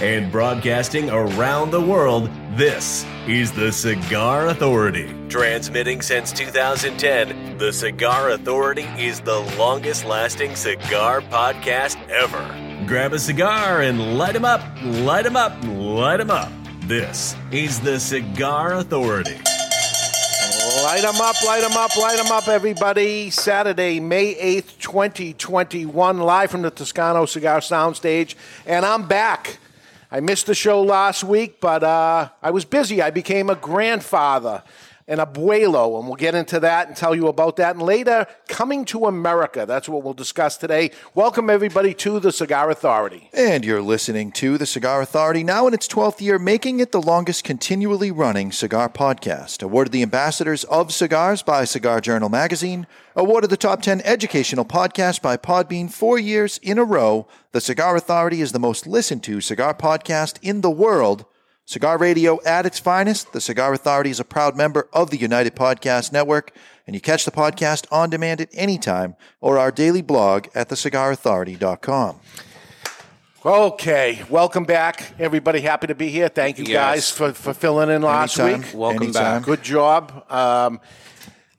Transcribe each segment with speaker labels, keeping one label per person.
Speaker 1: and broadcasting around the world, this is the Cigar Authority. Transmitting since 2010, the Cigar Authority is the longest lasting cigar podcast ever. Grab a cigar and light 'em up, light 'em up, light 'em up. This is the Cigar Authority.
Speaker 2: Light 'em up, light 'em up, light 'em up, everybody. Saturday, May 8th, 2021, live from the Toscano Cigar Soundstage. And I'm back. I missed the show last week, but uh, I was busy. I became a grandfather, an abuelo, and we'll get into that and tell you about that. And later, coming to America. That's what we'll discuss today. Welcome, everybody, to the Cigar Authority.
Speaker 3: And you're listening to The Cigar Authority, now in its 12th year, making it the longest continually running cigar podcast. Awarded the Ambassadors of Cigars by Cigar Journal Magazine. Awarded the Top 10 Educational Podcast by Podbean four years in a row. The Cigar Authority is the most listened to cigar podcast in the world. Cigar radio at its finest. The Cigar Authority is a proud member of the United Podcast Network, and you catch the podcast on demand at any time or our daily blog at thecigarauthority.com.
Speaker 2: Okay, welcome back, everybody. Happy to be here. Thank you
Speaker 4: Yes.
Speaker 2: guys for, for filling in last
Speaker 3: Anytime.
Speaker 2: week.
Speaker 4: Welcome
Speaker 3: Anytime.
Speaker 2: Good job. Um,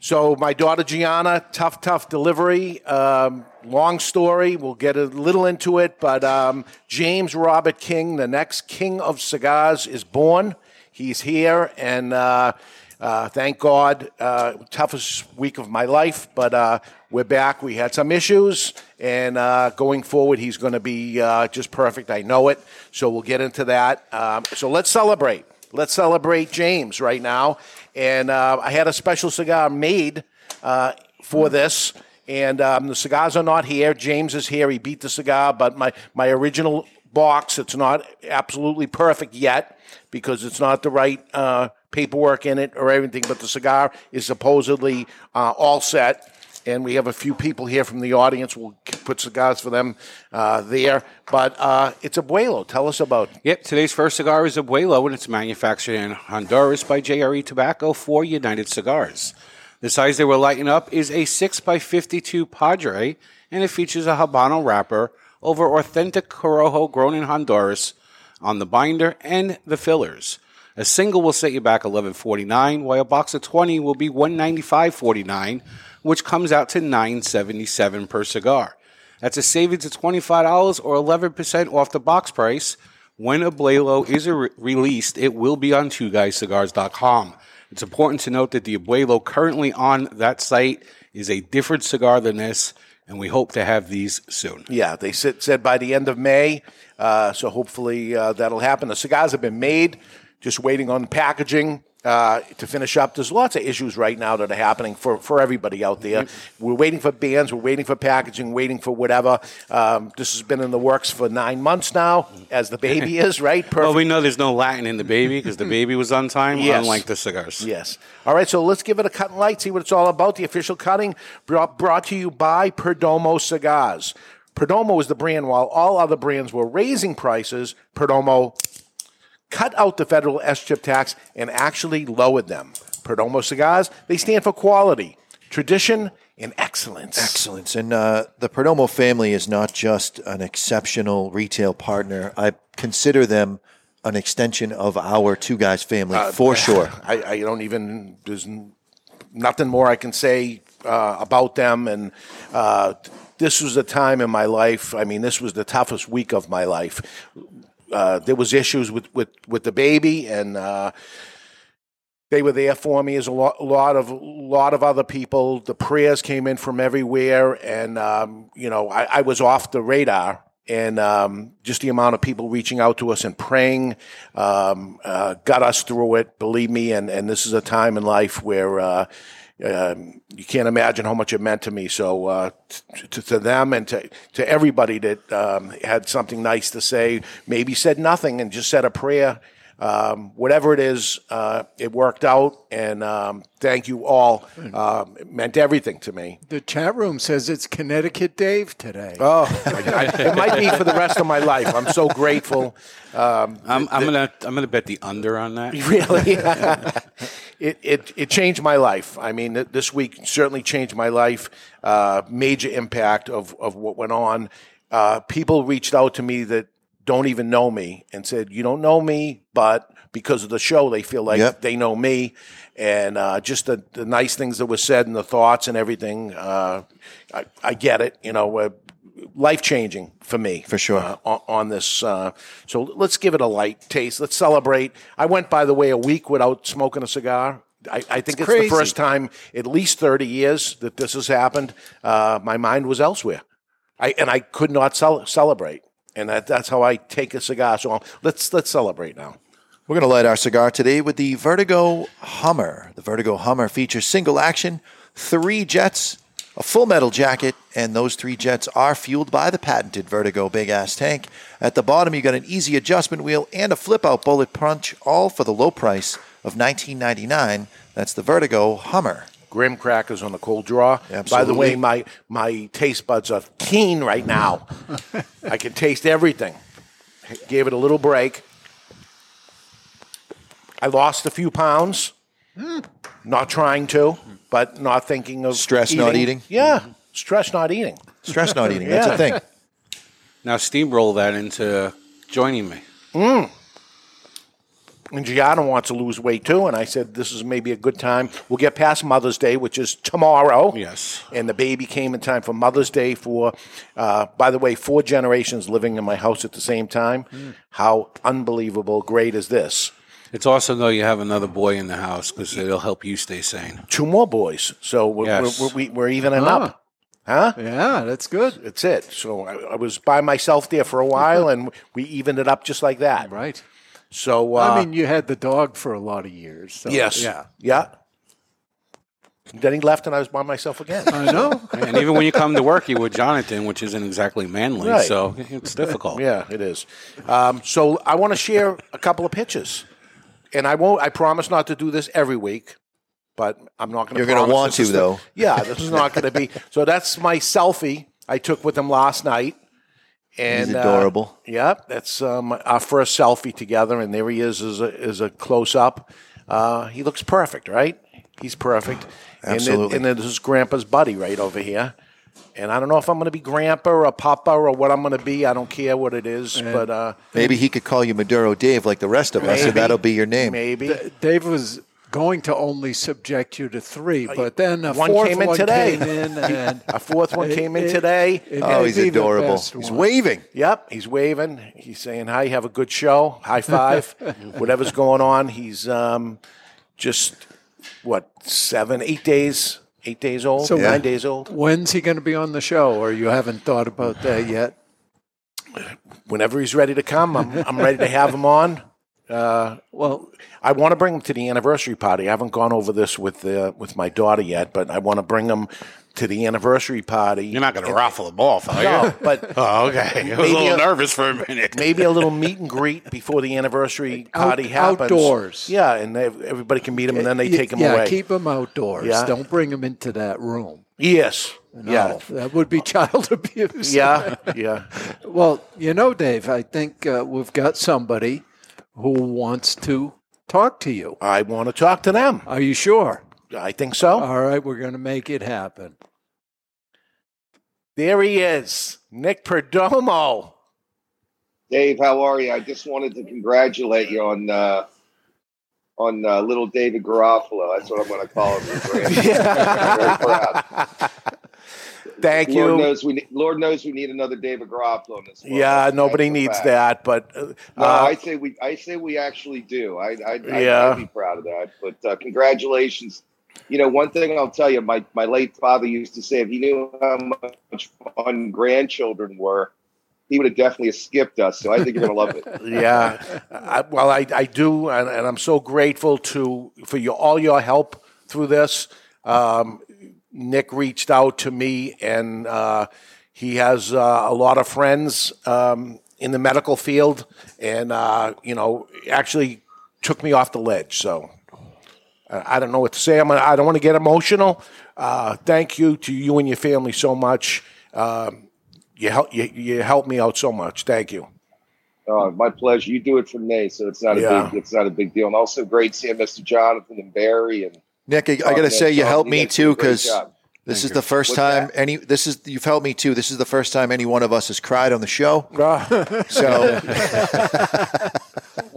Speaker 2: so my daughter Gianna, tough, tough delivery. Um, long story. We'll get a little into it, but um, James Robert King, the next king of cigars, is born. He's here, and uh, uh, thank God. Uh, toughest week of my life, but uh, we're back. We had some issues, and uh, going forward, he's going to be uh, just perfect. I know it. So we'll get into that. Um, so let's celebrate. Let's celebrate James right now. And uh, I had a special cigar made uh, for this. And um, the cigars are not here. James is here. He beat the cigar, but my, my original box, it's not absolutely perfect yet because it's not the right uh, paperwork in it or everything, but the cigar is supposedly uh, all set. And we have a few people here from the audience. We'll put cigars for them uh, there. But uh, it's Abuelo. Tell us about
Speaker 4: Yep, today's first cigar is Abuelo, and it's manufactured in Honduras by JRE Tobacco for United Cigars. The size they were lighting up is a 6x52 Padre, and it features a Habano wrapper over authentic Corojo grown in Honduras on the binder and the fillers. A single will set you back 11.49, while a box of 20 will be 195.49, which comes out to 9.77 per cigar. That's a savings of $25 or 11% off the box price. When a Abuelo is re- released, it will be on twoguyscigars.com. It's important to note that the Abuelo currently on that site is a different cigar than this, and we hope to have these soon.
Speaker 2: Yeah, they said, said by the end of May. Uh, so hopefully uh, that'll happen. The cigars have been made, just waiting on packaging uh, to finish up. There's lots of issues right now that are happening for, for everybody out there.
Speaker 4: Mm-hmm.
Speaker 2: We're waiting for bands, we're waiting for packaging, waiting for whatever. Um, this has been in the works for nine months now, as the baby is, right? Perfect.
Speaker 4: Mm-hmm. Well, we know there's no Latin in the baby because the baby was on time,
Speaker 2: Yes.
Speaker 4: unlike the cigars.
Speaker 2: Yes. All right, so let's give it a cut and light, see what it's all about. The official cutting brought, brought to you by Perdomo Cigars. Perdomo is the brand, while all other brands were raising prices, Perdomo cut out the federal S chip tax and actually lowered them. Perdomo Cigars, they stand for quality, tradition, and excellence.
Speaker 3: Excellent. And uh, the Perdomo family is not just an exceptional retail partner. I consider them an extension of our two guys family
Speaker 2: Uh,
Speaker 3: for sure.
Speaker 2: I, I don't even there's n- nothing more I can say uh, about them. And uh, this was a time in my life. I mean, this was the toughest week of my life. Uh, there was issues with with with the baby and. Uh, they were there for me as a lot, lot of lot of other people. The prayers came in from everywhere, and um, you know I, I was off the radar. And um, just the amount of people reaching out to us and praying um, uh, got us through it. Believe me, and and this is a time in life where. Uh, um, you can't imagine how much it meant to me. So uh, t- to, to them and to, to everybody that um, had something nice to say, maybe said nothing and just said a prayer um, whatever it is, uh, it worked out. And um, thank you all. Um, it meant everything to me.
Speaker 5: The chat room says it's Connecticut Dave today.
Speaker 2: Oh, it might be for the rest of my life. I'm so grateful. Um,
Speaker 4: I'm, I'm gonna I'm gonna bet the under on that.
Speaker 2: really it, it it changed my life i mean th- this week certainly changed my life uh, major impact of of what went on uh, people reached out to me that don't even know me and said you don't know me but because of the show they feel like
Speaker 3: Yep.
Speaker 2: they know me and uh, just the, the nice things that were said and the thoughts and everything uh, I, I get it you know uh, life changing for me
Speaker 3: For sure.
Speaker 2: uh, on, on this. Uh, so let's give it a light taste. Let's celebrate. I went, by the way, a week without smoking a cigar. I, I think it's, the
Speaker 4: crazy.
Speaker 2: first time, at least thirty years, that this has happened. Uh, my mind was elsewhere, I, and I could not cel- celebrate. And that, that's how I take a cigar. So I'll- let's let's celebrate now.
Speaker 3: We're going to light our cigar today with the Vertigo Hummer. The Vertigo Hummer features single action, three jets, a full metal jacket, and those three jets are fueled by the patented Vertigo big ass tank. At the bottom, you got an easy adjustment wheel and a flip out bullet punch, all for the low price of $19.99. That's the Vertigo Hummer.
Speaker 2: Graham crackers on a cold draw. By the
Speaker 3: Absolutely.
Speaker 2: way, my my taste buds are keen right now. I can taste everything. Gave it a little break. I lost a few pounds.
Speaker 3: Hmm.
Speaker 2: Not trying to, but not thinking of
Speaker 3: Stress, not eating?
Speaker 2: Yeah, stress not eating.
Speaker 3: Stress not eating, that's a thing.
Speaker 4: Now steamroll that into joining me.
Speaker 2: Mm. And Gianna wants to lose weight too, and I said this is maybe a good time. We'll get past Mother's Day, which is tomorrow.
Speaker 4: Yes.
Speaker 2: and the baby came in time for Mother's Day. For, uh, by the way, four generations living in my house at the same time. How unbelievable great is this?
Speaker 4: It's awesome though you have another boy in the house because it'll help you stay sane.
Speaker 2: Two more boys, so we're,
Speaker 4: Yes.
Speaker 2: we're, we're, we're evening up. Huh?
Speaker 5: Uh-huh. Yeah, that's good.
Speaker 2: That's it. So I, I was by myself there for a while, and we evened it up just like that.
Speaker 5: Right.
Speaker 2: So uh,
Speaker 5: I mean, you had the dog for a lot of years. So,
Speaker 2: yes,
Speaker 5: Yeah.
Speaker 2: yeah. Then he left, and I was by myself again.
Speaker 5: I know.
Speaker 4: And even when you come to work, you're with Jonathan, which isn't exactly manly,
Speaker 2: Right.
Speaker 4: so it's difficult.
Speaker 2: Yeah, it is. Um, so I want to share a couple of pitches, and I won't. I promise not to do this every week, but I'm not going to.
Speaker 3: You're gonna want to, though.
Speaker 2: Yeah, this is not going to be. So that's my selfie I took with him last night. And
Speaker 3: He's adorable.
Speaker 2: Uh, yeah, that's um, our first selfie together, and there he is as a, as a close up. Uh, he looks perfect, right? He's perfect. And
Speaker 3: Absolutely.
Speaker 2: then, and then this is Grandpa's buddy right over here. And I don't know if I'm going to be Grandpa or Papa or what I'm going to be. I don't care what it is, but uh,
Speaker 3: Maybe he could call you Maduro Dave like the rest of us, and
Speaker 2: Maybe.
Speaker 3: that'll be your name.
Speaker 2: maybe.
Speaker 5: D- Dave was going to only subject you to three, but then a
Speaker 2: Uh, One
Speaker 5: fourth
Speaker 2: came in
Speaker 5: one
Speaker 2: today.
Speaker 5: came in and
Speaker 2: A fourth one came in
Speaker 5: It-
Speaker 2: today.
Speaker 5: it
Speaker 3: Oh,
Speaker 5: may
Speaker 3: he's
Speaker 5: be the
Speaker 3: adorable.
Speaker 5: best
Speaker 3: He's
Speaker 5: one.
Speaker 3: waving.
Speaker 2: Yep, he's waving. He's saying hi. Have a good show. High five. Whatever's going on, he's um, just what seven, eight days, eight days old,
Speaker 5: So-
Speaker 2: nine
Speaker 5: Yeah.
Speaker 2: days old.
Speaker 5: When's he going to be on the show, or you haven't thought about that yet?
Speaker 2: Whenever he's ready to come, I'm, I'm ready to have him on. Uh,
Speaker 5: Well,
Speaker 2: I want to bring him to the anniversary party. I haven't gone over this with uh, with my daughter yet, but I want to bring him to the anniversary party.
Speaker 4: You're not going to raffle them off, are you?
Speaker 2: no, but
Speaker 4: Oh, okay. I was
Speaker 2: Maybe
Speaker 4: a little
Speaker 2: a-
Speaker 4: nervous for a minute.
Speaker 2: maybe a little meet and greet before the anniversary
Speaker 5: Out-
Speaker 2: party happens.
Speaker 5: outdoors.
Speaker 2: Yeah, and they, everybody can meet him, and then they
Speaker 5: y-
Speaker 2: take him
Speaker 5: yeah,
Speaker 2: away.
Speaker 5: keep him outdoors.
Speaker 2: Yeah.
Speaker 5: Don't bring him into that room.
Speaker 2: yes. Yeah.
Speaker 5: No, that would be child abuse.
Speaker 2: Yeah. Yeah.
Speaker 5: Well, you know, Dave, I think uh, we've got somebody who wants to talk to you.
Speaker 2: I want to talk to them.
Speaker 5: Are you sure?
Speaker 2: I think so.
Speaker 5: All right, we're going to make it happen.
Speaker 2: There he is, Nick Perdomo.
Speaker 6: Dave, how are you? I just wanted to congratulate you on uh, on uh, little David Garofalo. That's what I'm going to call him. I'm very- I'm very proud.
Speaker 2: Thank
Speaker 6: Lord
Speaker 2: you.
Speaker 6: knows we ne- Lord knows we need another David Garofalo in this world.
Speaker 2: Yeah,
Speaker 6: That's-
Speaker 2: nobody
Speaker 6: that's a
Speaker 2: needs
Speaker 6: fact.
Speaker 2: that, but uh,
Speaker 6: No,
Speaker 2: uh,
Speaker 6: I say we. I say we actually do. I, I, I
Speaker 2: Yeah.
Speaker 6: I'd be proud of that. But uh, congratulations. You know, one thing I'll tell you, my my late father used to say, if he knew how much fun grandchildren were, he would have definitely skipped us. So I think you're going to love it.
Speaker 2: yeah. I, well, I, I do, and, and I'm so grateful to for your all your help through this. Um, Nick reached out to me, and uh, he has uh, a lot of friends um, in the medical field, and uh, you know, actually took me off the ledge. So I I don't know what to say. I'm, I don't want to get emotional. Uh, thank you to you and your family so much. Um, you help you, you helped me out so much. Thank you.
Speaker 6: Oh, my pleasure. You do it for me, so it's not a
Speaker 2: Yeah.
Speaker 6: big it's not a big deal. And also great seeing Mr. Jonathan and Barry and
Speaker 3: Nick, I, I got
Speaker 6: Oh,
Speaker 3: to
Speaker 6: man,
Speaker 3: say you
Speaker 6: Tom,
Speaker 3: helped
Speaker 6: you
Speaker 3: me
Speaker 6: guys did a
Speaker 3: too
Speaker 6: great
Speaker 3: because
Speaker 6: job.
Speaker 3: this is the first
Speaker 6: What's
Speaker 3: time
Speaker 6: that?
Speaker 3: any. This is you've helped me too. This is the first time any one of us has cried on the show. So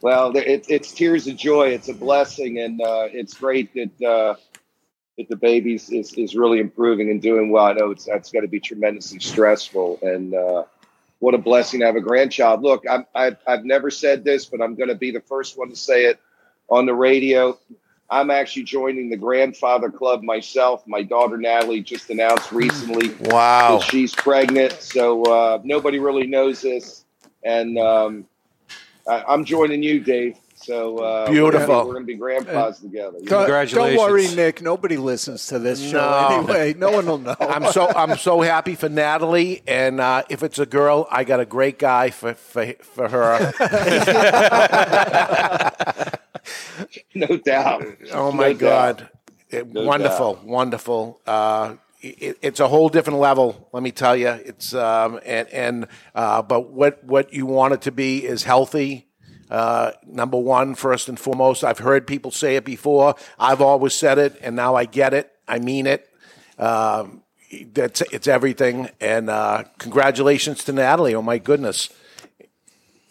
Speaker 6: Well, th- it, it's tears of joy. It's a blessing, and uh, it's great that uh, that the baby is, is, is really improving and doing well. I know it's that's got to be tremendously stressful, and uh, what a blessing to have a grandchild. Look, I'm, I've I've never said this, but I'm going to be the first one to say it on the radio. I'm actually joining the grandfather club myself. My daughter Natalie just announced recently
Speaker 3: wow,
Speaker 6: that she's pregnant. So uh, nobody really knows this, and um, I, I'm joining you, Dave. So uh,
Speaker 2: Beautiful.
Speaker 6: We're going to be grandpas together.
Speaker 5: Don't-
Speaker 4: Congratulations.
Speaker 5: Don't worry, Nick. Nobody listens to this show
Speaker 2: No.
Speaker 5: anyway. No one will know.
Speaker 2: I'm so I'm so happy for Natalie, and uh, if it's a girl, I got a great guy for for, for her.
Speaker 6: no doubt.
Speaker 2: Oh my
Speaker 6: No doubt.
Speaker 2: God! It-
Speaker 6: No
Speaker 2: wonderful, wonderful. Uh, it, it's a whole different level. Let me tell you, it's um, and and uh, but what what you want it to be is healthy. Uh, number one, first and foremost. I've heard people say it before. I've always said it, and now I get it. I mean it. Um, that's it's everything. And uh, congratulations to Natalie. Oh my goodness.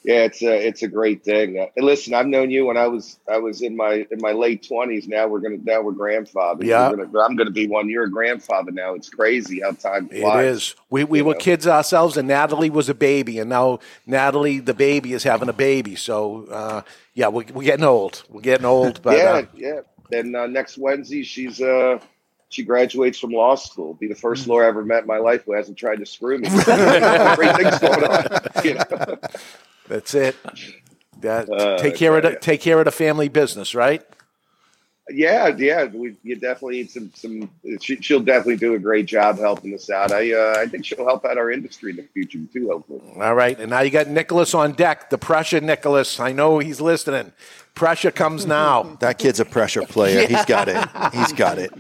Speaker 6: Yeah, it's a it's a great thing. Uh, and listen, I've known you when I was I was in my in my late twenties. Now we're gonna now we're grandfathers.
Speaker 2: Yeah.
Speaker 6: We're gonna- I'm gonna be one. You're a grandfather now. It's crazy how time
Speaker 2: It is.
Speaker 6: flies.
Speaker 2: We we
Speaker 6: You
Speaker 2: were
Speaker 6: know.
Speaker 2: kids ourselves, and Natalie was a baby, and now Natalie, the baby, is having a baby. So uh, yeah, we're, we're getting old. We're getting old, but
Speaker 6: yeah,
Speaker 2: uh,
Speaker 6: yeah. Then uh, next Wednesday, she's uh, she graduates from law school. Be the
Speaker 2: Mm.
Speaker 6: first lawyer I ever met in my life who hasn't tried to screw me. Great things going on. you know?
Speaker 2: that's it. That,
Speaker 6: Uh,
Speaker 2: take care of the,
Speaker 6: yeah.
Speaker 2: take care of the family business, right?
Speaker 6: Yeah, yeah. We you definitely need some some. She, she'll definitely do a great job helping us out. I uh, I think she'll help out our industry in the future too. Hopefully.
Speaker 2: All right, and now you got Nicholas on deck. The pressure, Nicholas. I know he's listening. Pressure comes now.
Speaker 3: that kid's a pressure player. He's got it. He's got it.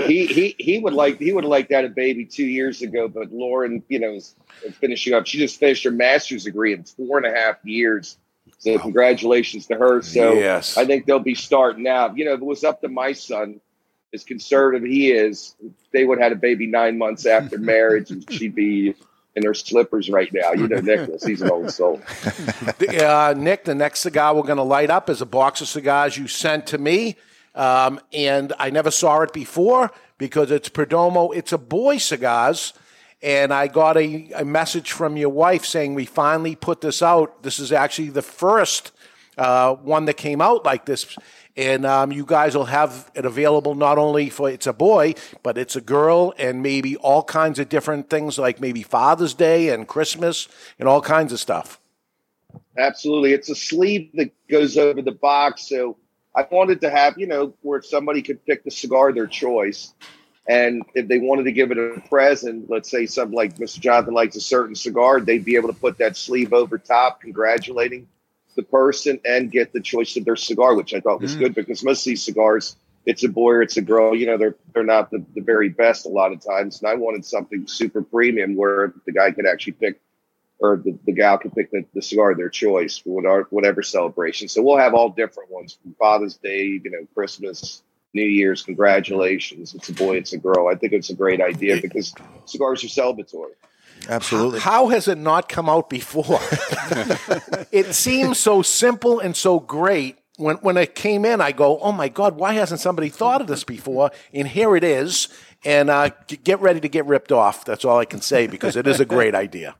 Speaker 6: he he he would like he would like that a baby two years ago, but Lauren, you know, is finishing up. She just finished her master's degree in four and a half years. So congratulations to her. So
Speaker 2: Yes.
Speaker 6: I think they'll be starting out. You know, if it was up to my son, as conservative he is, they would have had a baby nine months after marriage, and she'd be in her slippers right now. You know, Nicholas, he's an old soul.
Speaker 2: The, uh, Nick, the next cigar we're going to light up is a box of cigars you sent to me. Um, and I never saw it before because it's Perdomo. It's a boy cigars. And I got a, a message from your wife saying, We finally put this out. This is actually the first uh, one that came out like this. And um, you guys will have it available not only for it's a boy, but it's a girl, and maybe all kinds of different things like maybe Father's Day and Christmas and all kinds of stuff.
Speaker 6: Absolutely. It's a sleeve that goes over the box. So I wanted to have, you know, where somebody could pick the cigar their choice. And if they wanted to give it a present, let's say something like Mr. Jonathan likes a certain cigar, they'd be able to put that sleeve over top, congratulating the person and get the choice of their cigar, which I thought was good because most of these cigars, it's a boy or it's a girl, you know, they're they're not the, the very best a lot of times. And I wanted something super premium where the guy could actually pick or the, the gal can pick the, the cigar of their choice for whatever, whatever celebration. So we'll have all different ones from Father's Day, you know, Christmas, New Year's, congratulations. It's a boy, it's a girl. I think it's a great idea because cigars are celebratory.
Speaker 3: Absolutely.
Speaker 2: How has it not come out before? it seems so simple and so great. When, when it came in, I go, oh my God, why hasn't somebody thought of this before? And here it is. And uh, g- get ready to get ripped off. That's all I can say because it is a great idea.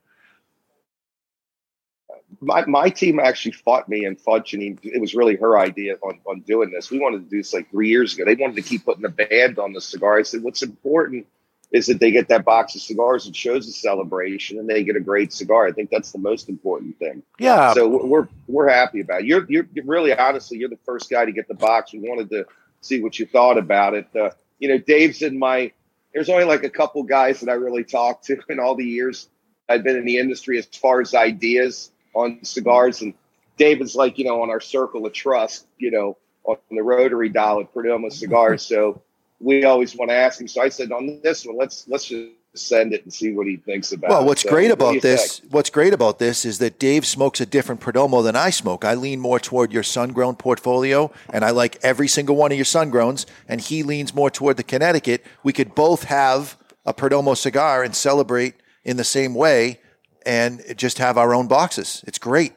Speaker 6: My, my team actually fought me and fudge and he- it was really her idea on, on doing this. We wanted to do this like three years ago. They wanted to keep putting a band on the cigar. I said, what's important is that they get that box of cigars and shows the celebration and they get a great cigar. I think that's the most important thing.
Speaker 2: Yeah.
Speaker 6: so we're we're- we're happy about it. You're you're you're really honestly you're the first guy to get the box. We wanted to see what you thought about it. Uh, you know, Dave's in my. There's only like a couple guys that I really talked to in all the years I've been in the industry as far as ideas on cigars, and David's like, you know, on our circle of trust, you know, on the Rotary dial at Perdomo Cigars. So we always want to ask him. So I said, on this one, let's let's just send it and see what he thinks about.
Speaker 3: Well,
Speaker 6: it.
Speaker 3: what's
Speaker 6: So
Speaker 3: great
Speaker 6: what do you
Speaker 3: about this?
Speaker 6: think?
Speaker 3: What's great about this is that Dave smokes a different Perdomo than I smoke. I lean more toward your sun-grown portfolio, and I like every single one of your sun-growns. And he leans more toward the Connecticut. We could both have a Perdomo cigar and celebrate in the same way, and just have our own boxes. It's great.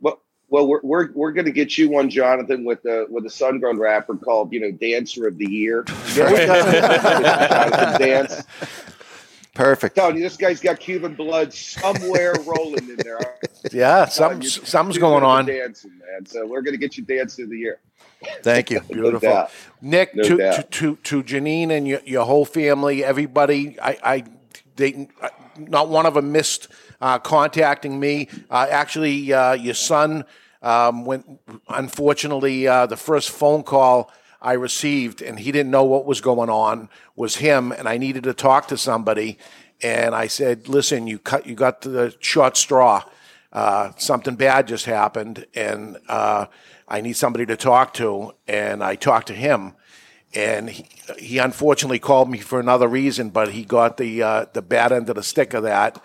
Speaker 6: Well, well, we're we're, we're going to get you one, Jonathan, with a with a sun grown rapper called you know Dancer of the Year. Jonathan dance.
Speaker 3: Perfect.
Speaker 6: Telling you, this guy's got Cuban blood somewhere rolling in there.
Speaker 2: Yeah, some, something's going on.
Speaker 6: Dancing, man. So we're going to get you Dancer of the Year.
Speaker 3: Thank you.
Speaker 2: Beautiful.
Speaker 6: doubt.
Speaker 2: Nick,
Speaker 6: No
Speaker 2: to, to,
Speaker 6: doubt.
Speaker 2: to, to Janine and your, your whole family, everybody, I, I they, not one of them missed uh, contacting me. Uh, actually, uh, your son, um, when, unfortunately, uh, the first phone call I received, and he didn't know what was going on, was him, and I needed to talk to somebody. And I said, listen, you, cut, you got the short straw uh, something bad just happened and uh, I need somebody to talk to. And I talked to him. And he, he unfortunately called me for another reason, but he got the uh, the bad end of the stick of that.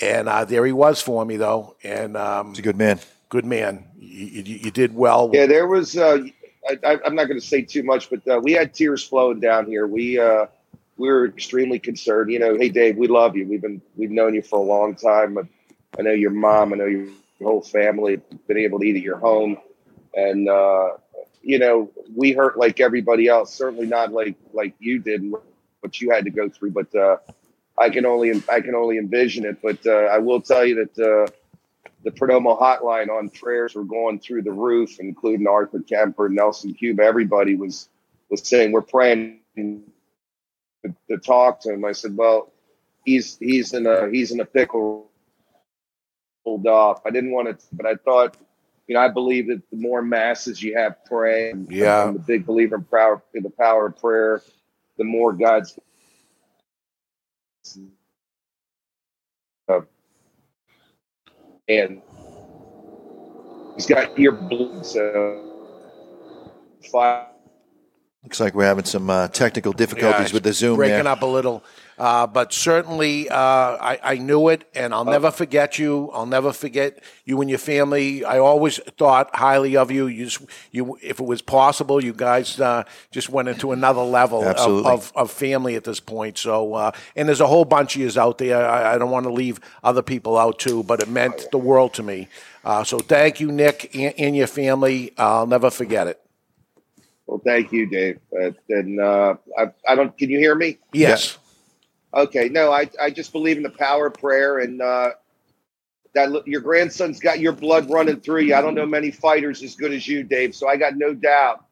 Speaker 2: And uh, there he was for me, though. And um,
Speaker 3: He's a good man.
Speaker 2: good man. You, you, you did well.
Speaker 6: Yeah, there was. Uh, I, I, I'm not going to say too much, but uh, we had tears flowing down here. We uh, we were extremely concerned. You know, hey Dave, we love you. We've been we've known you for a long time. I, I know your mom. I know your whole family. Been able to eat at your home, and uh, you know we hurt like everybody else. Certainly not like like you did, and what you had to go through. But uh, I can only I can only envision it. But uh, I will tell you that. Uh, the Perdomo hotline on prayers were going through the roof, including Arthur Kemper, Nelson Cuba. Everybody was was saying we're praying to, to talk to him. I said, well, he's he's in a he's in a pickle. Pulled off. I didn't want to, but I thought, you know, I believe that the more masses you have praying,
Speaker 2: Yeah.
Speaker 6: I'm a big believer in power in the power of prayer. The more God's Uh, and he's got uh, ear bleed, so five.
Speaker 3: Looks like we're having some uh, technical
Speaker 2: Yeah,
Speaker 3: difficulties
Speaker 2: it's
Speaker 3: with the Zoom
Speaker 2: breaking
Speaker 3: there.
Speaker 2: up a little. Uh, but certainly, uh, I, I knew it, and
Speaker 3: Oh.
Speaker 2: I'll never forget you. I'll never forget you and your family. I always thought highly of you. You, just, you if it was possible, you guys uh, just went into another level of,
Speaker 3: Absolutely.
Speaker 2: of, of family at this point. So, uh, and there's a whole bunch of yous out there. I, I don't want to leave other people out too, but it meant the world to me. Uh, so, thank you, Nick, and, and your family. I'll never forget it.
Speaker 6: Well, thank you, Dave. Uh, and uh, I, I don't. Can you hear me?
Speaker 2: Yes.
Speaker 6: Okay. No, I, I just believe in the power of prayer and uh, that li- your grandson's got your blood running through you. I don't know many fighters as good as you, Dave. So I got no doubt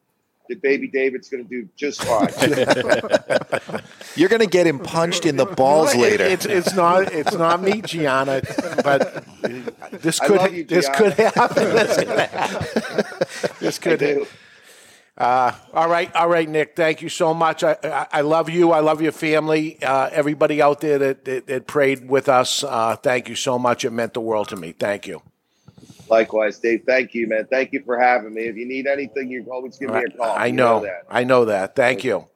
Speaker 6: that baby David's going to do just fine.
Speaker 3: You're going to get him punched in the balls
Speaker 2: Well, it-
Speaker 3: later.
Speaker 2: It's, it's not it's not me, Gianna, but this
Speaker 6: I
Speaker 2: could
Speaker 6: love you,
Speaker 2: this
Speaker 6: Gianna.
Speaker 2: could happen. This could happen. This
Speaker 6: I
Speaker 2: could Uh,
Speaker 6: do.
Speaker 2: all right, all right, Nick. Thank you so much. I I, I love you. I love your family. Uh, everybody out there that, that, that prayed with us. Uh, thank you so much. It meant the world to me. Thank you.
Speaker 6: Likewise, Dave. Thank you, man. Thank you for having me. If you need anything, you always give me a call.
Speaker 2: I
Speaker 6: You
Speaker 2: know.
Speaker 6: that.
Speaker 2: I know that. Thank you.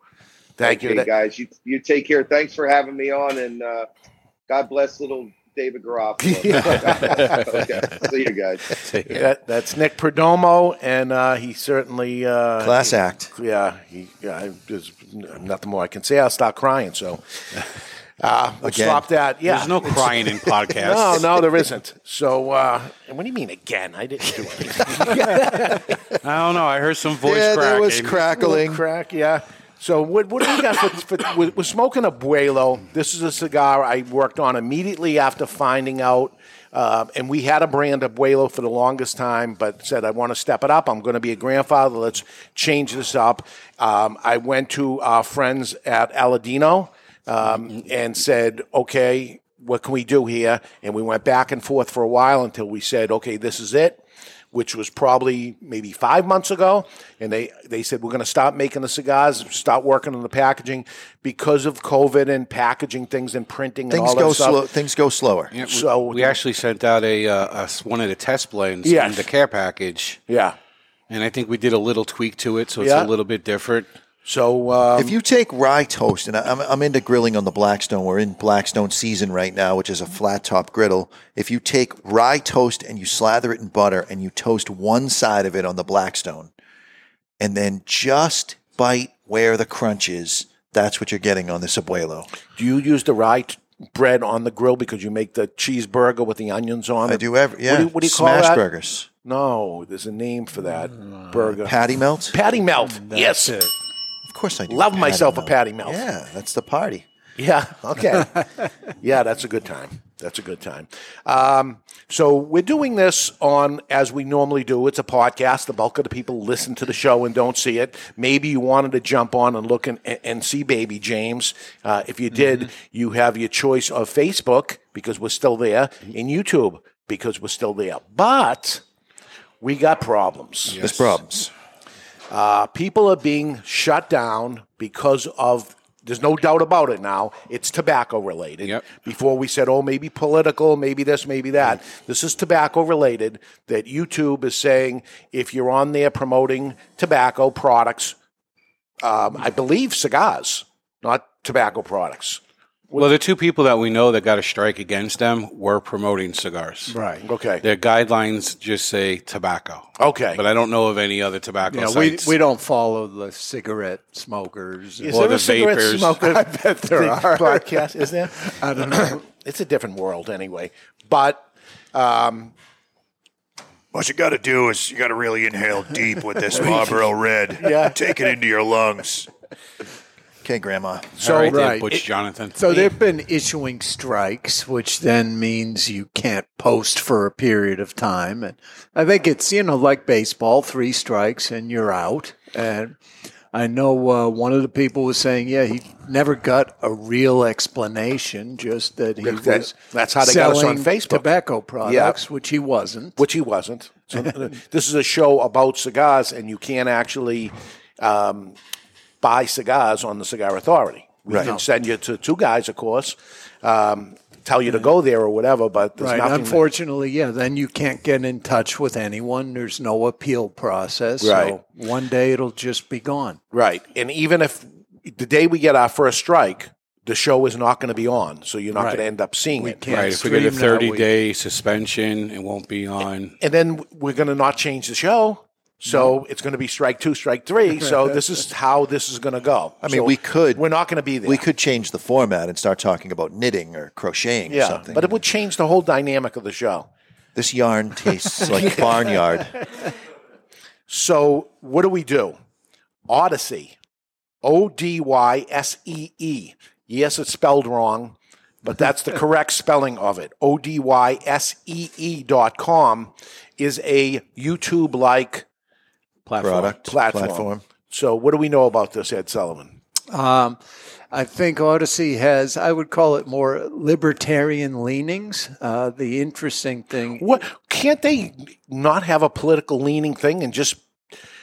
Speaker 2: Thank you.
Speaker 6: Okay, guys. You you take care. Thanks for having me on, and uh, God bless little David Garofalo. okay, see you guys.
Speaker 2: That- that's Nick Perdomo, and uh, he certainly uh,
Speaker 3: Class act.
Speaker 2: yeah, he, yeah I, there's nothing more I can say. I'll stop crying. So, uh, we'll
Speaker 3: Again.
Speaker 2: stop that. Yeah.
Speaker 4: There's no crying in podcasts.
Speaker 2: no, no, there isn't. So, uh, and what do you mean again? I didn't do anything.
Speaker 4: I don't know. I heard some voice
Speaker 3: yeah,
Speaker 4: cracking.
Speaker 3: there was crackling.
Speaker 2: Crack, yeah. So, what, what do we got for, for we're, we're smoking a Buelo? This is a cigar I worked on immediately after finding out. Uh, and we had a brand of Buelo for the longest time, but said, I want to step it up. I'm going to be a grandfather. Let's change this up. Um, I went to our friends at Aladino. um, and said, okay, what can we do here? And we went back and forth for a while until we said, okay, this is it. which was probably maybe five months ago. And they, they said, we're going to stop making the cigars, stop working on the packaging because of COVID and packaging things and printing and
Speaker 3: Things
Speaker 2: all
Speaker 3: go
Speaker 2: that stuff.
Speaker 3: slow. Things go slower.
Speaker 4: Yeah, we-
Speaker 2: So-
Speaker 4: we actually sent out a, uh, a s- one of the test blends
Speaker 2: Yes.
Speaker 4: in the care package,
Speaker 2: Yeah.
Speaker 4: and I think we did a little tweak to it, so it's
Speaker 2: Yeah.
Speaker 4: a little bit different.
Speaker 2: So um,
Speaker 3: If you take rye toast, and I- I'm, I'm into grilling on the Blackstone, we're in Blackstone season right now, which is a flat top griddle. If you take rye toast and you slather it in butter and you toast one side of it on the Blackstone, and then just bite where the crunch is, that's what you're getting on this abuelo.
Speaker 2: do you use the rye t- bread on the grill because you make the cheeseburger with the onions on
Speaker 3: I
Speaker 2: it?
Speaker 3: do every yeah.
Speaker 2: do you- what do you call
Speaker 3: Smash
Speaker 2: that?
Speaker 3: burgers?
Speaker 2: No, there's a name for that burger.
Speaker 3: Patty melt?
Speaker 2: patty melt. yes.
Speaker 3: Of course I do.
Speaker 2: Love
Speaker 3: Patty
Speaker 2: myself
Speaker 3: melt.
Speaker 2: a patty melt.
Speaker 3: Yeah, that's the party.
Speaker 2: Yeah. Okay. yeah, that's a good time. That's a good time. Um, so we're doing this on as we normally do. It's a podcast. The bulk of the people listen to the show and don't see it. Maybe you wanted to jump on and look and, and see Baby James. Uh, if you did, you have your choice of Facebook because we're still there, and YouTube because we're still there. But we got problems
Speaker 3: There's problems.
Speaker 2: Uh, people are being shut down because of there's no doubt about it now it's tobacco related
Speaker 4: Yep.
Speaker 2: before we said oh maybe political maybe this maybe that this is tobacco related that youtube is saying if you're on there promoting tobacco products um, i believe cigars not tobacco products
Speaker 4: Well, the two people that we know that got a strike against them were promoting cigars.
Speaker 5: Right.
Speaker 2: okay
Speaker 4: Their guidelines just say tobacco.
Speaker 2: okay
Speaker 4: But I don't know of any other tobacco
Speaker 5: Yeah, we,
Speaker 4: sites.
Speaker 5: we don't follow the cigarette smokers.
Speaker 2: is
Speaker 4: Or
Speaker 2: there a
Speaker 4: the
Speaker 2: cigarette
Speaker 4: vapors.
Speaker 2: smoker
Speaker 5: I bet there are.
Speaker 2: podcast is there
Speaker 5: I don't know.
Speaker 2: it's a different world anyway but um,
Speaker 7: What you got to do is you got to really inhale deep with this Marlboro Red. Yeah. Take it into your lungs.
Speaker 3: Okay, Grandma.
Speaker 4: so, right, there,
Speaker 5: right.
Speaker 4: Butch
Speaker 5: It-
Speaker 4: Jonathan.
Speaker 5: So they've been issuing strikes, which then means you can't post for a period of time. And I think it's you know like baseball, three strikes and you're out. And I know uh, one of the people was saying, yeah, he never got a real explanation, just that he
Speaker 2: That-
Speaker 5: was
Speaker 2: that's how they got us
Speaker 5: selling
Speaker 2: on Facebook.
Speaker 5: tobacco products, which he wasn't.
Speaker 2: which he wasn't. So uh, this is a show about cigars, and you can't actually um, buy cigars on the Cigar Authority. We
Speaker 3: Right.
Speaker 2: can send you to two guys, of course, um, tell you to go there or whatever, but there's
Speaker 5: Right.
Speaker 2: nothing.
Speaker 5: Unfortunately, yeah. Then you can't get in touch with anyone. There's no appeal process.
Speaker 2: Right.
Speaker 5: So one day it'll just be gone.
Speaker 2: right. And even if the day we get our first strike, the show is not going to be on, so you're not
Speaker 5: Right.
Speaker 2: going to end up seeing
Speaker 5: We
Speaker 2: it.
Speaker 5: can't
Speaker 4: right. If we get a
Speaker 5: stream that
Speaker 4: 30
Speaker 5: week.
Speaker 4: day suspension, it won't be on.
Speaker 2: and then we're going to not change the show. So it's going to be strike two, strike three. So this is how this is going to go.
Speaker 3: I mean,
Speaker 2: So
Speaker 3: we could-
Speaker 2: We're not going to be there.
Speaker 3: We could change the format and start talking about knitting or crocheting or something.
Speaker 2: But it would change the whole dynamic of the show.
Speaker 3: This yarn tastes like barnyard.
Speaker 2: So what do we do? Odyssey. O D Y S E E. Yes, it's spelled wrong, but that's the correct spelling of it. O D Y S E E dot com is a YouTube like
Speaker 4: Platform.
Speaker 3: Product
Speaker 2: platform. So what do we know about this, Ed Sullivan?
Speaker 5: Um, I think Odyssey has, I would call it more libertarian leanings. Uh, the interesting thing.
Speaker 2: What can't they not have a political leaning thing and just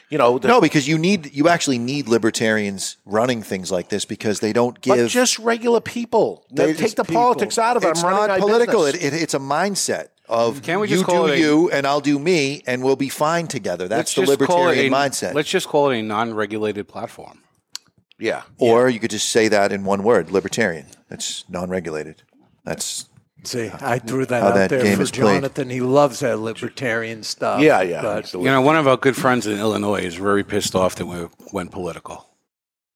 Speaker 2: you know the,
Speaker 3: No, because you need you actually need libertarians running things like this because they don't
Speaker 2: but
Speaker 3: give.
Speaker 2: just regular people.
Speaker 3: They-
Speaker 2: take the politics out of it.
Speaker 3: it's
Speaker 2: I'm running my
Speaker 3: not political.
Speaker 2: business.
Speaker 3: It, it, it's a mindset of
Speaker 4: Can't we
Speaker 3: you
Speaker 4: just call
Speaker 3: do
Speaker 4: it a-
Speaker 3: you and I'll do me and we'll be fine together. That's the
Speaker 4: just call it
Speaker 3: libertarian
Speaker 4: a-
Speaker 3: mindset.
Speaker 4: Let's just call it a non regulated platform.
Speaker 2: yeah.
Speaker 3: or you could just say that in one word: libertarian. That's non-regulated. That's
Speaker 5: See, I threw that
Speaker 3: How
Speaker 5: out
Speaker 3: that
Speaker 5: there
Speaker 3: game
Speaker 5: for
Speaker 3: is played.
Speaker 5: Jonathan. He loves that libertarian stuff.
Speaker 2: Yeah, yeah.
Speaker 5: But
Speaker 4: You know, one of our good friends in Illinois is very pissed off that we went political.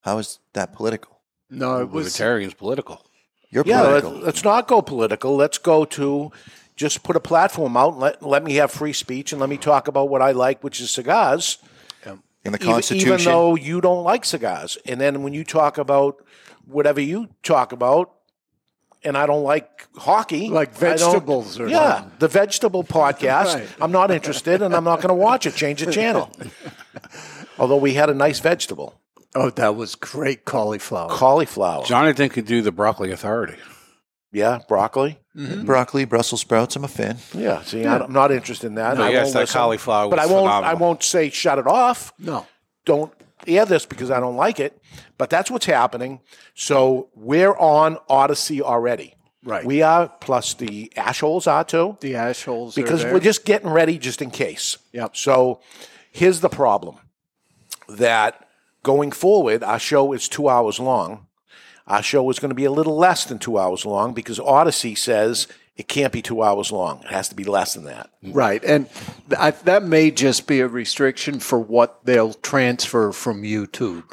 Speaker 3: how is that political?
Speaker 5: no, it was.
Speaker 4: Libertarians political.
Speaker 3: You're
Speaker 2: Yeah, let,
Speaker 3: political.
Speaker 2: us not go political. Let's go to just put a platform out and let, let me have free speech and let me talk about what I like, which is cigars,
Speaker 8: uh,
Speaker 3: in the
Speaker 2: even-
Speaker 3: Constitution,
Speaker 2: even though you don't like cigars. And then when you talk about whatever you talk about, and I don't like hockey.
Speaker 5: Like
Speaker 2: I don't-
Speaker 5: vegetables or
Speaker 2: Yeah,
Speaker 5: something.
Speaker 2: the vegetable podcast.
Speaker 5: Right.
Speaker 2: I'm not interested and I'm not going to watch it. Change the channel. Although we had a nice vegetable
Speaker 5: Oh, that was great cauliflower.
Speaker 2: cauliflower.
Speaker 4: Jonathan could do the broccoli authority.
Speaker 2: Yeah, broccoli.
Speaker 8: Mm-hmm.
Speaker 3: Broccoli, Brussels sprouts. I'm a fan.
Speaker 2: Yeah, see, I don't- I'm not interested in that.
Speaker 4: No,
Speaker 2: I
Speaker 4: yes,
Speaker 2: won't
Speaker 4: that
Speaker 2: listen.
Speaker 4: cauliflower
Speaker 2: But
Speaker 4: was
Speaker 2: I won't. I
Speaker 4: phenomenal.
Speaker 2: won't say shut it off.
Speaker 5: No.
Speaker 2: Don't air this because I don't like it. But that's what's happening. So we're on Odyssey already.
Speaker 5: Right.
Speaker 2: We are plus the assholes are too
Speaker 5: The ash holes are
Speaker 2: because
Speaker 5: there.
Speaker 2: we're just getting ready just in case.
Speaker 5: Yep.
Speaker 2: So here's the problem that going forward, our show is two hours long. Our show is going to be a little less than two hours long because Odyssey says it can't be two hours long. It has to be less than that.
Speaker 5: Right, and th- I, that may just be a restriction for what they'll transfer from YouTube.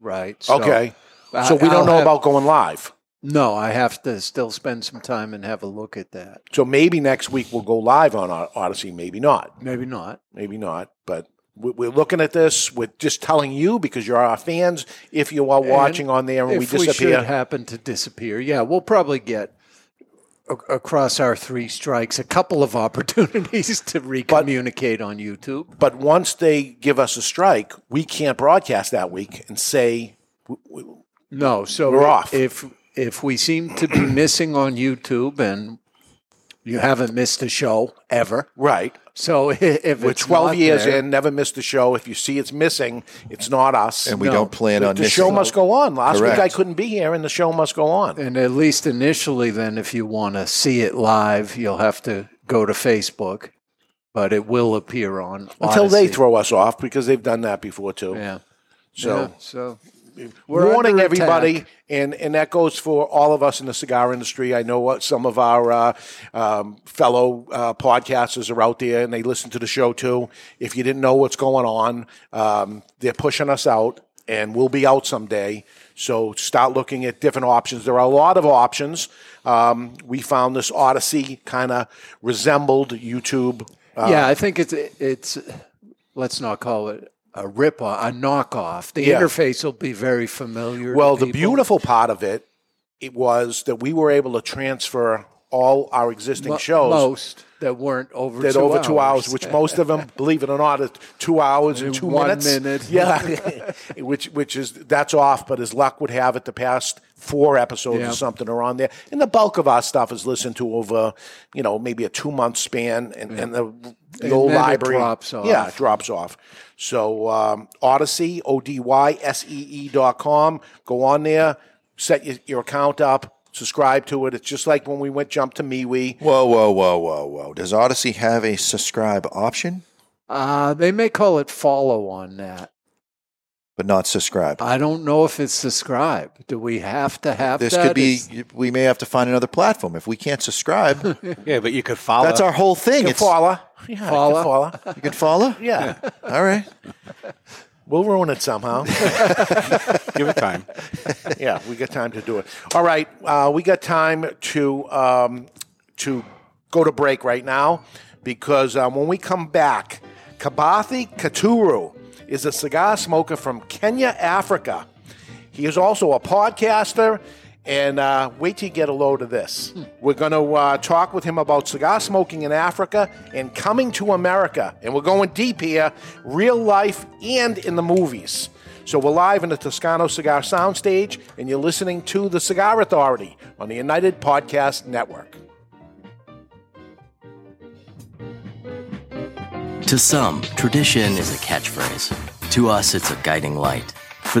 Speaker 5: Right. so-
Speaker 2: okay.
Speaker 5: I-
Speaker 2: so we
Speaker 5: I'll
Speaker 2: don't know
Speaker 5: have-
Speaker 2: about going live.
Speaker 5: No, I have to still spend some time and have a look at that.
Speaker 2: So maybe next week we'll go live on Od- Odyssey. Maybe not.
Speaker 5: Maybe not.
Speaker 2: Maybe not. But we- we're looking at this. We're just telling you because you're our fans. If you are watching on there and we
Speaker 5: if we,
Speaker 2: disappear,
Speaker 5: should happen to disappear, yeah, we'll probably get a- across our three strikes a couple of opportunities to recommunicate on YouTube.
Speaker 2: But once they give us a strike, we can't broadcast that week and say, w- w-
Speaker 5: No, so
Speaker 2: We're off.
Speaker 5: If if we seem to be missing on YouTube and you haven't missed a show ever,
Speaker 2: right.
Speaker 5: so i- if
Speaker 2: We're
Speaker 5: it's
Speaker 2: 12
Speaker 5: not
Speaker 2: years
Speaker 5: there-
Speaker 2: in, never missed a show. If you see it's missing, it's not us.
Speaker 3: And we don't plan
Speaker 2: the,
Speaker 3: on
Speaker 2: the
Speaker 3: missing.
Speaker 2: show must go on. Last
Speaker 3: Correct.
Speaker 2: week I couldn't be here, and the show must go on.
Speaker 5: and at least initially, then if you want to see it live, you'll have to go to Facebook, but it will appear on
Speaker 2: Until they
Speaker 5: Odyssey.
Speaker 2: throw us off, because they've done that before too.
Speaker 5: Yeah.
Speaker 2: So
Speaker 5: Yeah, so
Speaker 2: we're warning
Speaker 5: under
Speaker 2: everybody,
Speaker 5: attack.
Speaker 2: and, and that goes for all of us in the cigar industry. I know what some of our uh, um, fellow uh, podcasters are out there, and they listen to the show too. If you didn't know what's going on, um, they're pushing us out, and we'll be out someday. So start looking at different options. There are a lot of options. Um, we found this Odyssey kind of resembled YouTube. Uh,
Speaker 5: yeah, I think it's it's let's not call it a rip off, a knockoff. The
Speaker 2: Yeah.
Speaker 5: interface will be very familiar. to
Speaker 2: Well, the
Speaker 5: people.
Speaker 2: beautiful part of it, it was that we were able to transfer all our existing shows.
Speaker 5: most that weren't over
Speaker 2: that
Speaker 5: two
Speaker 2: over
Speaker 5: hours.
Speaker 2: two hours, which most of them, believe it or not, are two hours and two
Speaker 5: One
Speaker 2: minutes.
Speaker 5: minute.
Speaker 2: Yeah, which which is that's off. But as luck would have it, the past four episodes
Speaker 5: Yeah.
Speaker 2: or something are on there, and the bulk of our stuff is listened to over you know maybe a two month span, and, and the the
Speaker 5: And
Speaker 2: old
Speaker 5: then it
Speaker 2: library
Speaker 5: drops off.
Speaker 2: Yeah, it drops off. So um, Odyssey O D Y S E E dot com. Go on there, set your, your account up. Subscribe to it. It's just like when we went jump to MeWe.
Speaker 3: Whoa, whoa, whoa, whoa, whoa. Does Odyssey have a subscribe option,
Speaker 5: Uh, they may call it follow on that.
Speaker 3: but not subscribe?
Speaker 5: I don't know if it's subscribe. Do we have to have
Speaker 3: this
Speaker 5: that?
Speaker 3: could be,
Speaker 5: Is-
Speaker 3: we may have to find another platform. If we can't subscribe,
Speaker 4: Yeah, but you could follow.
Speaker 3: that's our whole thing. It's,
Speaker 2: Follow. Yeah,
Speaker 5: Follow.
Speaker 2: follow.
Speaker 3: you can follow?
Speaker 2: Yeah.
Speaker 3: All right.
Speaker 2: We'll ruin it somehow.
Speaker 4: Give it time.
Speaker 2: yeah, we got time to do it. All right, uh, we got time to um, to go to break right now because uh, when we come back, Kabathi Katuru is a cigar smoker from Kenya, Africa. He is also a podcaster. And uh, wait till you get a load of this. We're going to uh, talk with him about cigar smoking in Africa and coming to America. And we're going deep here, real life and in the movies. So we're live in the Toscano Cigar Soundstage, and you're listening to The Cigar Authority on the United Podcast Network.
Speaker 9: To some, tradition is a catchphrase. To us, it's a guiding light. For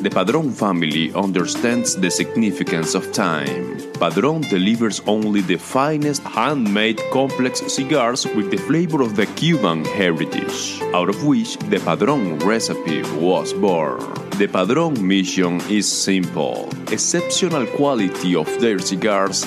Speaker 10: the Padron family understands the significance of time. Padron delivers only the finest handmade complex cigars with the flavor of the Cuban heritage, out of which the Padron recipe was born. The Padron mission is simple exceptional quality of their cigars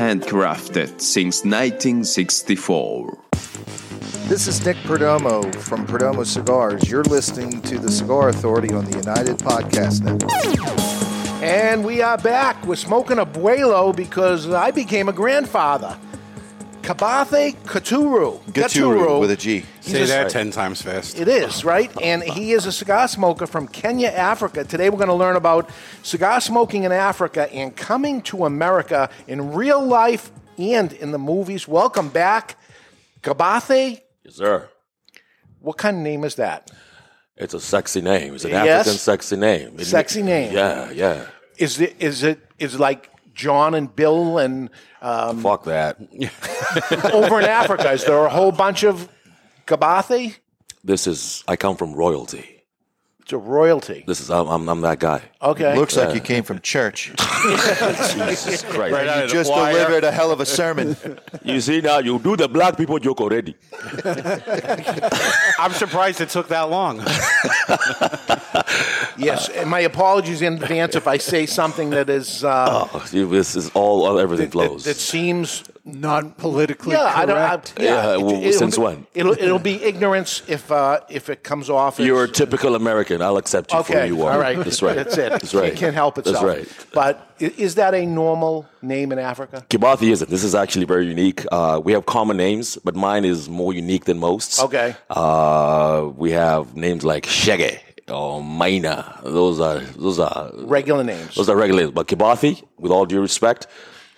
Speaker 10: handcrafted since 1964.
Speaker 8: This is Nick Perdomo from Perdomo Cigars. You're listening to the Cigar Authority on the United Podcast Network.
Speaker 2: And we are back. We're smoking abuelo because I became a grandfather. Kabathe Katuru.
Speaker 3: Gaturu with a G.
Speaker 2: Say that
Speaker 4: ten times fast.
Speaker 2: It is, right? And he is a cigar smoker from Kenya, Africa. Today we're going to learn about cigar smoking in Africa and coming to America in real life and in the movies. Welcome back, Kabathe.
Speaker 11: Yes, sir.
Speaker 2: What kind of name is that?
Speaker 11: It's a sexy name. It's an
Speaker 2: Yes.
Speaker 11: African sexy name. It-
Speaker 2: Sexy name.
Speaker 11: Yeah, yeah.
Speaker 2: Is it is it is like John and Bill and um,
Speaker 11: Fuck that.
Speaker 2: over in Africa? Is there a whole bunch of Kabathe?
Speaker 11: This is. I come from royalty.
Speaker 2: It's a royalty.
Speaker 11: This is. I'm. I'm, I'm that guy.
Speaker 2: Okay.
Speaker 3: Looks like
Speaker 11: Yeah.
Speaker 3: you came from church.
Speaker 11: Jesus Christ.
Speaker 3: Right out of the just choir. delivered a hell of a sermon.
Speaker 11: you see now, you do the black people joke already.
Speaker 4: I'm surprised it took that long.
Speaker 2: Yes, and my apologies in advance if I say something that is uh,
Speaker 11: Oh, you- this is all, all everything flows.
Speaker 2: that seems
Speaker 5: not politically
Speaker 2: yeah, I don't, I-
Speaker 5: correct.
Speaker 11: Yeah, well,
Speaker 2: it'll
Speaker 11: since
Speaker 2: be-
Speaker 11: when?
Speaker 2: It'll it'll be ignorance if uh, if it comes off. as-
Speaker 11: You're a typical American. I'll accept you for
Speaker 2: okay.
Speaker 11: who you are.
Speaker 2: All right,
Speaker 11: That's right.
Speaker 2: That's it.
Speaker 11: That's right.
Speaker 2: It can't help itself.
Speaker 11: That's right.
Speaker 2: But i- is that a normal name in Africa?
Speaker 11: Kibathi isn't. This is actually very unique. Uh, we have common names, but mine is more unique than most.
Speaker 2: Okay.
Speaker 11: Uh, we have names like Shege or Maina. Those are those are
Speaker 2: Regular names.
Speaker 11: Those are regular. names. But Kibathi, with all due respect,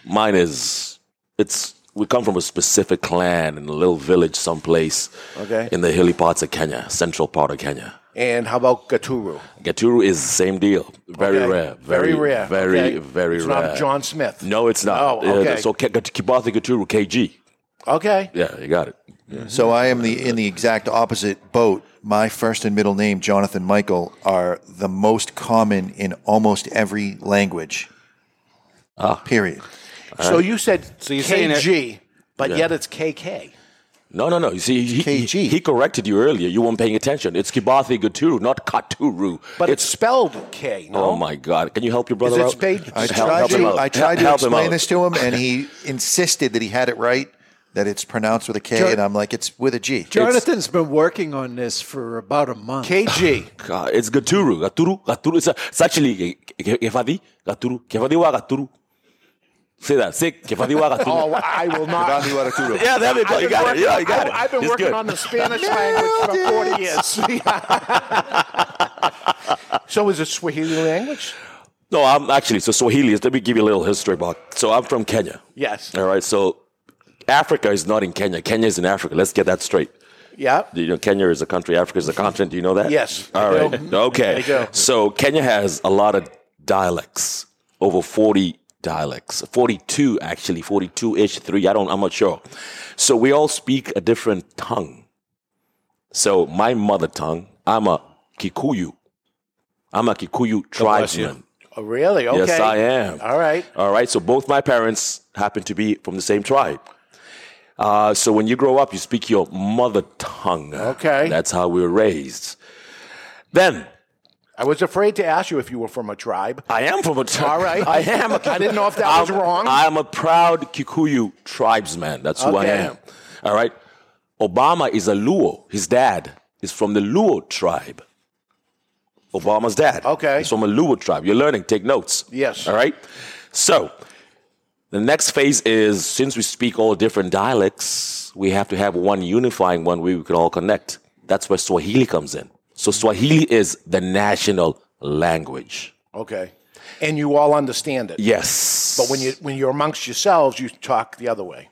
Speaker 11: mine is it's we come from a specific clan in a little village someplace
Speaker 2: Okay.
Speaker 11: in the hilly parts of Kenya, central part of Kenya.
Speaker 2: And how about Gaturu?
Speaker 11: Gaturu is the same deal. Very
Speaker 2: Okay.
Speaker 11: rare.
Speaker 2: Very
Speaker 11: Very,
Speaker 2: rare.
Speaker 11: Very,
Speaker 2: Okay.
Speaker 11: very
Speaker 2: It's
Speaker 11: rare.
Speaker 2: not John Smith.
Speaker 11: No, it's not.
Speaker 2: Oh,
Speaker 11: Yeah,
Speaker 2: okay.
Speaker 11: so K- Gat- Kibathi Gaturu, KG.
Speaker 2: Okay.
Speaker 11: Yeah, you got it.
Speaker 3: So I am the in the exact opposite boat. My first and middle name, Jonathan Michael, are the most common in almost every language. Ah. Period.
Speaker 2: So you said
Speaker 3: So you're saying it-
Speaker 2: KG, but
Speaker 11: Yeah.
Speaker 2: yet it's KK.
Speaker 11: No, no, no. You see, he, he, he corrected you earlier. You weren't paying attention. It's Kibathi Gaturu, not Katuru.
Speaker 2: But it's, spelled K. No?
Speaker 11: Oh, my God. Can you help your brother
Speaker 3: it
Speaker 11: out?
Speaker 3: spade- I
Speaker 11: Help-
Speaker 3: tried
Speaker 11: help him
Speaker 3: to,
Speaker 11: out.
Speaker 3: I tried to
Speaker 11: Help him
Speaker 3: explain
Speaker 11: out.
Speaker 3: this to him, and he insisted that he had it right, that it's pronounced with a K,
Speaker 5: Jo-
Speaker 3: and I'm like, it's with a G.
Speaker 5: Jonathan's been working on this for about a month.
Speaker 2: KG.
Speaker 11: God, it's Gaturu. Gaturu. Gaturu. It's, a, it's actually Kefadi. Gaturu. Kefadi wa Gaturu. Say that. Say Kefadi wa Gaturu.
Speaker 2: Oh, I will not.
Speaker 11: yeah, there we go.
Speaker 2: I've
Speaker 11: You
Speaker 2: been
Speaker 11: got it.
Speaker 2: working-
Speaker 11: Yeah, you got
Speaker 2: I've-
Speaker 11: it.
Speaker 2: I've been
Speaker 11: It's
Speaker 2: working
Speaker 11: good.
Speaker 2: on the Spanish language for 40 years. so is it Swahili language?
Speaker 11: No, I'm actually so Swahili. is- Let me give you a little history about. So I'm from Kenya.
Speaker 2: Yes.
Speaker 11: All right. So Africa is not in Kenya. Kenya is in Africa. Let's get that straight.
Speaker 2: Yeah.
Speaker 11: You know, Kenya is a country. Africa is a continent. Do you know that?
Speaker 2: Yes, I
Speaker 11: All
Speaker 2: do.
Speaker 11: right. Okay.
Speaker 2: I do.
Speaker 11: So Kenya has a lot of dialects. Over forty dialects. Forty-two actually. Forty-two-ish. Three. I don't. I'm not sure. So we all speak a different tongue. So my mother tongue. I'm a Kikuyu. I'm a Kikuyu
Speaker 2: bless you.
Speaker 11: tribesman.
Speaker 2: Oh, really? Okay.
Speaker 11: Yes, I am.
Speaker 2: All right.
Speaker 11: All right. So both my parents happen to be from the same tribe. Uh, so when you grow up, you speak your mother tongue.
Speaker 2: Okay.
Speaker 11: That's how we were raised. Then
Speaker 2: I was afraid to ask you if you were from a tribe.
Speaker 11: I am from a tribe.
Speaker 2: All right.
Speaker 11: I am.
Speaker 2: I
Speaker 11: I
Speaker 2: I didn't know if that was wrong.
Speaker 11: I am a proud Kikuyu tribesman. That's who I
Speaker 2: Okay.
Speaker 11: am. All right. Obama is a Luo. His dad is from the Luo tribe. Obama's dad. Okay. He's from a Luo tribe. You're learning. Take notes.
Speaker 2: Yes.
Speaker 11: All right. So the next phase is since we speak all different dialects, we have to have one unifying one where we can all connect. That's where Swahili comes in. So Swahili is the national language.
Speaker 2: Okay. And you all understand it.
Speaker 11: Yes.
Speaker 2: But when you when you're amongst yourselves, you talk the other way.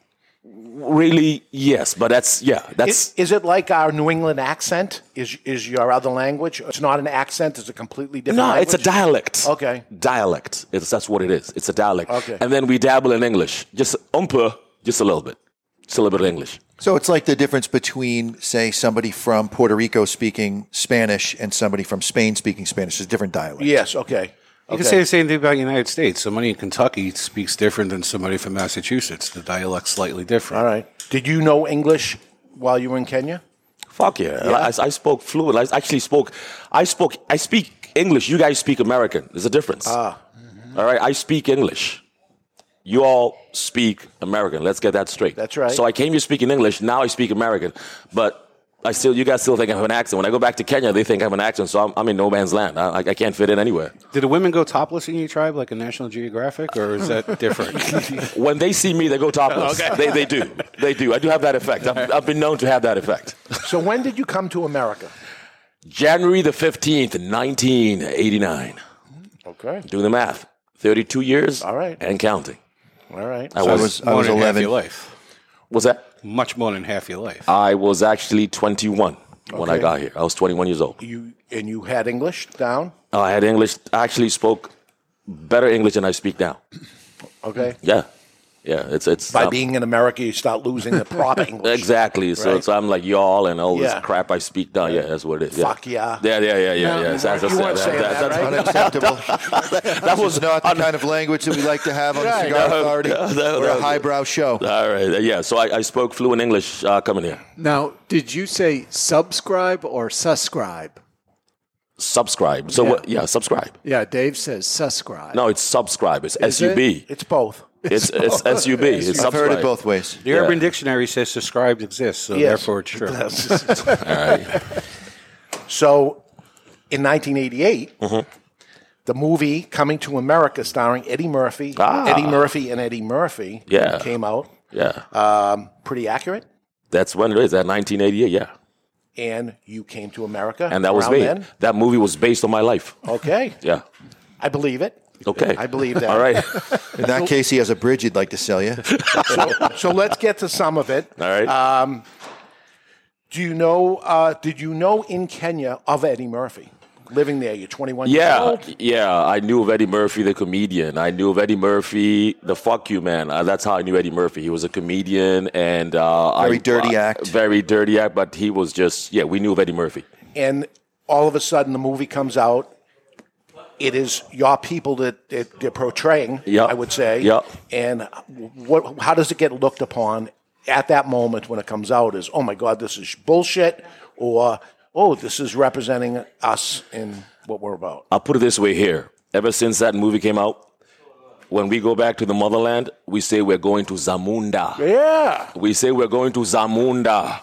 Speaker 11: Really, yes, but that's yeah, that's
Speaker 2: is, is it like our New England accent? Is is your other language? It's not an accent. It's a completely different.
Speaker 11: no, it's a
Speaker 2: language?
Speaker 11: dialect.
Speaker 2: Okay.
Speaker 11: dialect. It's, that's what it is. It's a dialect.
Speaker 2: Okay.
Speaker 11: and then we dabble in English, just umpa, just a little bit, just a little bit of English.
Speaker 3: So it's like the difference between, say, somebody from Puerto Rico speaking Spanish and somebody from Spain speaking Spanish. It's a different dialect.
Speaker 2: Yes. Okay.
Speaker 4: You can say the same thing about the United States. Somebody in Kentucky speaks different than somebody from Massachusetts. The dialect's slightly different.
Speaker 2: All right. Did you know English while you were in Kenya?
Speaker 11: Fuck yeah!
Speaker 2: Yeah.
Speaker 11: I, I spoke fluent. I actually spoke. I spoke. I speak English. You guys speak American. There's a difference. Ah. All right. I speak English. You all speak American. Let's get that straight. That's
Speaker 2: right.
Speaker 11: So I came here speaking English. Now I speak American, but I still. You guys still think I have an accent. When I go back to Kenya, they think I have an accent. So I'm, I'm in no man's land. I, I can't fit in anywhere.
Speaker 4: Did the women go topless in your tribe, like in National Geographic, or is that different?
Speaker 11: when they see me, they go topless.
Speaker 4: Okay.
Speaker 11: They, they do. They do. I do have that effect. I've, I've been known to have that effect.
Speaker 2: So when did you come to America?
Speaker 11: January the 15th, 1989.
Speaker 2: Okay.
Speaker 11: Do the math. 32 years. All
Speaker 2: right.
Speaker 11: And counting.
Speaker 2: All right.
Speaker 11: I was- I was 11.
Speaker 4: Half your life.
Speaker 11: What's that?
Speaker 4: Much more than half your life.
Speaker 11: I was actually 21 when I
Speaker 2: Okay.
Speaker 11: got here. I was 21 years old.
Speaker 2: You and you had English down.
Speaker 11: I had English. I actually spoke better English than I speak now.
Speaker 2: Okay.
Speaker 11: Yeah. Yeah. It's, it's
Speaker 2: By
Speaker 11: um,
Speaker 2: being in America, you start losing the proper English.
Speaker 11: Exactly. So,
Speaker 2: Right.
Speaker 11: so I'm like y'all and all
Speaker 2: Yeah.
Speaker 11: this crap I speak now. Yeah, that's what it is. Yeah.
Speaker 2: Fuck yeah.
Speaker 11: Yeah, yeah, yeah, yeah,
Speaker 2: No,
Speaker 11: yeah. That's-
Speaker 2: you
Speaker 11: that's-
Speaker 2: weren't saying
Speaker 11: that's-
Speaker 2: that,
Speaker 11: that's-
Speaker 2: right?
Speaker 3: Unacceptable. that was not the kind of language that we like to have on the Cigar Authority or a highbrow show.
Speaker 11: All right, yeah. So I, I spoke fluent English uh, coming here.
Speaker 5: Now, did you say subscribe or subscribe?
Speaker 11: Subscribe. So
Speaker 5: Yeah.
Speaker 11: what? Yeah, subscribe.
Speaker 5: Yeah, Dave says subscribe.
Speaker 11: No, it's subscribe. It's
Speaker 5: Is
Speaker 11: sub.
Speaker 5: it?
Speaker 2: It's both.
Speaker 11: It's it's sub. It's subscribe.
Speaker 3: ways.
Speaker 4: The
Speaker 11: Yeah.
Speaker 4: Urban Dictionary says subscribed exists, so
Speaker 2: Yes.
Speaker 4: therefore it's true.
Speaker 2: So, in 1988, the movie Coming to America, starring Eddie Murphy,
Speaker 11: Ah.
Speaker 2: Eddie Murphy and Eddie Murphy,
Speaker 11: Yeah.
Speaker 2: came out.
Speaker 11: Yeah,
Speaker 2: Um, pretty accurate.
Speaker 11: that's when it is. That 1988. Yeah,
Speaker 2: And you came to America,
Speaker 11: and that was
Speaker 2: around
Speaker 11: me.
Speaker 2: then.
Speaker 11: That movie was based on my life.
Speaker 2: Okay,
Speaker 11: Yeah.
Speaker 2: I believe it.
Speaker 11: Okay.
Speaker 2: I believe that.
Speaker 3: All right. In
Speaker 2: So-
Speaker 3: that case, he has a bridge he'd like to sell you.
Speaker 2: so, so let's get to some of it.
Speaker 3: All right.
Speaker 2: Um, do you know? Uh, did you know in Kenya of Eddie Murphy living there? You're 21 years
Speaker 11: Yeah,
Speaker 2: old.
Speaker 11: yeah. I knew of Eddie Murphy, the comedian. I knew of Eddie Murphy, the fuck you man. Uh, that's how I knew Eddie Murphy. He was a comedian and uh,
Speaker 3: Very
Speaker 11: I-
Speaker 3: dirty
Speaker 11: uh,
Speaker 3: act.
Speaker 11: Very dirty act, but he was just yeah. We knew of Eddie Murphy.
Speaker 2: And all of a sudden, the movie comes out. It is your people that, that they're portraying.
Speaker 11: Yeah.
Speaker 2: I would say.
Speaker 11: Yeah.
Speaker 2: And what? How does it get looked upon at that moment when it comes out? Is oh my god, this is bullshit, or oh, this is representing us in what we're about.
Speaker 11: I'll put it this way here. Ever since that movie came out, when we go back to the motherland, we say we're going to Zamunda.
Speaker 2: Yeah.
Speaker 11: We say we're going to Zamunda.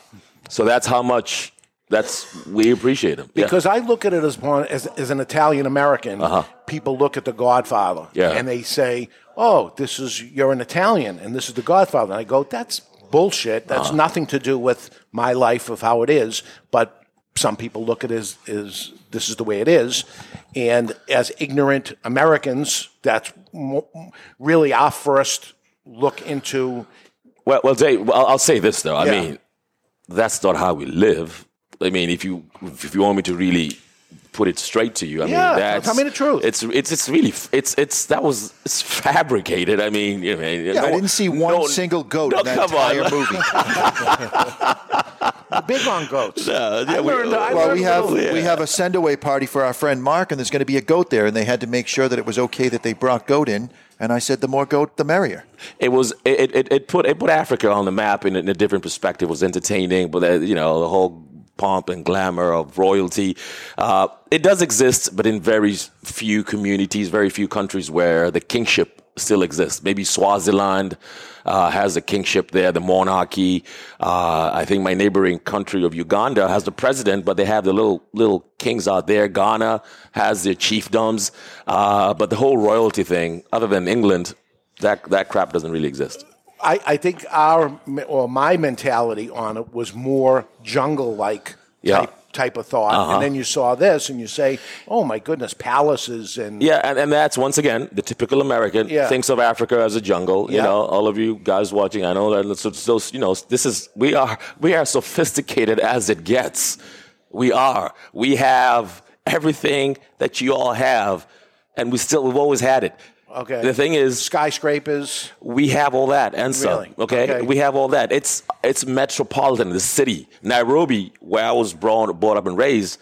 Speaker 11: So that's how much that's we appreciate him. Yeah.
Speaker 2: Because I look at it as one as, as an Italian American,
Speaker 11: Uh-huh.
Speaker 2: people look at The Godfather
Speaker 11: Yeah.
Speaker 2: and they say, "Oh, this is you're an Italian and this is The Godfather." And I go, "That's bullshit. That's
Speaker 11: Uh-huh.
Speaker 2: nothing to do with my life of how it is." But some people look at it as, as this is the way it is, and as ignorant Americans, that's mo- really our first look into
Speaker 11: Well, well, Dave, well, I'll, I'll say this though. I
Speaker 2: Yeah.
Speaker 11: mean, that's not how we live. I mean, if you if you want me to really put it straight to you, I
Speaker 2: Yeah,
Speaker 11: mean, that's
Speaker 2: tell me the truth.
Speaker 11: It's it's it's really f- it's it's that was it's fabricated. I mean, you know,
Speaker 3: Yeah, I didn't see one single goat in that entire movie.
Speaker 2: big on goats. I learned- I
Speaker 3: well,
Speaker 2: learned
Speaker 3: we have
Speaker 2: little-
Speaker 3: we have a send away party for our friend Mark, and there's going to be a goat there, and they had to make sure that it was okay that they brought goat in. And I said, the more goat, the merrier.
Speaker 11: it was it, it, it put it put Africa on the map in, a- in a different perspective. It was entertaining, but uh, you know the whole pomp and glamour of royalty. Uh, it does exist, but in very few communities, very few countries where the kingship still exists. Maybe Swaziland uh, has the kingship there, the monarchy. Uh, I think my neighboring country of Uganda has the president, but they have the little little kings out there. Ghana has their chiefdoms, uh, but the whole royalty thing, other than England, that that crap doesn't really exist.
Speaker 2: I, I think our or my mentality on it was more jungle like
Speaker 11: Yeah.
Speaker 2: type, type of thought.
Speaker 11: Uh-huh.
Speaker 2: And then you saw this and you say, oh my goodness, palaces and.
Speaker 11: Yeah, and, and that's once again the typical American
Speaker 2: Yeah.
Speaker 11: thinks of Africa as a jungle. You
Speaker 2: Yeah.
Speaker 11: know, all of you guys watching, I know that. So, so you know, this is we are we are sophisticated as it gets. We are. We have everything that you all have, and we still we've always had it.
Speaker 2: Okay.
Speaker 11: The thing is,
Speaker 2: skyscrapers.
Speaker 11: We have all that and some.
Speaker 2: Really?
Speaker 11: Okay?
Speaker 2: Okay.
Speaker 11: we have all that. It's it's metropolitan. The city, Nairobi, where I was born, brought up and raised,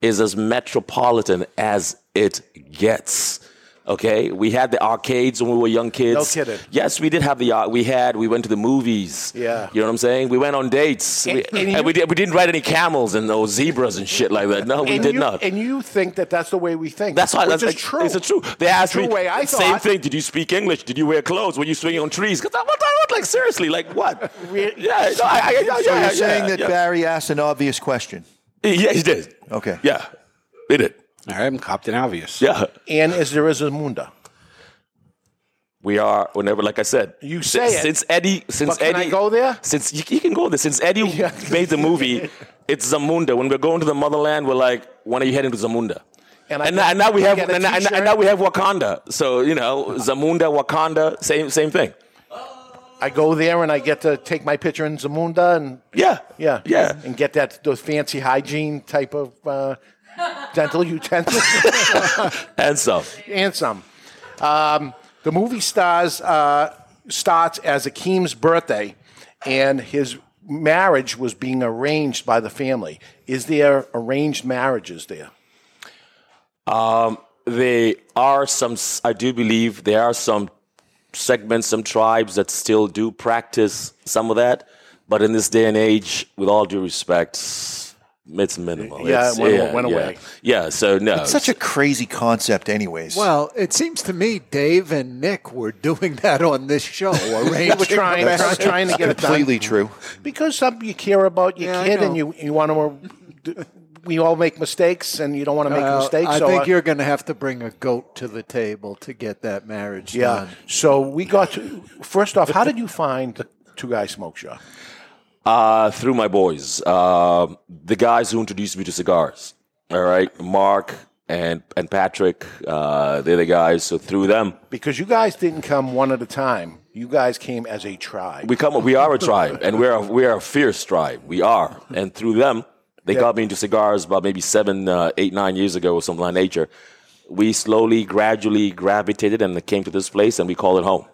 Speaker 11: is as metropolitan as it gets. Okay, we had the arcades when we were young kids.
Speaker 2: kidding.
Speaker 11: Yes, we did have the art. We had. We went to the movies.
Speaker 2: Yeah.
Speaker 11: you know what I'm saying. We went on dates,
Speaker 2: And-
Speaker 11: we,
Speaker 2: and
Speaker 11: and
Speaker 2: you-
Speaker 11: we, did, we didn't ride any camels and those zebras and shit like that. No, we
Speaker 2: and
Speaker 11: did
Speaker 2: you,
Speaker 11: not.
Speaker 2: And you think that that's the way we think.
Speaker 11: That's why.
Speaker 2: Which
Speaker 11: that's
Speaker 2: is
Speaker 11: like-
Speaker 2: true.
Speaker 11: It's a true. They
Speaker 2: It's
Speaker 11: asked
Speaker 2: the
Speaker 11: me.
Speaker 2: true way I
Speaker 11: same
Speaker 2: thought.
Speaker 11: thing. Did you speak English? Did you wear clothes? Were you swinging on trees? Because what? what- Like seriously? Like what? Yeah. No, I, I, yeah,
Speaker 3: so
Speaker 11: yeah,
Speaker 3: you're
Speaker 11: yeah,
Speaker 3: saying that
Speaker 11: yeah.
Speaker 3: Barry asked an obvious question.
Speaker 11: Yeah, he did.
Speaker 3: Okay.
Speaker 11: Yeah, he did.
Speaker 4: All right, I'm copped and obvious.
Speaker 11: Yeah.
Speaker 2: And as there is a Munda.
Speaker 11: We are whenever, like I said,
Speaker 2: You
Speaker 11: si-
Speaker 2: say it.
Speaker 11: since Eddie, since
Speaker 2: But can I
Speaker 11: Eddie,
Speaker 2: go there?
Speaker 11: Since you, you can go there, since Eddie made the movie, it's Zamunda. When we're going to the motherland, we're like, when are you heading to Zamunda?
Speaker 2: And
Speaker 11: And,
Speaker 2: I
Speaker 11: now, and now we
Speaker 2: get-
Speaker 11: have,
Speaker 2: I get a
Speaker 11: and, now- and now- and now we have Wakanda. So you know, Zamunda, Wakanda, same same thing.
Speaker 2: I go there and I get to take my picture in Zamunda and.
Speaker 11: Yeah.
Speaker 2: Yeah.
Speaker 11: Yeah.
Speaker 2: And get that those fancy hygiene type of uh, dental utensils.
Speaker 11: And so,
Speaker 2: and some. Um, the movie stars uh, starts as Akeem's birthday, and his marriage was being arranged by the family. Is there arranged marriages there?
Speaker 11: Um, there are some, s- I do believe there are some segments, some tribes that still do practice some of that. But in this day and age, with all due respect, it's minimal.
Speaker 5: Yeah,
Speaker 11: It's-
Speaker 5: it went- went
Speaker 11: yeah.
Speaker 5: away.
Speaker 11: Yeah, so no.
Speaker 3: It's such a crazy concept, anyways.
Speaker 5: Well, it seems to me Dave and Nick were doing that on this show. Arranging
Speaker 2: trying-
Speaker 5: weddings.
Speaker 2: trying- trying to get it done. Completely
Speaker 3: true.
Speaker 2: Because some, you care about your
Speaker 5: Yeah, I
Speaker 2: kid, and
Speaker 5: know.
Speaker 2: you you want to. We all make mistakes, and you don't want to make
Speaker 5: Well,
Speaker 2: mistakes.
Speaker 5: I
Speaker 2: so
Speaker 5: think
Speaker 2: uh,
Speaker 5: you're going to have to bring a goat to the table to get that marriage
Speaker 2: Yeah.
Speaker 5: done.
Speaker 2: So we got to. First off, how did you find Two Guys Smoke Shop?
Speaker 11: Uh, through um, my boys, uh, the guys who introduced me to cigars. All right, Mark, and and Patrick. Uh, they're the guys. So through them,
Speaker 2: Because you guys didn't come one at a time. You guys came as a tribe.
Speaker 11: we come. We are a tribe, and we are we are a fierce tribe. We are, and through them, they
Speaker 2: Yeah.
Speaker 11: got me into cigars about maybe seven, uh, eight, nine years ago or something like nature. We slowly, gradually gravitated and came to this place, and we call it home.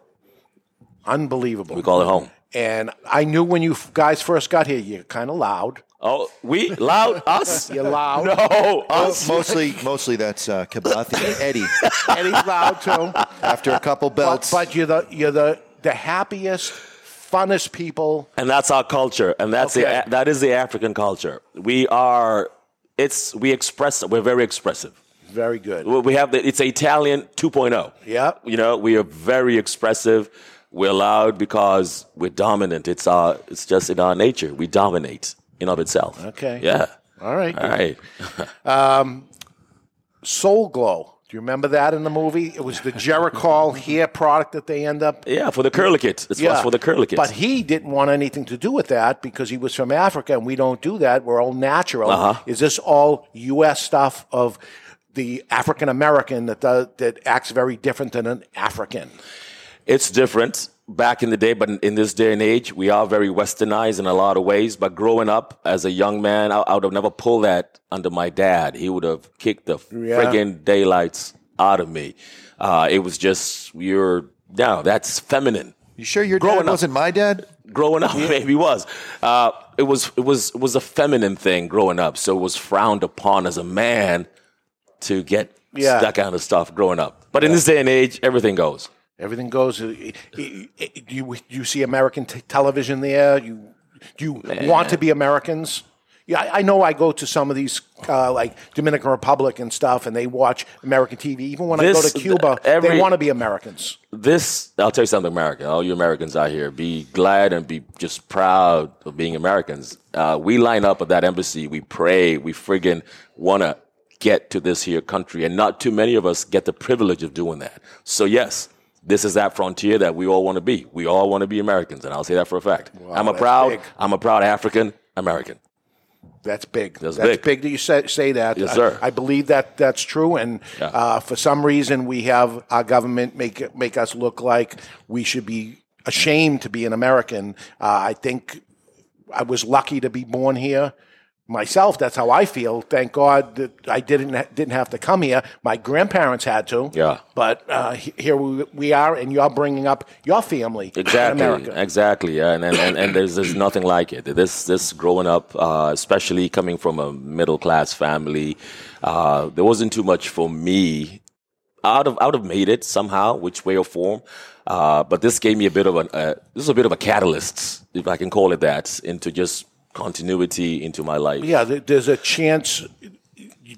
Speaker 2: Unbelievable.
Speaker 11: We call it home.
Speaker 2: And I knew when you f- guys first got here, you're kind of loud.
Speaker 11: Oh, we loud us?
Speaker 2: you're loud.
Speaker 11: No, us.
Speaker 3: mostly, mostly that's uh, Kabathi and Eddie.
Speaker 2: Eddie's loud too.
Speaker 3: After a couple belts,
Speaker 2: but, but you're the you're the the happiest, funnest people.
Speaker 11: and that's our culture and that's
Speaker 2: Okay.
Speaker 11: the that is the african culture we are it's we express we're very expressive
Speaker 2: Very good.
Speaker 11: We- we have the it's italian 2.0
Speaker 2: Yeah.
Speaker 11: you know we are very expressive we're loud because we're dominant it's our it's just in our nature we dominate in of itself
Speaker 2: Okay.
Speaker 11: yeah
Speaker 2: All right.
Speaker 11: all right
Speaker 2: Um, Soul Glow. Do you remember that in the movie? It was the Jerichol hair product that they end up.
Speaker 11: yeah for the curlicate it's for the curlicate
Speaker 2: But he didn't want anything to do with that because he was from Africa and we don't do that. We're all natural.
Speaker 11: Uh-huh.
Speaker 2: Is this all U.S. stuff of the African American that does, that acts very different than an African?
Speaker 11: It's different back in the day, but in, in this day and age, we are very westernized in a lot of ways. But growing up as a young man, I, I would have never pulled that under my dad. He would have kicked the
Speaker 1: Yeah.
Speaker 11: friggin' daylights out of me. Uh, it was just, you're, no, that's feminine.
Speaker 3: You sure your dad wasn't my dad?
Speaker 11: Growing up, maybe was. Uh, it was it was it was a feminine thing growing up, so it was frowned upon as a man to get
Speaker 2: Yeah.
Speaker 11: that kind of stuff growing up. But in this day and age, everything goes.
Speaker 2: Everything goes. Uh, i- i- i- Do you, do you see American t- television there? You do you want to be Americans? Yeah, I, I know. I go to some of these uh, like Dominican Republic and stuff, and they watch American TV. Even when I go
Speaker 11: This-
Speaker 2: to Cuba,
Speaker 11: th- every-
Speaker 2: they want to be Americans.
Speaker 11: this i'll tell you something american all you americans out here be glad and be just proud of being americans uh, we line up at that embassy we pray we friggin want to get to this here country and not too many of us get the privilege of doing that so yes this is that frontier that we all want to be we all want to be americans and i'll say that for a fact i'm a
Speaker 2: that's
Speaker 11: proud
Speaker 2: big.
Speaker 11: i'm a proud african american
Speaker 2: That's big.
Speaker 11: That's big.
Speaker 2: that you say, say that.
Speaker 11: Yes, sir.
Speaker 2: I, I believe that that's true. And
Speaker 11: Yeah.
Speaker 2: uh, for some reason, we have our government make make us look like we should be ashamed to be an American. Uh, I think I was lucky to be born here myself. That's how I feel. Thank God that I didn't ha- didn't have to come here. My grandparents had to.
Speaker 11: yeah
Speaker 2: But uh, he- here we, we are, and you're bringing up your family
Speaker 11: Exactly,
Speaker 2: in America.
Speaker 11: exactly, yeah, and and, and, and there's, there's nothing like it. This this growing up, uh, especially coming from a middle class family, uh, there wasn't too much for me. I'd have I'd have made it somehow, which way or form. Uh, but this gave me a bit of an uh, this is a bit of a catalyst, if I can call it that, into just continuity into my life
Speaker 2: Yeah, there- there's a chance.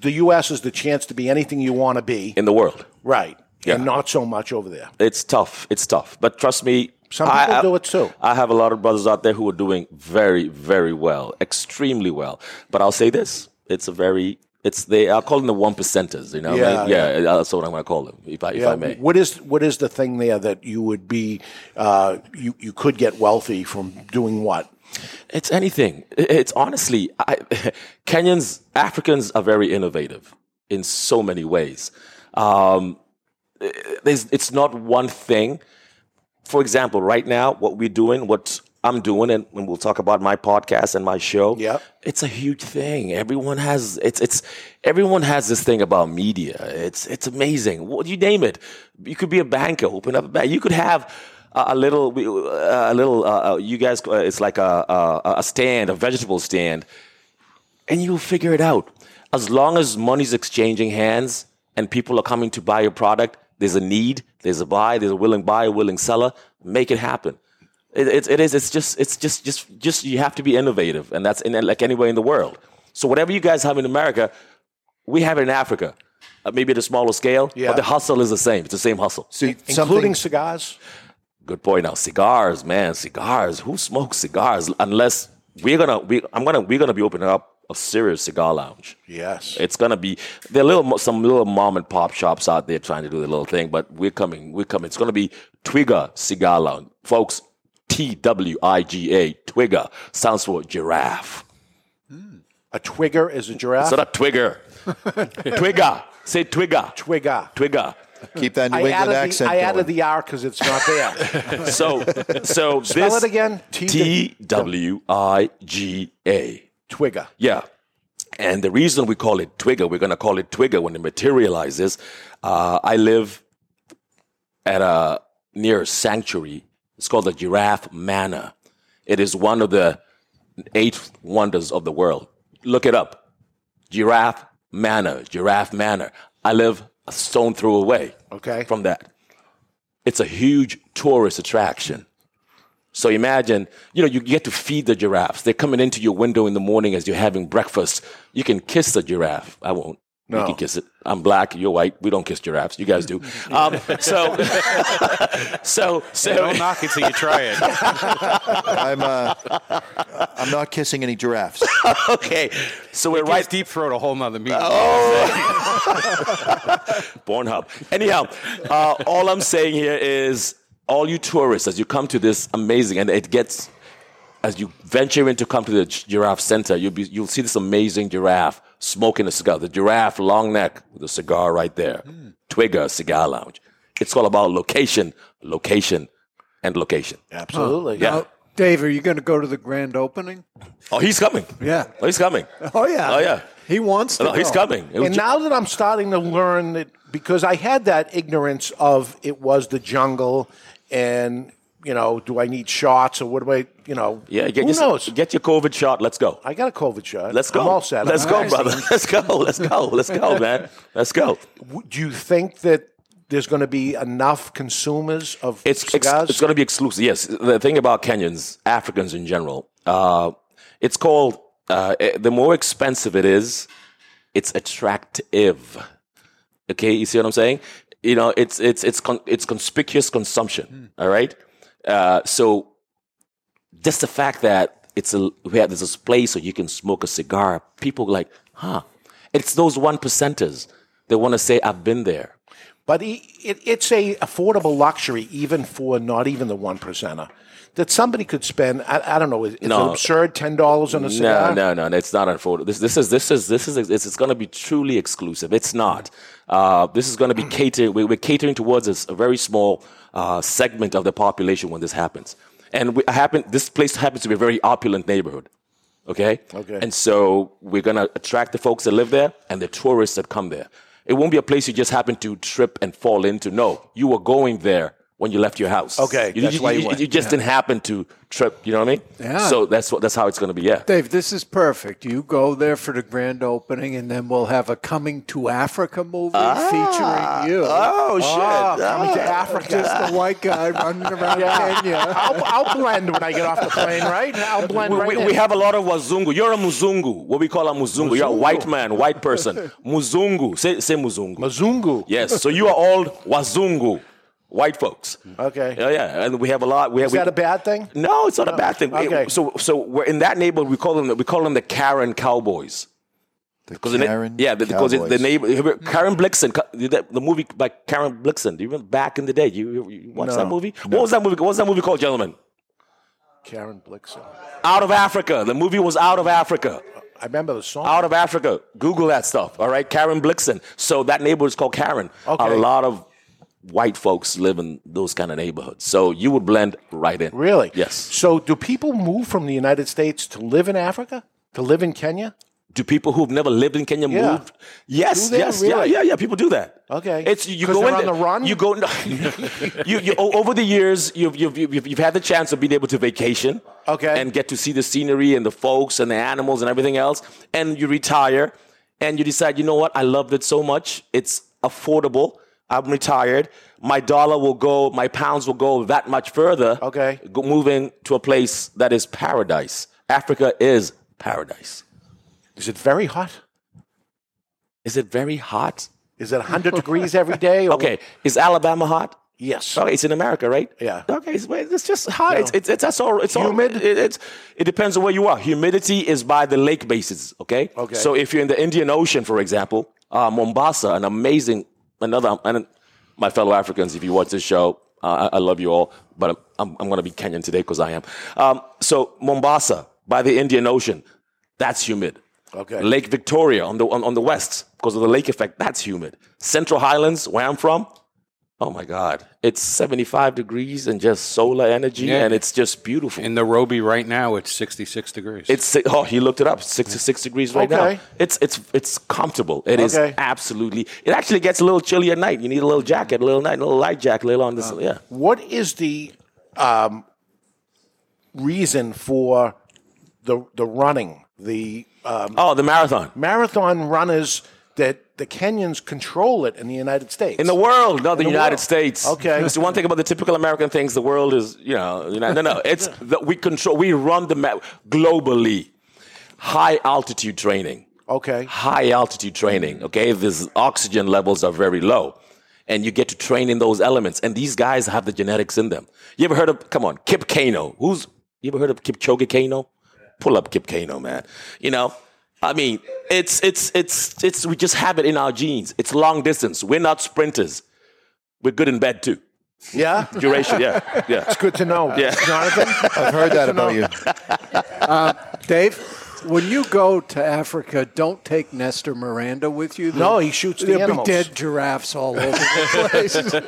Speaker 2: The U.S. is the chance to be anything you want to be.
Speaker 11: in the world.
Speaker 2: Right.
Speaker 11: Yeah.
Speaker 2: And not so much over there.
Speaker 11: It's tough. It's tough. But trust me,
Speaker 2: Some people do it too.
Speaker 11: I have a lot of brothers out there who are doing very, very well, extremely well. But I'll say this: it's a very, it's they. I call them the one percenters. You know,
Speaker 2: Yeah,
Speaker 11: Like, yeah, that's what I'm going to call them, if I, if I may.
Speaker 2: What is what is the thing there that you would be uh, you you could get wealthy from doing what?
Speaker 11: It's anything. I- It's honestly, I, Kenyans, Africans are very innovative in so many ways. Um, eh, there's, it's not one thing. For example, right now, what we're doing, what I'm doing, and when we'll talk about my podcast and my show, yeah, it's a huge thing. Everyone has it's it's everyone has this thing about media. It's it's amazing. What you name it, you could be a banker, open up a bank. You could have a, a little we- uh, a little uh, uh, you guys. uh, It's like a, a a stand, a vegetable stand and you'll figure it out. As long as money's exchanging hands and people are coming to buy your product, there's a need, there's a buy, there's a willing buyer, willing seller. Make it happen. It, it, it is. It's just. It's just. Just. Just. You have to be innovative, and that's in like anywhere in the world. So whatever you guys have in America, we have it in Africa, uh, maybe at a smaller scale.
Speaker 2: Yeah.
Speaker 11: But the hustle is the same. It's the same hustle.
Speaker 2: Including cigars.
Speaker 11: Good point. Now cigars, man, cigars. Who smokes cigars? Unless we're gonna, we, I'm gonna, we're gonna be opening up a serious cigar lounge.
Speaker 2: Yes.
Speaker 11: It's gonna be there are little some little mom and pop shops out there trying to do their little thing, but we're coming, we're coming. It's gonna be Twigger Cigar Lounge, folks. T W I G A Twigger sounds for giraffe.
Speaker 2: A twigger is a giraffe.
Speaker 11: It's not a twigger. Twigger. Say twigger.
Speaker 2: Twigger.
Speaker 11: Twigger.
Speaker 3: Keep that
Speaker 2: I added, the, I added the R because it's not there.
Speaker 11: so, so
Speaker 2: Spell
Speaker 11: this
Speaker 2: it again. T-
Speaker 11: T W I G A.
Speaker 2: Twigger.
Speaker 11: Yeah. And the reason we call it Twigger, we're going to call it Twigger when it materializes. Uh, I live at a near a sanctuary. It's called the Giraffe Manor. It is one of the eight wonders of the world. Look it up. Giraffe Manor, Giraffe Manor. I live a stone throw away
Speaker 2: okay.
Speaker 11: from that. It's a huge tourist attraction. So imagine, you know, you get to feed the giraffes. They're coming into your window in the morning as you're having breakfast. You can kiss the giraffe. I won't. You
Speaker 1: No.
Speaker 11: can kiss it. I'm black. You're white. We don't kiss giraffes. You guys do. Um, so, so, so.
Speaker 4: Don't knock it till you try it.
Speaker 3: I'm uh, I'm not kissing any giraffes.
Speaker 11: okay, so we're Oh.
Speaker 4: right deep throat a whole nother meeting.
Speaker 11: Pornhub. Anyhow, uh, all I'm saying here is all you tourists, as you come to this amazing, and it gets, as you venture in to come to the gi- giraffe center, you'll, be, you'll see this amazing giraffe smoking a cigar. The giraffe, long neck, with a cigar right there.
Speaker 4: Hmm.
Speaker 11: Twigger Cigar Lounge. It's all about location, location, and location.
Speaker 5: Absolutely.
Speaker 11: Yeah.
Speaker 5: Now, Dave, are you going to go to the grand opening?
Speaker 11: Oh, he's coming.
Speaker 5: Yeah.
Speaker 11: Oh, he's coming.
Speaker 5: Oh yeah.
Speaker 11: Oh, yeah.
Speaker 5: He wants to.
Speaker 11: Oh, No, he's
Speaker 5: go.
Speaker 11: coming. It was
Speaker 2: and
Speaker 11: ju-
Speaker 2: now that I'm starting to learn that, because I had that ignorance of it was the jungle, and you know, do I need shots or what do I, you know?
Speaker 11: Yeah, get
Speaker 2: who
Speaker 11: your,
Speaker 2: knows?
Speaker 11: Get your COVID shot. Let's go.
Speaker 2: I got a COVID shot.
Speaker 11: Let's go.
Speaker 2: I'm all set.
Speaker 11: Let's
Speaker 2: I'm
Speaker 11: go,
Speaker 2: all set.
Speaker 11: brother. Let's go. Let's go. Let's go, man. Let's go.
Speaker 2: W- Do you think that there's going to be enough consumers of
Speaker 11: It's ex-
Speaker 2: cigars?
Speaker 11: it's going to be exclusive. Yes, the thing about Kenyans, Africans in general, uh, it's called. Uh, eh, the more expensive it is, it's attractive. Okay, you see what I'm saying? You know, it's it's it's con- it's conspicuous consumption. All right. Uh, so just the fact that it's a we have, there's this place so you can smoke a cigar, people like, huh? It's those one percenters that want to say, "I've been there."
Speaker 2: But he, it, it's a affordable luxury, even for not even the one percenter. That somebody could spend, I, I don't know, is, is
Speaker 11: No.
Speaker 2: it absurd ten dollars on a cigar?
Speaker 11: No, no, no. It's not unfolded. This, this is this is this is it's, it's going to be truly exclusive. It's not. Uh, this is going to be catered. we- We're catering towards a, s- a very small uh, segment of the population when this happens. And we happen. This place happens to be a very opulent neighborhood. Okay.
Speaker 1: Okay.
Speaker 11: And so we're going to attract the folks that live there and the tourists that come there. It won't be a place you just happen to trip and fall into. No, you were going there when you left your house.
Speaker 5: Okay,
Speaker 11: You,
Speaker 5: that's
Speaker 11: you-
Speaker 5: why you
Speaker 11: you-
Speaker 5: went.
Speaker 11: you just
Speaker 5: Yeah.
Speaker 11: didn't happen to trip. You know what I mean?
Speaker 5: Yeah.
Speaker 11: So that's what that's how it's going to be. Yeah.
Speaker 5: Dave, this is perfect. You go there for the grand opening, and then we'll have a Coming to Africa movie featuring you. Ah,
Speaker 11: Oh, shit.
Speaker 2: Coming to Africa.
Speaker 5: Just the white guy running around
Speaker 2: Yeah.
Speaker 5: Kenya.
Speaker 2: I'll, I'll blend when I get off the plane, right? I'll blend
Speaker 11: we,
Speaker 2: right
Speaker 11: we-
Speaker 2: in.
Speaker 11: we have a lot of wazungu. You're a muzungu. What we call a muzungu. You're a white man, white person. muzungu. Say, say muzungu.
Speaker 2: Muzungu.
Speaker 11: Yes. So you are all wazungu, white folks.
Speaker 2: Okay.
Speaker 11: Yeah, yeah. And we have a lot. We have,
Speaker 2: Is that
Speaker 11: we-
Speaker 2: a bad thing?
Speaker 11: No, it's not a bad thing.
Speaker 2: Okay.
Speaker 11: So, so we're in that neighborhood. We call them. the- We call them the Karen Cowboys. Because the na-
Speaker 3: Karen
Speaker 11: yeah, the- because it, the
Speaker 3: Cowboys.
Speaker 11: neighbor Karen Blixen, ca- the, the movie by Karen Blixen. Do you remember back in the day? You, you- you watch
Speaker 2: No.
Speaker 11: that movie? What was that movie? What was that movie called, gentlemen?
Speaker 2: Karen Blixen.
Speaker 11: Out of Africa. The movie was Out of Africa.
Speaker 2: I remember the song.
Speaker 11: Out of Africa. Google that stuff. All right, Karen Blixen. So that neighborhood is called Karen.
Speaker 2: Okay.
Speaker 11: A lot of white folks live in those kind of neighborhoods. So you would blend right in.
Speaker 2: Really?
Speaker 11: Yes.
Speaker 2: So, do people move from the United States to live in Africa? To live in Kenya?
Speaker 11: Do people who've never lived in Kenya
Speaker 2: Yeah.
Speaker 11: move? Yes,
Speaker 2: Do they
Speaker 11: yes,
Speaker 2: really?
Speaker 11: yeah, yeah, yeah. People do that.
Speaker 2: Okay.
Speaker 11: It's you
Speaker 2: 'Cause
Speaker 11: go
Speaker 2: they're
Speaker 11: in
Speaker 2: on
Speaker 11: there.
Speaker 2: the run?
Speaker 11: You go. No, you, you, o- over the years, you've, you've, you've, you've had the chance of being able to vacation.
Speaker 2: Okay.
Speaker 11: And get to see the scenery and the folks and the animals and everything else. And you retire, and you decide, you know what? I loved it so much. It's affordable. I'm retired. My dollar will go. My pounds will go that much further.
Speaker 2: Okay.
Speaker 11: Go, moving to a place that is paradise. Africa is paradise.
Speaker 2: Is it very hot?
Speaker 11: Is it very hot?
Speaker 2: Is it 100 degrees every day? Or
Speaker 11: Okay, is Alabama hot?
Speaker 2: Yes.
Speaker 11: Okay, it's in America, right?
Speaker 2: Yeah.
Speaker 11: Okay, it's, well, it's just hot. It's, it's, it's that's all. It's humid. All, it, it's it depends on where you are. Humidity is by the lake bases. Okay.
Speaker 1: Okay.
Speaker 11: So if you're in the Indian Ocean, for example, uh, Mombasa, an amazing another. And my fellow Africans, if you watch this show, uh, I, I love you all, but I'm I'm, I'm going to be Kenyan today because I am. Um, so Mombasa by the Indian Ocean, that's humid.
Speaker 2: Okay.
Speaker 11: Lake Victoria on the on, on the west because of the lake effect. That's humid. Central Highlands, where I'm from. Oh my God! It's 75 degrees and just solar energy,
Speaker 4: Yeah.
Speaker 11: and it's just beautiful.
Speaker 4: In the Roby right now, it's 66 degrees.
Speaker 11: It's si- oh, he looked it up. Sixty-six degrees right
Speaker 4: Okay.
Speaker 11: now. It's it's it's comfortable. It is
Speaker 4: Okay.
Speaker 11: absolutely. It actually gets a little chilly at night. You need a little jacket, a little night, a little light jacket, a little on this. yeah.
Speaker 2: Uh, What is the um, reason for the the running? The um,
Speaker 11: oh, the marathon.
Speaker 2: Marathon runners that the Kenyans control it in the United States.
Speaker 11: In the world, not
Speaker 2: In
Speaker 11: the,
Speaker 2: the
Speaker 11: United
Speaker 2: world.
Speaker 11: States.
Speaker 2: Okay.
Speaker 11: That's the one thing about the typical American things. The world is, you know, you know no, no. It's that we control. We run the map globally. High altitude training.
Speaker 2: Okay.
Speaker 11: High altitude training. Okay. This oxygen levels are very low, and you get to train in those elements. And these guys have the genetics in them. You ever heard of? Come on, Kip Kano. Who's? You ever heard of Kipchoge Kano? Pull up Kip Kano, man. You know. I mean, it's it's it's it's we just have it in our genes. It's long distance. We're not sprinters we're good in bed too.
Speaker 2: Yeah.
Speaker 11: Duration, yeah, yeah.
Speaker 2: It's good to know,
Speaker 11: Yeah.
Speaker 2: Jonathan.
Speaker 5: I've heard that about you. Uh, Dave, when you go to Africa, don't take Nestor Miranda with you.
Speaker 2: No, he shoots the
Speaker 5: There'll
Speaker 2: animals.
Speaker 5: be dead giraffes all over the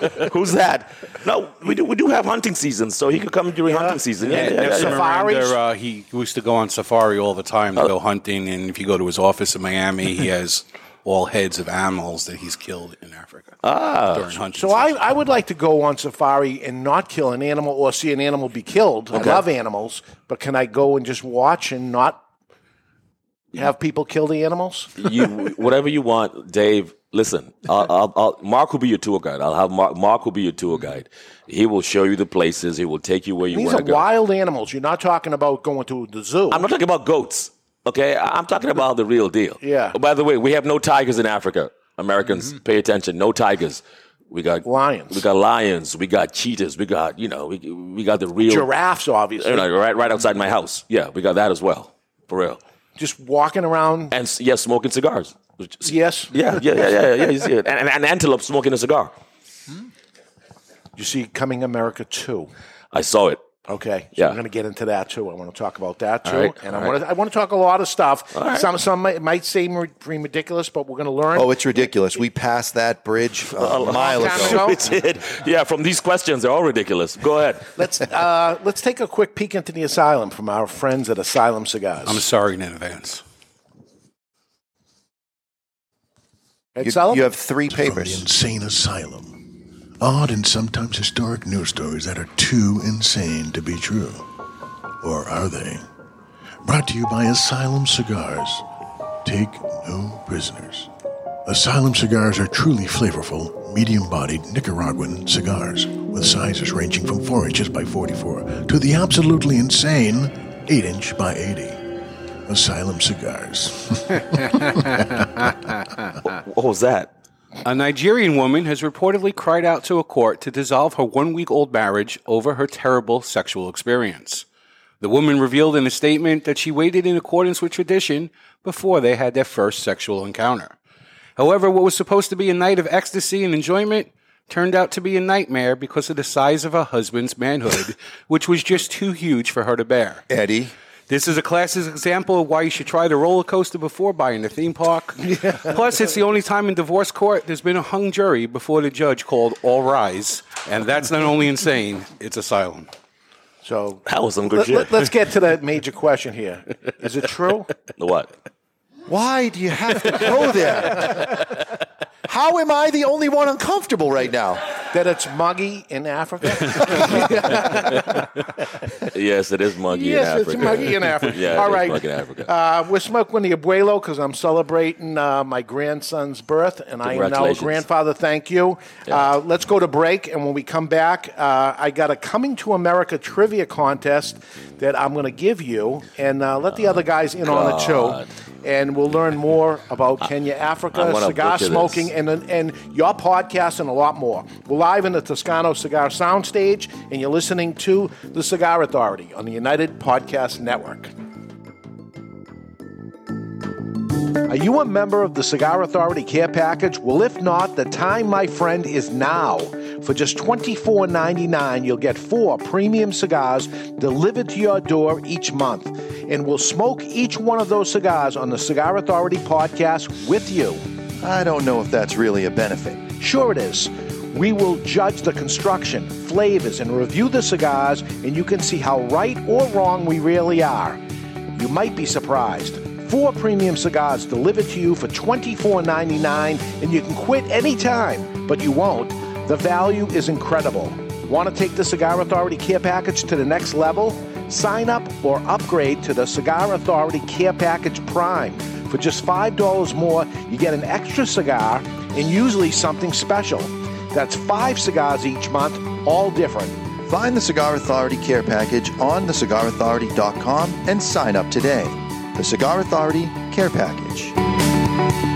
Speaker 5: place.
Speaker 11: Who's that? No, we do, we do have hunting seasons, so he could come during hunting season. Yeah, yeah, yeah, yeah.
Speaker 4: Miranda, uh, he used to go on safari all the time
Speaker 11: Uh.
Speaker 4: to go hunting, and if you go to his office in Miami, he has all heads of animals that he's killed in Africa
Speaker 11: Ah,
Speaker 4: during hunting.
Speaker 2: Ah, So I, I would like to go on safari and not kill an animal or see an animal be killed.
Speaker 4: Okay.
Speaker 2: I love animals, but can I go and just watch and not have people kill the animals?
Speaker 11: uh, you, whatever you want, Dave. Listen, I'll, I'll, I'll, Mark will be your tour guide. I'll have Mark. Mark will be your tour guide. He will show you the places. He will take you where you
Speaker 2: These
Speaker 11: want
Speaker 2: are
Speaker 11: to go.
Speaker 2: wild animals. You're not talking about going to the zoo.
Speaker 11: I'm not talking about goats. Okay, I- I'm talking about the real deal.
Speaker 2: Yeah. Mm-hmm.
Speaker 11: Oh, by the way, we have no tigers in Africa. Americans, pay attention. No tigers. We got
Speaker 2: lions.
Speaker 11: We got lions. We got cheetahs. We got you know. We we got the real
Speaker 2: Giraffes, obviously.
Speaker 11: You know, right right outside my house. Yeah, we got that as well. For real.
Speaker 2: Just walking around.
Speaker 11: And s- yeah, smoking cigars.
Speaker 2: Yes.
Speaker 11: Yeah, yeah, yeah, yeah, yeah. yeah. And, and an antelope smoking a cigar.
Speaker 2: You see, Coming America 2.
Speaker 11: I saw it.
Speaker 2: Okay. So
Speaker 11: Yeah.
Speaker 2: we're going to get into that too. I want to talk about that
Speaker 11: All
Speaker 2: too.
Speaker 11: right,
Speaker 2: And
Speaker 11: all
Speaker 2: I want
Speaker 11: right.
Speaker 2: to I want to talk a lot of stuff.
Speaker 3: All right.
Speaker 2: Some some might, might seem re- ridiculous, but we're going to learn.
Speaker 3: Oh, it's ridiculous. We passed that bridge a, mile ago.
Speaker 11: We did. Yeah, from these questions, they're all ridiculous. Go ahead.
Speaker 2: Let's uh, let's take a quick peek into the asylum from our friends at Asylum Cigars.
Speaker 4: I'm sorry in advance.
Speaker 2: Ed
Speaker 3: You-
Speaker 2: Sullivan?
Speaker 3: you have three papers.
Speaker 12: the insane asylum. Odd and sometimes historic news stories that are too insane to be true. Or are they? Brought to you by Asylum Cigars. Take no prisoners. Asylum cigars are truly flavorful, medium bodied Nicaraguan cigars with sizes ranging from 4 inches by 44 to the absolutely insane 8 inch by 80. Asylum cigars.
Speaker 11: What was that?
Speaker 4: A Nigerian woman has reportedly cried out to a court to dissolve her one week old marriage over her terrible sexual experience. The woman revealed in a statement that she waited in accordance with tradition before they had their first sexual encounter. However, what was supposed to be a night of ecstasy and enjoyment turned out to be a nightmare because of the size of her husband's manhood, which was just too huge for her to bear.
Speaker 3: Eddie.
Speaker 4: This is a classic example of why you should try the roller coaster before buying a theme park. Plus, it's the only time in divorce court there's been a hung jury before the judge called all rise. And that's not only insane, it's asylum.
Speaker 2: So
Speaker 11: that was some
Speaker 2: Let, let, let's get to the major question here. Is it true?
Speaker 11: What?
Speaker 3: Why do you have to go there? How am I the only one uncomfortable right now?
Speaker 2: That it's muggy in Africa?
Speaker 11: yes, it is monkey in
Speaker 2: yes,
Speaker 11: Africa.
Speaker 2: it's muggy in Africa.
Speaker 11: yeah,
Speaker 2: All
Speaker 11: it is
Speaker 2: right.
Speaker 11: monkey in Africa.
Speaker 2: Uh, we're smoking the abuelo because I'm celebrating uh, my grandson's birth, and I am now a
Speaker 11: Congratulations.
Speaker 2: grandfather. Thank you. Uh, let's go to break, and when we come back, uh, I got a Coming to America trivia contest that I'm going to give you, and uh, let the other guys in on it
Speaker 11: God. Uh,
Speaker 2: too. And we'll learn more about Kenya, Africa,
Speaker 11: I'm gonna
Speaker 2: cigar
Speaker 11: butcher this.
Speaker 2: smoking, and and your podcast, and a lot more. We're live in the Toscano Cigar Soundstage, and you're listening to the Cigar Authority on the United Podcast Network. Are you a member of the Cigar Authority Care Package? Well, if not, the time, my friend, is now. For just $24.99, you'll get four premium cigars delivered to your door each month. And we'll smoke each one of those cigars on the Cigar Authority podcast with you.
Speaker 3: I don't know if that's really a benefit.
Speaker 2: Sure, it is. We will judge the construction, flavors, and review the cigars, and you can see how right or wrong we really are. You might be surprised. Four premium cigars delivered to you for $24.99, and you can quit anytime, but you won't. The value is incredible. Want to take the Cigar Authority Care Package to the next level? Sign up or upgrade to the Cigar Authority Care Package Prime. For just $5 more, you get an extra cigar and usually something special. That's five cigars each month, all different.
Speaker 3: Find the Cigar Authority Care Package on thecigarauthority.com and sign up today. The Cigar Authority Care Package.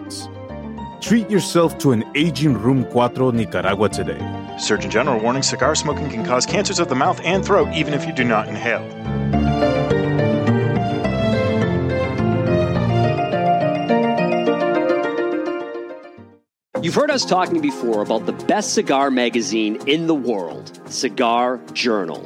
Speaker 13: Treat yourself to an aging Room 4 Nicaragua today.
Speaker 14: Surgeon General warning cigar smoking can cause cancers of the mouth and throat even if you do not inhale.
Speaker 15: You've heard us talking before about the best cigar magazine in the world, Cigar Journal.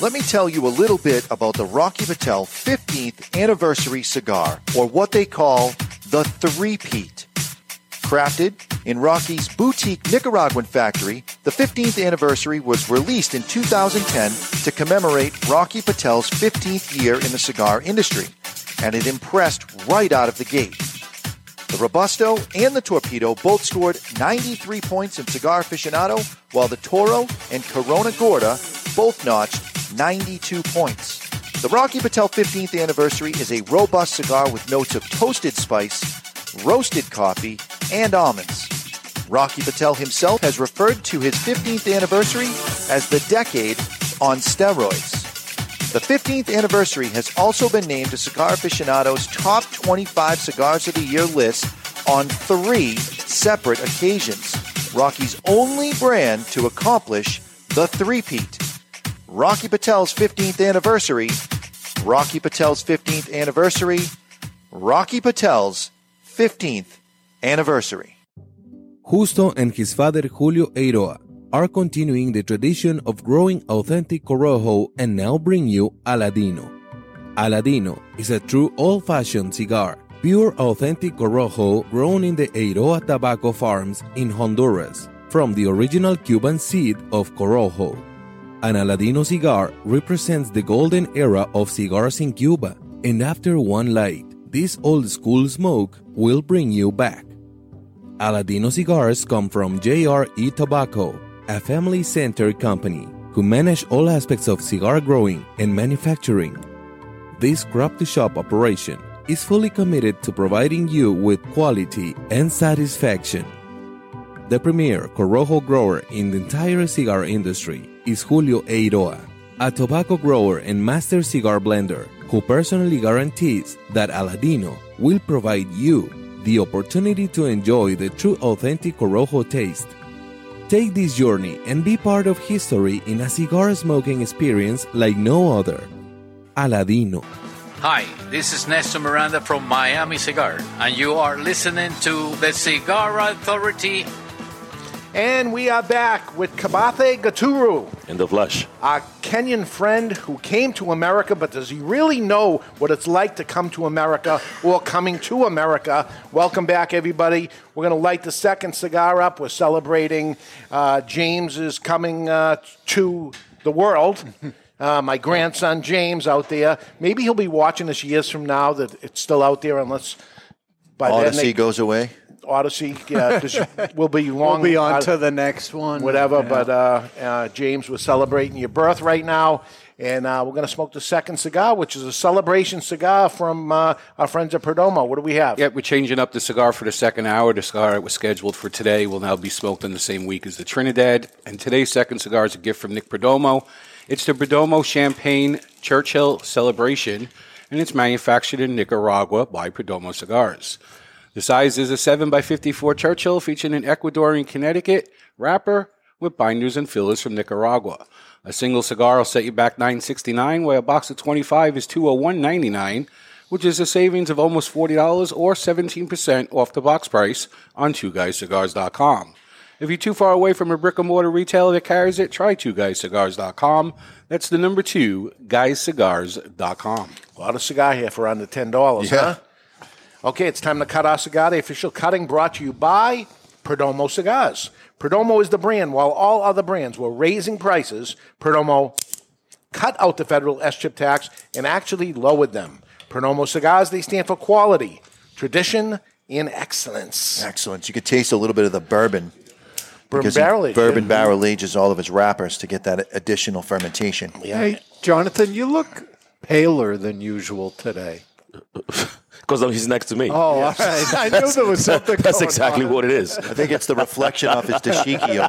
Speaker 3: Let me tell you a little bit about the Rocky Patel 15th anniversary cigar, or what they call the Three-Peat. Crafted in Rocky's boutique Nicaraguan factory, the 15th anniversary was released in 2010 to commemorate Rocky Patel's 15th year in the cigar industry, and it impressed right out of the gate. The Robusto and the Torpedo both scored 93 points in Cigar Aficionado, while the Toro and Corona Gorda both notched 92 points. The Rocky Patel 15th anniversary is a robust cigar with notes of toasted spice, roasted coffee, and almonds. Rocky Patel himself has referred to his 15th anniversary as the decade on steroids. The 15th anniversary has also been named to Cigar Aficionado's top 25 cigars of the year list on three separate occasions. Rocky's only brand to accomplish the three-peat. Rocky Patel's 15th anniversary, Rocky Patel's 15th anniversary, Rocky Patel's 15th anniversary.
Speaker 16: Justo and his father Julio Eiroa are continuing the tradition of growing authentic Corojo and now bring you Aladino. Aladino is a true old fashioned cigar, pure authentic Corojo grown in the Eiroa tobacco farms in Honduras from the original Cuban seed of Corojo. An Aladino cigar represents the golden era of cigars in Cuba, and after one light, this old school smoke will bring you back. Aladino cigars come from JRE Tobacco, a family centered company who manage all aspects of cigar growing and manufacturing. This crop to shop operation is fully committed to providing you with quality and satisfaction. The premier Corojo grower in the entire cigar industry is Julio Eiroa, a tobacco grower and master cigar blender who personally guarantees that Aladino will provide you the opportunity to enjoy the true authentic Corojo taste. Take this journey and be part of history in a cigar smoking experience like no other. Aladino.
Speaker 17: Hi, this is Nestor Miranda from Miami Cigar, and you are listening to the Cigar Authority.
Speaker 2: And we are back with Kabathe Gaturu,
Speaker 11: in the flesh.
Speaker 2: our Kenyan friend who came to America, but does he really know what it's like to come to America or coming to America? Welcome back, everybody. We're going to light the second cigar up. We're celebrating uh, James's coming uh, to the world. Uh, my grandson James out there. Maybe he'll be watching this years from now that it's still out there, unless by
Speaker 11: Oh,
Speaker 3: Odyssey
Speaker 2: then they,
Speaker 3: goes away.
Speaker 2: Odyssey. Yeah, this will be long.
Speaker 5: We'll be on
Speaker 2: out-
Speaker 5: to the next one.
Speaker 2: whatever.
Speaker 5: Yeah.
Speaker 2: But uh, uh, James, we're celebrating your birth right now, and uh, we're going to smoke the second cigar, which is a celebration cigar from uh, our friends at Perdomo. What do we have?
Speaker 4: Yeah, we're changing up the cigar for the second hour. The cigar that was scheduled for today will now be smoked in the same week as the Trinidad. And today's second cigar is a gift from Nick Perdomo. It's the Perdomo Champagne Churchill Celebration, and it's manufactured in Nicaragua by Perdomo Cigars. The size is a 7 by 54 Churchill featuring an Ecuadorian Connecticut wrapper with binders and fillers from Nicaragua. A single cigar will set you back 969 while a box of 25 is 201.99, which is a savings of almost $40 or 17% off the box price on twoguyscigars.com. If you're too far away from a brick and mortar retailer that carries it, try twoguyscigars.com. That's the number 2 guyscigars.com.
Speaker 2: A lot of cigar here for under ten dollars, huh? Okay, it's time to cut our cigar. The official cutting brought to you by Perdomo Cigars. Perdomo is the brand. While all other brands were raising prices, Perdomo cut out the federal S chip tax and actually lowered them. Perdomo Cigars, they stand for quality, tradition, and excellence.
Speaker 3: Excellent. You could taste a little bit of the bourbon. because he-
Speaker 2: barrel aged,
Speaker 3: bourbon
Speaker 2: yeah.
Speaker 3: barrel ages all of his wrappers to get that additional fermentation.
Speaker 5: Hey, Jonathan, you look paler than usual today.
Speaker 11: Because um, he's next to me.
Speaker 5: Oh, all right. I knew there was something
Speaker 11: That's
Speaker 5: going
Speaker 11: exactly
Speaker 5: on.
Speaker 11: what it is.
Speaker 3: I think it's the reflection off his dashiki over here.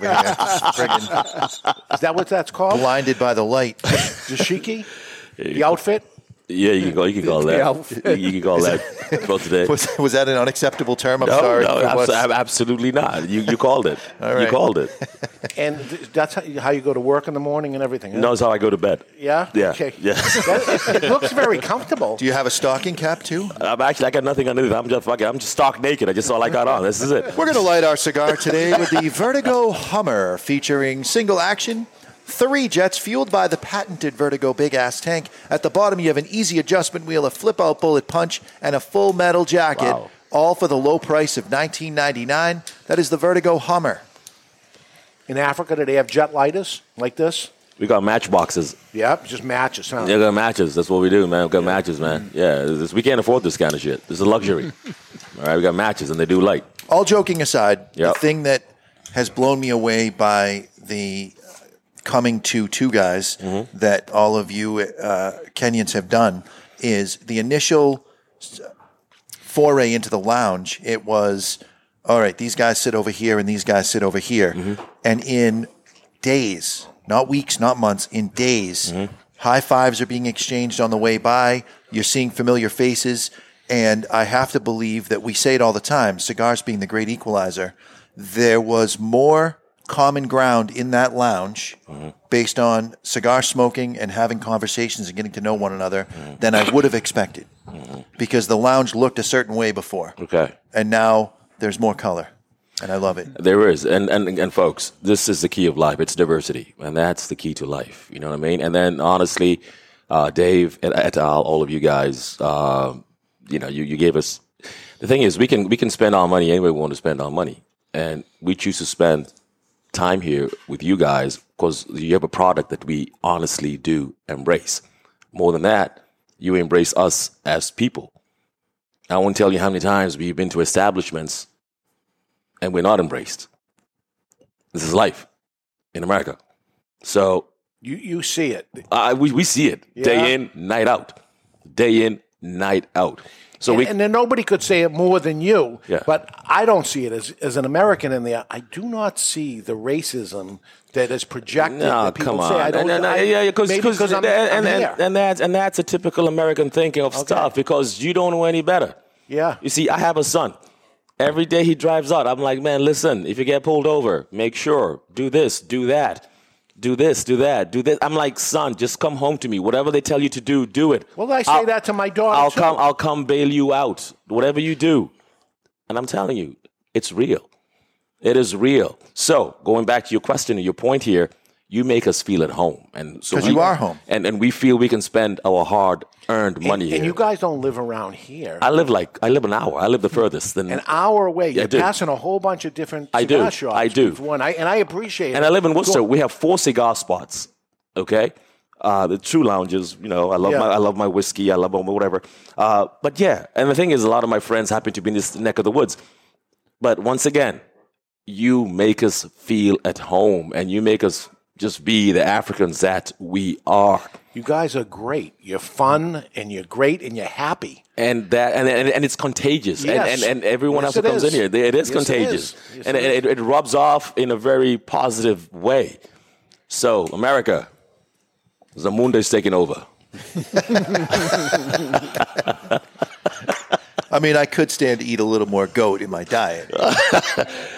Speaker 3: Friggin'
Speaker 2: Is that what that's called?
Speaker 3: blinded by the light.
Speaker 2: Dashiki? The outfit?
Speaker 11: Yeah, you can call, you can call
Speaker 3: The
Speaker 11: that.
Speaker 3: outfit.
Speaker 11: You can call
Speaker 3: Is
Speaker 11: that for today.
Speaker 3: Was, was that an unacceptable term? I'm
Speaker 11: no,
Speaker 3: sorry.
Speaker 11: no,
Speaker 3: if it was.
Speaker 11: abso- ab- absolutely not. You, you called it. You
Speaker 2: right.
Speaker 11: called it.
Speaker 2: And th- that's how you, how you go to work in the morning and everything. huh?
Speaker 11: No, it's how I go to bed.
Speaker 2: Yeah?
Speaker 11: Yeah.
Speaker 2: Okay.
Speaker 11: Yeah.
Speaker 2: That- it, it looks very comfortable.
Speaker 3: Do you have a stocking cap too?
Speaker 11: I'm actually, I got nothing underneath. I'm just fucking, I'm just stock naked. I just all I got on. This is it.
Speaker 3: We're going to light our cigar today with the Vertigo Hummer featuring single action, three jets fueled by the patented Vertigo big ass tank. At the bottom, you have an easy adjustment wheel, a flip out bullet punch, and a full metal jacket, all for the low price of $19.99. That is the Vertigo Hummer.
Speaker 2: In Africa, do they have jet lighters like this?
Speaker 11: We got matchboxes.
Speaker 2: Yep, just matches. Huh?
Speaker 11: Yeah, we got matches. That's what we do, man. We got matches, man. Yeah, this, we can't afford this kind of shit. This is luxury. all right, we got matches, and they do light.
Speaker 3: All joking aside,
Speaker 11: Yep.
Speaker 3: the thing that has blown me away by the coming to two guys that all of you uh, Kenyans have done is the initial s- foray into the lounge. It was all right. These guys sit over here, and these guys sit over here, and in days, not weeks, not months, in days, high fives are being exchanged on the way by. You're seeing familiar faces. And I have to believe that we say it all the time cigars being the great equalizer. There was more common ground in that lounge based on cigar smoking and having conversations and getting to know one another than I would have expected because the lounge looked a certain way before.
Speaker 11: Mm-hmm. Okay.
Speaker 3: And now there's more color. And I love it.
Speaker 11: There is, and, and and folks, this is the key of life. It's diversity, and that's the key to life. You know what I mean? And then, honestly, uh, Dave and et al, all of you guys, uh, you know, you, you gave us. The thing is, we can we can spend our money any way we want to spend our money, and we choose to spend time here with you guys because you have a product that we honestly do embrace. More than that, you embrace us as people. I won't tell you how many times we've been to establishments and we're not embraced. This is life in America. So
Speaker 2: you you see it.
Speaker 11: I, we we see it
Speaker 2: Yeah.
Speaker 11: day in, night out, day in, night out. So
Speaker 2: and,
Speaker 11: we
Speaker 2: and then nobody could say it more than you.
Speaker 11: Yeah.
Speaker 2: But I don't see it as, as an American in there. I do not see the racism that is projected.
Speaker 11: No,
Speaker 2: that people
Speaker 11: come on.
Speaker 2: Say. I don't,
Speaker 11: No, no, no.
Speaker 2: I-
Speaker 11: yeah, because
Speaker 2: maybe
Speaker 11: because
Speaker 2: I'm,
Speaker 11: and, and,
Speaker 2: I'm here.
Speaker 11: and, and that's and that's a typical American thinking of stuff because you don't know any better.
Speaker 2: Yeah.
Speaker 11: You see, I have a son. Every day he drives out. I'm like, man, listen, if you get pulled over, make sure, do this, do that, do this, do that, do this. I'm like, son, just come home to me. Whatever they tell you to do, do it.
Speaker 2: Well, I say
Speaker 11: I'll-
Speaker 2: that to my daughter.
Speaker 11: I'll
Speaker 2: too.
Speaker 11: come, I'll come bail you out. Whatever you do. And I'm telling you, it's real. It is real. So going back to your question and your point here, you make us feel at home. And so
Speaker 3: 'Cause
Speaker 11: we-
Speaker 3: you are home.
Speaker 11: And and we feel we can spend our hard earned money here.
Speaker 2: And you guys don't live around here.
Speaker 11: I live like I live an hour. I live the furthest. Then
Speaker 2: an hour away.
Speaker 11: Yeah, I
Speaker 2: You're
Speaker 11: do.
Speaker 2: passing a whole bunch of different
Speaker 11: I
Speaker 2: cigar
Speaker 11: do.
Speaker 2: shops.
Speaker 11: I do.
Speaker 2: We've won. I- and I appreciate it.
Speaker 11: And I live in Worcester.
Speaker 2: Cool.
Speaker 11: We have four cigar spots. Okay, uh, the true lounges. You know, I love
Speaker 2: Yeah.
Speaker 11: my I love my whiskey. I love my whatever. Uh, but yeah, and the thing is, a lot of my friends happen to be in this neck of the woods. But once again, you make us feel at home, and you make us just be the Africans that we are.
Speaker 2: You guys are great. You're fun and you're great and you're happy.
Speaker 11: and that and and, and it's contagious
Speaker 2: Yes.
Speaker 11: and, and and everyone
Speaker 2: Yes,
Speaker 11: else
Speaker 2: it
Speaker 11: who comes
Speaker 2: is.
Speaker 11: in here they- it is
Speaker 2: Yes, it
Speaker 11: contagious
Speaker 2: is. Yes,
Speaker 11: and
Speaker 2: it
Speaker 11: it, it, it rubs off in a very positive way so america zamunda is taking over
Speaker 3: I mean, I could stand to eat a little more goat in my diet.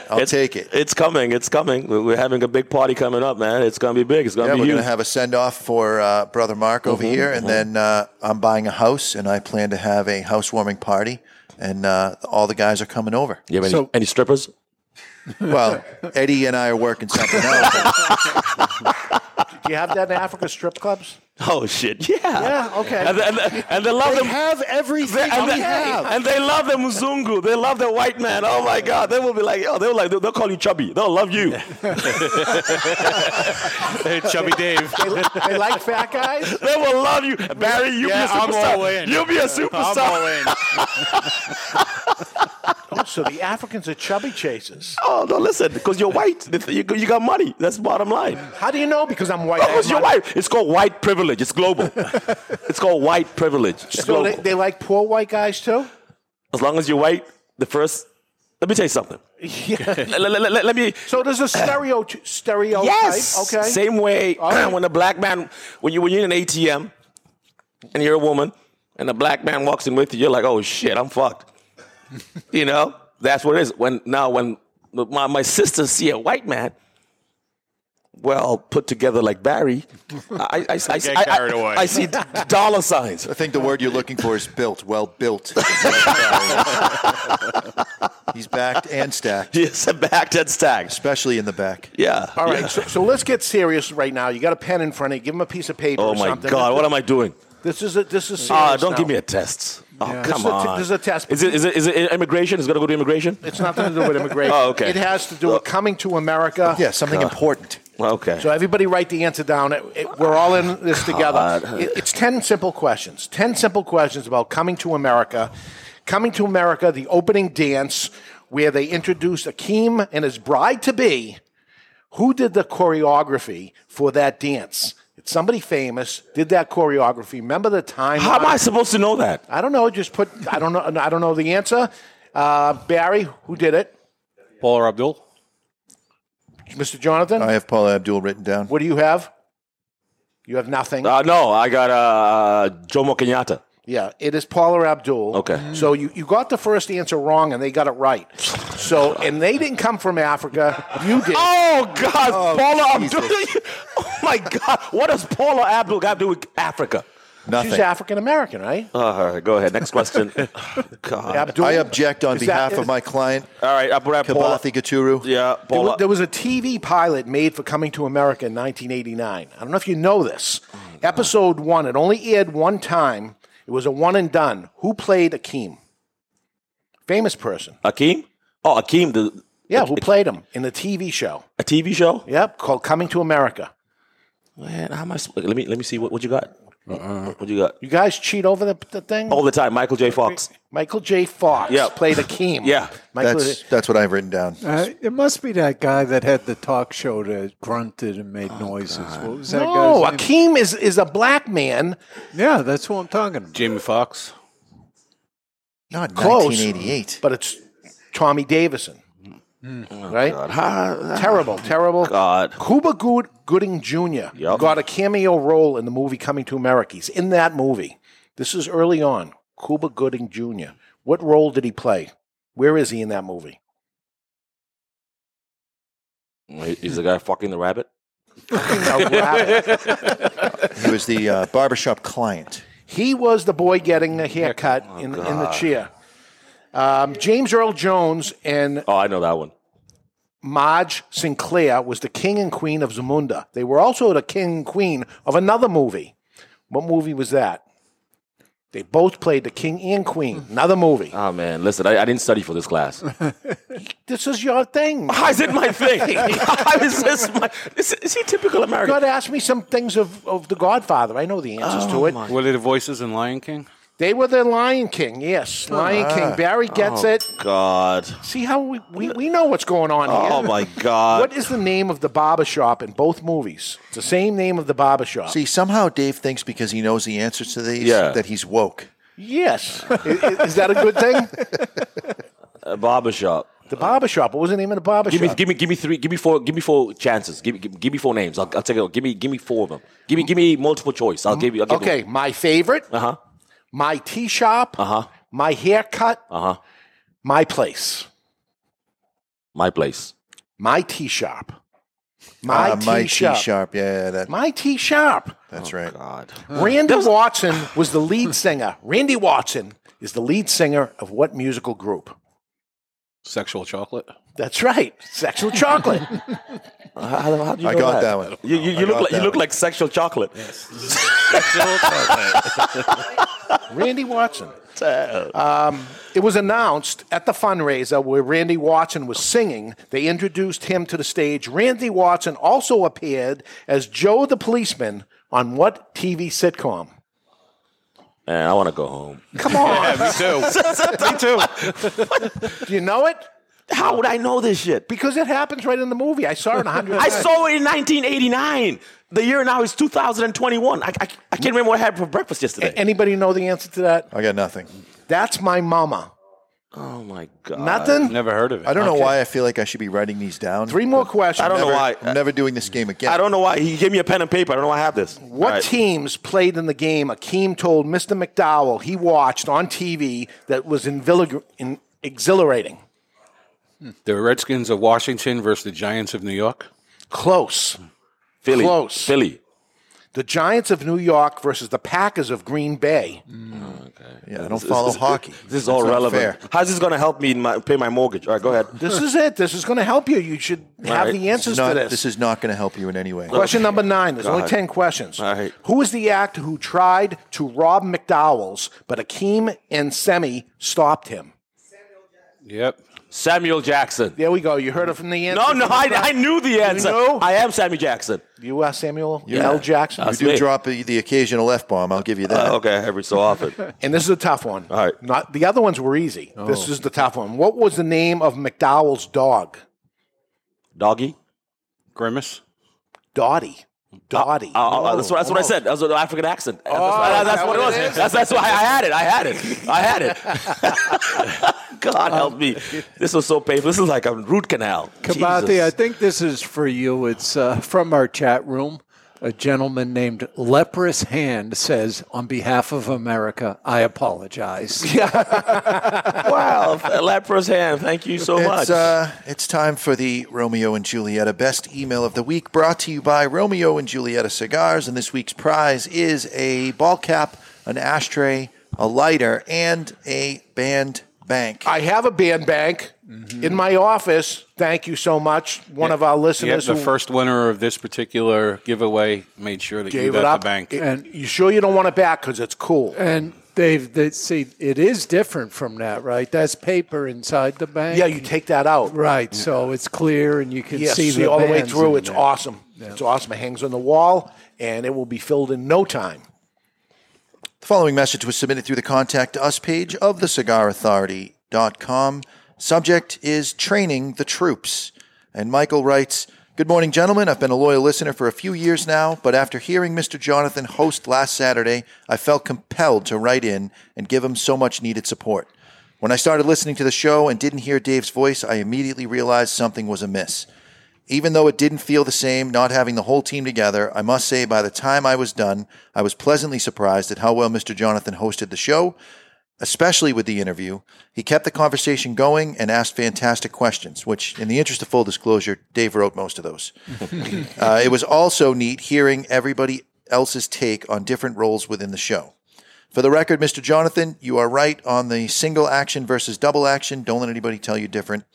Speaker 3: I'll take it.
Speaker 11: it's coming it's coming We- we're having a big party coming up man it's gonna be big it's gonna
Speaker 3: yeah,
Speaker 11: be
Speaker 3: we're
Speaker 11: huge
Speaker 3: to have a send off for uh, brother Mark over
Speaker 11: Mhm,
Speaker 3: here, and
Speaker 11: mhm.
Speaker 3: then uh, I'm buying a house, and I plan to have a housewarming party, and uh, all the guys are coming over.
Speaker 11: you have any, any strippers
Speaker 3: well, Eddie and I are working something out.
Speaker 2: Do you have that in Africa strip clubs?
Speaker 11: oh shit yeah
Speaker 2: Yeah, okay.
Speaker 11: and, and, and they love
Speaker 2: They
Speaker 11: them
Speaker 2: have everything
Speaker 11: and,
Speaker 2: we
Speaker 11: they,
Speaker 2: have.
Speaker 11: and they love the mzungu they love the white man oh my god they will be like oh they'll like they'll call you chubby they'll love you
Speaker 4: Chubby Dave.
Speaker 2: They, they like fat guys?
Speaker 11: They will love you. Barry, you
Speaker 4: Yeah,
Speaker 11: be a
Speaker 4: I'm
Speaker 11: superstar.
Speaker 4: all in.
Speaker 11: You'll be a
Speaker 4: I'm
Speaker 11: superstar.
Speaker 4: all in.
Speaker 2: Oh, so the Africans are chubby chasers.
Speaker 11: oh, no, listen, because you're white. The th- You you got money. That's bottom line.
Speaker 2: How do you know? Because I'm white. I
Speaker 11: Because
Speaker 2: have
Speaker 11: you're
Speaker 2: money.
Speaker 11: white. It's called white privilege. It's global. it's called white privilege. It's
Speaker 2: So
Speaker 11: global.
Speaker 2: they, they like poor white guys too?
Speaker 11: as long as you're white, the first. Let me tell you something. let, let- let- let- let me.
Speaker 2: So there's a stereo stereotype.
Speaker 11: Yes.
Speaker 2: Okay.
Speaker 11: Same way when a black man, when you when you're in an ATM, and you're a woman, and a black man walks in with you, you're like, oh shit, I'm fucked. you know, that's what it is. When now when my my sisters see a white man. Well, put together like Barry, I, I, I, I,
Speaker 3: Get
Speaker 11: I-
Speaker 3: carried away.
Speaker 11: I see dollar signs.
Speaker 3: I think the word you're looking for is built, well built. He's backed and stacked.
Speaker 11: Yes, backed and stacked.
Speaker 3: Especially in the back.
Speaker 11: Yeah.
Speaker 2: All right. So, so let's get serious right now. You got a pen in front of you. Give him a piece of paper.
Speaker 11: Oh
Speaker 2: or
Speaker 11: my
Speaker 2: something.
Speaker 11: God, what am I doing?
Speaker 2: This is a, this is serious.
Speaker 11: Ah, don't give
Speaker 2: now.
Speaker 11: me a test. Oh,
Speaker 2: Yeah. This
Speaker 11: come
Speaker 2: is a t-
Speaker 11: on.
Speaker 2: this is a test.
Speaker 11: Is it, is it, is it immigration? Is it going to go to immigration?
Speaker 2: It's nothing to do with immigration.
Speaker 11: oh, okay. oh,
Speaker 2: It has to do with coming to America.
Speaker 3: Yeah, something
Speaker 11: God.
Speaker 3: important.
Speaker 11: Okay.
Speaker 2: So everybody write the answer down. It- it- we're all in this together.
Speaker 11: God.
Speaker 2: It- it's 10 simple questions. 10 simple questions about coming to America. Coming to America, the opening dance where they introduced Akeem and his bride to be. Who did the choreography for that dance? It's somebody famous did that choreography. Remember the time?
Speaker 11: How am I supposed to know that?
Speaker 2: I don't know. Just put. I don't know. I don't know the answer. Uh, Barry, who did it?
Speaker 4: Paul Abdul.
Speaker 2: Mr. Jonathan.
Speaker 3: I have Paula Abdul written down.
Speaker 2: What do you have? You have nothing.
Speaker 11: Uh, no, I got uh, Jomo Kenyatta.
Speaker 2: Yeah, it is Paula Abdul.
Speaker 11: Okay.
Speaker 2: So you, you got the first answer wrong and they got it right. So and they didn't come from Africa. You did.
Speaker 11: Oh God, Paula Abdul. oh my God, what does Paula Abdul got to do with Africa?
Speaker 2: She's African American, right?
Speaker 11: Oh, All right, go ahead. Next question. Oh, God.
Speaker 2: Abdul-
Speaker 3: I object on
Speaker 2: Is that-
Speaker 3: behalf of my client,
Speaker 11: All right, I put out Paula.
Speaker 3: Kabathi Gaturu.
Speaker 2: There
Speaker 11: Yeah, Paula.
Speaker 2: was, there was a TV pilot made for Coming to America in 1989. I don't know if you know this.
Speaker 11: Mm,
Speaker 2: Episode one, it only aired one time. It was a one and done. Who played Akeem? Famous person.
Speaker 11: Akeem? Oh, Akeem, the,
Speaker 2: Yeah, who played him in the TV show?
Speaker 11: a TV show?
Speaker 2: Yep, called Coming to America.
Speaker 11: Man, how am I? sp- Let me let me see what, what you got. What you got?
Speaker 2: Uh-uh. You guys cheat over the, the thing?
Speaker 11: All the time, Michael J. Fox.
Speaker 2: Michael J. Fox
Speaker 11: Yeah.
Speaker 2: played Akeem.
Speaker 11: Yeah.
Speaker 2: Michael,
Speaker 3: that's that's what I've written down.
Speaker 5: Uh, it must be that guy that had the talk show that grunted and
Speaker 11: Oh,
Speaker 5: made noises. What was that
Speaker 2: no,
Speaker 5: guy's name?
Speaker 2: Akeem is, is a black man.
Speaker 5: Yeah, that's who I'm talking about.
Speaker 4: Jamie Fox.
Speaker 3: Not
Speaker 2: Close.
Speaker 3: 1988.
Speaker 2: But it's Tommy Davison. right? terrible, terrible.
Speaker 11: God.
Speaker 2: Cuba Good- Gooding Jr. got a cameo role in the movie Coming to America. He's in that movie. This is early on. Cuba Gooding Jr. What role did he play? Where is he in that movie?
Speaker 11: Is the guy fucking the rabbit?
Speaker 3: he was the uh, barbershop client.
Speaker 2: He was the boy getting the haircut in, in the
Speaker 11: God.
Speaker 2: chair. Um, James Earl Jones and
Speaker 11: Oh, I know that one.
Speaker 2: Marge Sinclair was the king and queen of Zamunda. They were also the king and queen of another movie. What movie was that? They both played the king and queen. Another movie.
Speaker 11: Oh man, listen, I, I didn't study for this class.
Speaker 2: This is your thing.
Speaker 11: How is it my thing? How is this my? Is, is he typical American?
Speaker 2: God, ask me some things of, of The Godfather. I know the answers to
Speaker 11: Oh
Speaker 2: it.
Speaker 4: Were they the voices in Lion King?
Speaker 2: They were the Lion King, yes. Lion King. Barry gets
Speaker 11: Oh,
Speaker 2: it.
Speaker 11: God.
Speaker 2: See how we, we, we know what's going on here.
Speaker 11: Oh, my God.
Speaker 2: What is the name of the barber shop in both movies? It's the same name of the barber shop.
Speaker 3: See, somehow Dave thinks because he knows the answers to these
Speaker 2: Yeah.
Speaker 3: that he's woke.
Speaker 2: Yes. I- i- is, that a good thing?
Speaker 11: A Uh, barbershop.
Speaker 2: The barbershop. What was the name of the barbershop?
Speaker 11: Give me, give me, give me three, give me four, give me four chances. Give me, give, give me four names. I'll, I'll take it. Give me, give me four of them. Give me, give me multiple choice. I'll give you. I'll give
Speaker 2: okay, my favorite.
Speaker 11: Uh huh.
Speaker 2: My tea shop.
Speaker 11: Uh huh.
Speaker 2: My haircut.
Speaker 11: Uh huh.
Speaker 2: My place.
Speaker 11: My place.
Speaker 2: My tea shop. My,
Speaker 3: Ah,
Speaker 2: tea,
Speaker 3: my
Speaker 2: shop.
Speaker 3: T sharp. Yeah, that,
Speaker 2: My tea shop.
Speaker 3: that's right.
Speaker 11: Oh, God.
Speaker 2: Randy Watson was the lead singer. Randy Watson is the lead singer of what musical group?
Speaker 4: Sexual chocolate.
Speaker 2: That's right, Sexual Chocolate.
Speaker 11: I got that? one. You, you, you look like you look like sexual chocolate.
Speaker 2: Randy Watson. Um, it was announced at the fundraiser where Randy Watson was singing. They introduced him to the stage. Randy Watson also appeared as Joe the policeman on what TV sitcom?
Speaker 11: Man, I want to go home.
Speaker 2: Come on.
Speaker 4: me too.
Speaker 2: Do you know it?
Speaker 11: How would I know this shit?
Speaker 2: Because it happens right in the movie. I saw it a hundred.
Speaker 11: I saw it in 1989. The year now is 2021. I, I, I can't remember what I had for breakfast yesterday.
Speaker 2: Anybody know the answer to that?
Speaker 3: I got nothing.
Speaker 2: That's my mama.
Speaker 11: Oh my god.
Speaker 2: Nothing?
Speaker 4: Never heard of
Speaker 3: I don't
Speaker 2: Okay.
Speaker 3: know why I feel like I should be writing these down.
Speaker 2: Three more questions.
Speaker 3: I'm
Speaker 2: I don't know
Speaker 3: never-
Speaker 2: why.
Speaker 3: I'm never doing this game again.
Speaker 11: I don't know why he gave me a pen and paper. I don't know why I have this.
Speaker 2: What teams played in the game? Akeem told Mr. McDowell he watched on TV that was invili- in- exhilarating.
Speaker 4: The Redskins of Washington versus the Giants of New York.
Speaker 2: Close.
Speaker 11: Philly.
Speaker 2: Close.
Speaker 11: Philly.
Speaker 2: The Giants of New York versus the Packers of Green Bay.
Speaker 3: Yeah,
Speaker 11: I
Speaker 2: don't follow hockey.
Speaker 11: This is all
Speaker 2: That's not fair.
Speaker 11: relevant. How's this going to help me in my, pay my mortgage? All right, go ahead.
Speaker 2: This is it. This is going to help you. You should have
Speaker 11: Right.
Speaker 2: the answers
Speaker 3: Not-
Speaker 2: to this.
Speaker 3: This is not going to help you in any way.
Speaker 2: Question number nine. There's only
Speaker 3: God.
Speaker 2: 10 questions.
Speaker 3: All right.
Speaker 2: Who is the actor who tried to rob McDowell's, but Akeem and Semi stopped him?
Speaker 4: Yep.
Speaker 11: Samuel Jackson.
Speaker 2: There we go. You heard it from the answer.
Speaker 11: No, no, I, I knew the answer.
Speaker 2: know?
Speaker 11: I am Sammy Jackson.
Speaker 2: You are Samuel
Speaker 3: Yeah. Uh,
Speaker 2: L. Jackson.
Speaker 3: You do drop the, the occasional f bomb. I'll give you that.
Speaker 11: okay, every so often.
Speaker 2: And this is a tough one. All
Speaker 11: right.
Speaker 2: Not the other ones were easy. This is the tough one. What was the name of McDowell's dog?
Speaker 11: Doggy.
Speaker 4: Grimace.
Speaker 2: Dottie. Dottie.
Speaker 11: Oh, oh, that's what, that's what I said. That was an African accent.
Speaker 2: Oh,
Speaker 11: That's, that's- that's what it was. That's, that's why I had it. I had it. I had it. God help me. This was so painful. This is like a root canal.
Speaker 5: Kabati, I think this is for you. It's uh, from our chat room. A gentleman named Leprous Hand says, on behalf of America, I apologize.
Speaker 11: wow, a leprous hand. Thank you so much.
Speaker 3: It's, uh, it's time for the Romeo and Julieta Best Email of the Week, brought to you by Romeo and Julieta Cigars. And this week's prize is a ball cap, an ashtray, a lighter, and a band bank.
Speaker 2: I have a band bank in my office. Thank you so much. One of our
Speaker 4: Yep,
Speaker 2: listeners
Speaker 4: the
Speaker 2: who
Speaker 4: first winner of this particular giveaway made sure that you
Speaker 2: gave
Speaker 4: got
Speaker 2: it
Speaker 4: the
Speaker 2: up.
Speaker 4: bank.
Speaker 2: And you sure you don't want it back because it's cool.
Speaker 5: And they've, they see, it is different from that, right? That's paper inside the bank.
Speaker 2: Yeah, you take that out.
Speaker 5: Right, so it's clear and you can
Speaker 2: Yes,
Speaker 5: see, the
Speaker 2: all the way
Speaker 5: bands
Speaker 2: through.
Speaker 5: in
Speaker 2: It's
Speaker 5: there.
Speaker 2: awesome. It's awesome. It hangs on the wall and it will be filled in no time.
Speaker 3: The following message was submitted through the Contact Us page of thecigarauthority.com. Subject is Training the Troops. And Michael writes Good morning, gentlemen. I've been a loyal listener for a few years now, but after hearing Mr. Jonathan host last Saturday, I felt compelled to write in and give him so much needed support. When I started listening to the show and didn't hear Dave's voice, I immediately realized something was amiss. Even though it didn't feel the same not having the whole team together, I must say by the time I was done, I was pleasantly surprised at how well Mr. Jonathan hosted the show. especially with the interview. He kept the conversation going and asked fantastic questions, which, in the interest of full disclosure, Dave wrote most of those. Uh, it was also neat hearing everybody else's take on different roles within the show. For the record, Mr. Jonathan, you are right on the single action versus double action. Don't let anybody tell you different.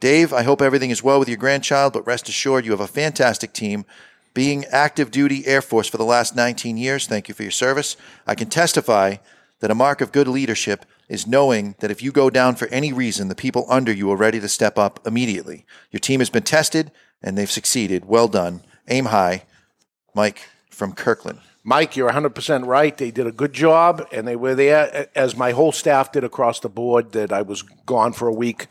Speaker 3: Dave, I hope everything is well with your grandchild, but rest assured you have a fantastic team. Being active duty Air Force for the last 19 years, thank you for your service. I can testify that a mark of good leadership is knowing that if you go down for any reason, the people under you are ready to step up immediately. Your team has been tested and they've succeeded. Well done. Aim high. Mike from Kirkland.
Speaker 2: Mike, you're 100% right. They did a good job, and they were there, as my whole staff did across the board, that I was gone for a week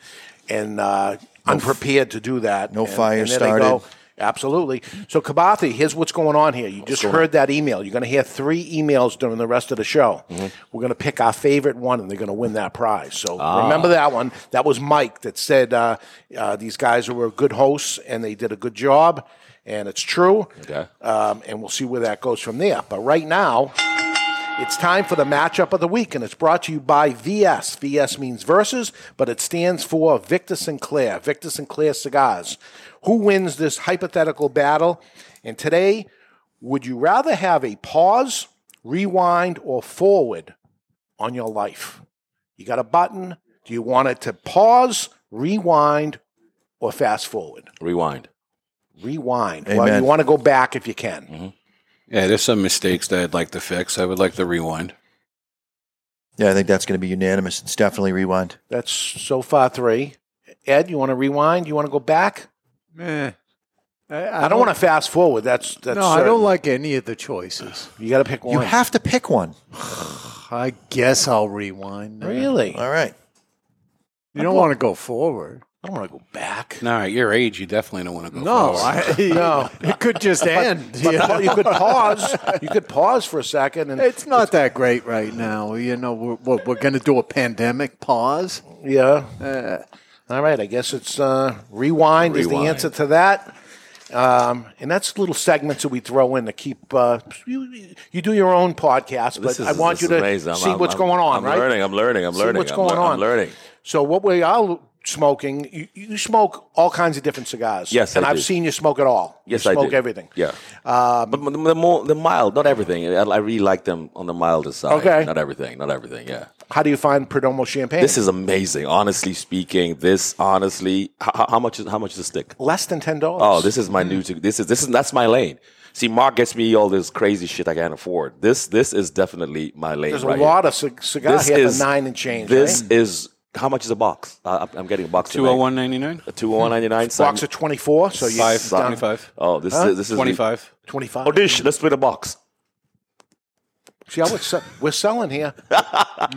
Speaker 2: and uh, unprepared to do that. No
Speaker 3: fire started.
Speaker 2: Absolutely. So, Kabathi, here's what's going on here. You just
Speaker 3: going on?
Speaker 2: heard that email. You're going to hear three emails during the rest of the show. We're going to pick our favorite one, and they're going to win that prize. So,
Speaker 18: Ah.
Speaker 2: remember that one. That was Mike that said uh, uh, these guys were good hosts and they did a good job, and it's true.
Speaker 11: Okay.
Speaker 2: Um, and we'll see where that goes from there. But right now, it's time for the matchup of the week, and it's brought to you by VS. VS means versus, but it stands for Victor Sinclair, Victor Sinclair Cigars. Who wins this hypothetical battle? And today, would you rather have a pause, rewind, or forward on your life? You got a button. Do you want it to pause, rewind, or fast forward?
Speaker 11: Rewind.
Speaker 2: Rewind. Well,
Speaker 4: Amen.
Speaker 2: you want to go back if you can.
Speaker 4: Yeah, there's some mistakes that I'd like to fix. I would like to rewind.
Speaker 3: Yeah, I think that's going to be unanimous. It's definitely rewind.
Speaker 2: That's so far three. Ed, you want to rewind? You want to go back?
Speaker 5: Meh.
Speaker 2: I, don't want to fast forward. That's that's.
Speaker 5: no, I don't like any of the choices.
Speaker 2: You got to pick
Speaker 5: one. You have
Speaker 3: to pick one.
Speaker 5: I guess I'll rewind.
Speaker 2: Really?
Speaker 3: All right.
Speaker 5: You don't want to go forward.
Speaker 2: I don't want to go back.
Speaker 4: No, at your age, you definitely don't want to go.
Speaker 5: No,
Speaker 4: forward.
Speaker 5: I- no. It could just
Speaker 2: But-
Speaker 5: end.
Speaker 2: but pa- you could pause. You could pause for a second, and
Speaker 5: It's not that great right now. You know, we're, what, we're going to do a pandemic pause. Uh,
Speaker 2: Yeah. All right. I guess it's uh, rewind, is the
Speaker 5: Rewind.
Speaker 2: answer to that. Um, and that's little segments that we throw in to keep. Uh, you, you do your own podcast, but
Speaker 11: This is-
Speaker 2: I want
Speaker 11: this
Speaker 2: you to
Speaker 11: is amazing. I'm-
Speaker 2: see
Speaker 11: I'm-
Speaker 2: what's
Speaker 11: I'm-
Speaker 2: going on.
Speaker 11: I'm
Speaker 2: right?
Speaker 11: learning, I'm learning, I'm
Speaker 2: See
Speaker 11: learning,
Speaker 2: what's
Speaker 11: I'm
Speaker 2: going
Speaker 11: lear-
Speaker 2: on.
Speaker 11: I'm learning.
Speaker 2: So what we are smoking? You, you smoke all kinds of different cigars.
Speaker 11: Yes,
Speaker 2: and
Speaker 11: I
Speaker 2: have
Speaker 11: do.
Speaker 2: seen you smoke it all.
Speaker 11: Yes,
Speaker 2: you
Speaker 11: I
Speaker 2: smoke
Speaker 11: do.
Speaker 2: everything.
Speaker 11: Yeah. Um, but the, the more the mild, not everything. I, I really like them on the milder side.
Speaker 2: Okay.
Speaker 11: Not everything. Not everything. Yeah.
Speaker 2: How do you find Perdomo champagne?
Speaker 11: This is amazing. Honestly speaking, this honestly, how, how much is how much is a stick?
Speaker 2: less than ten dollars.
Speaker 11: Oh, this is my new. To, this is this is that's my lane. See, Mark gets me all this crazy shit I can't afford. This this is definitely my lane.
Speaker 2: There's
Speaker 11: right
Speaker 2: a
Speaker 11: here.
Speaker 2: lot of cig- cigar
Speaker 11: This
Speaker 2: here
Speaker 11: is-
Speaker 2: for nine and change.
Speaker 11: This
Speaker 2: right?
Speaker 11: is how much is a box? I, I'm getting a box.
Speaker 4: Two hundred one ninety nine.
Speaker 11: Two hundred one ninety nine.
Speaker 2: box of twenty four. So you
Speaker 11: Five,
Speaker 2: done.
Speaker 4: twenty-five.
Speaker 11: Oh, this
Speaker 2: Huh?
Speaker 11: is this is
Speaker 4: Twenty-five.
Speaker 2: Twenty five.
Speaker 11: Oh, dish. Let's split a box.
Speaker 2: See, I would se- we're selling here.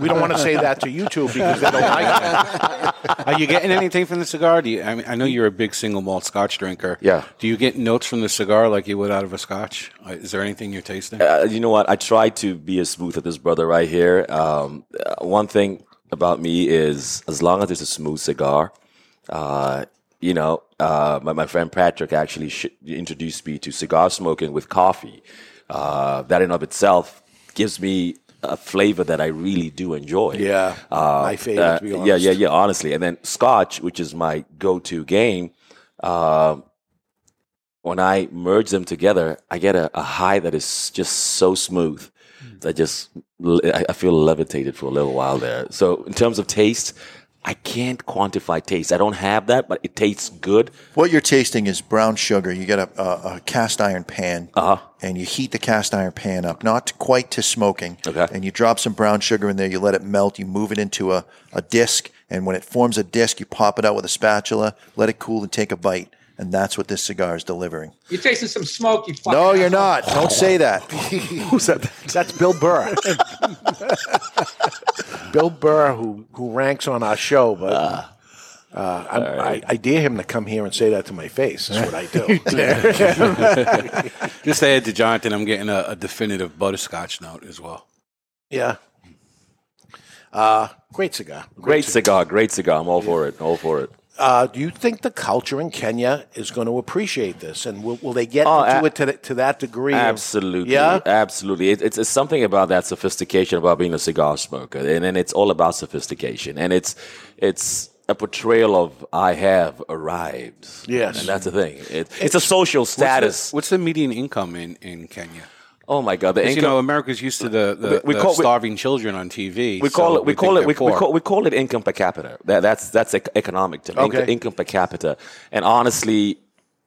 Speaker 2: We don't want to say that to YouTube because they don't like it.
Speaker 4: Are you getting anything from the cigar? Do you, I mean, I know you're a big single malt Scotch drinker.
Speaker 11: Yeah.
Speaker 4: Do you get notes from the cigar like you would out of a Scotch? Uh, Is there anything you're tasting?
Speaker 11: Uh, you know what? I try to be as smooth as this brother right here. Um, uh, one thing about me is as long as it's a smooth cigar, uh, you know, uh, my, my friend Patrick actually sh- introduced me to cigar smoking with coffee. Uh, that in of itself gives me a flavor that I really do enjoy.
Speaker 2: Yeah,
Speaker 11: Uh,
Speaker 2: my favorite, to be
Speaker 11: Yeah,
Speaker 2: honest.
Speaker 11: yeah, yeah. Honestly, and then Scotch, which is my go-to game. Uh, when I merge them together, I get a, a high that is just so smooth
Speaker 2: Hmm.
Speaker 11: that just I I feel levitated for a little while there. So in terms of taste, I can't quantify taste. I don't have that, but it tastes good.
Speaker 3: What you're tasting is brown sugar. You get a, a, a cast iron pan,
Speaker 11: uh-huh.
Speaker 3: and you heat the cast iron pan up, not to- quite to smoking.
Speaker 11: Okay.
Speaker 3: And you drop some brown sugar in there. You let it melt. You move it into a, a disc, and when it forms a disc, you pop it out with a spatula, let it cool, and take a bite. And that's what this cigar is delivering.
Speaker 19: You're tasting some smoke. You fucking
Speaker 3: No, you're not. Don't say that.
Speaker 2: Who said that? That's Bill Burr. Bill Burr, who who ranks on our show, but uh,
Speaker 11: Ah.
Speaker 2: I'm, I, I dare him to come here and say that to my face. That's what I do.
Speaker 4: Just to add to Jonathan, I'm getting a, a definitive butterscotch note as well.
Speaker 2: yeah. Uh, great cigar.
Speaker 11: Great cigar, great cigar. I'm all for it. All for it.
Speaker 2: Uh, do you think the culture in Kenya is going to appreciate this, and will, will they get
Speaker 11: Oh,
Speaker 2: into
Speaker 11: a-
Speaker 2: it to, th- to that degree? of-
Speaker 11: Absolutely.
Speaker 2: Yeah.
Speaker 11: Absolutely. It, it's, it's something about that sophistication about being a cigar smoker, and then it's all about sophistication, and it's it's a portrayal of I have arrived.
Speaker 4: Yes.
Speaker 11: and that's the thing. It, it's, a social status.
Speaker 4: What's the, what's the median income in, in Kenya?
Speaker 11: Oh my God! The
Speaker 4: 'Cause, you
Speaker 11: income-
Speaker 4: know America's used to the, the,
Speaker 11: We- we
Speaker 4: the
Speaker 11: call- we-
Speaker 4: starving children on TV.
Speaker 11: we
Speaker 4: so
Speaker 11: call it we,
Speaker 4: think
Speaker 11: call it
Speaker 4: they're
Speaker 11: we, we
Speaker 4: poor.
Speaker 11: call we call it income per capita. That, that's that's ec- economic to me.
Speaker 4: Okay.
Speaker 11: Inco- income per capita. And honestly,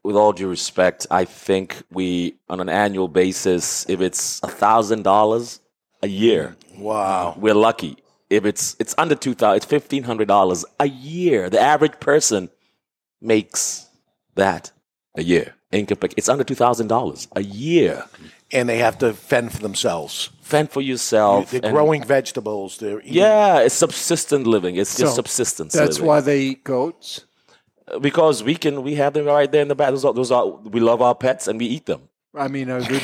Speaker 11: with all due respect, I think we on an annual basis, if it's a thousand dollars a year,
Speaker 2: wow,
Speaker 11: we're lucky. If it's it's under two thousand, it's fifteen hundred dollars a year. The average person makes that a year. Income per, it's under two thousand dollars a year.
Speaker 2: And they have to fend for themselves.
Speaker 11: Fend for yourself.
Speaker 2: They're
Speaker 11: and-
Speaker 2: growing vegetables. They're eating-
Speaker 11: yeah, it's subsistent living. It's just
Speaker 2: So,
Speaker 11: subsistence.
Speaker 5: That's
Speaker 11: living. Uh,
Speaker 5: why they eat goats.
Speaker 11: because we can we have them right there in the back. Those are, those are we love our pets and we eat them.
Speaker 5: I mean, are the,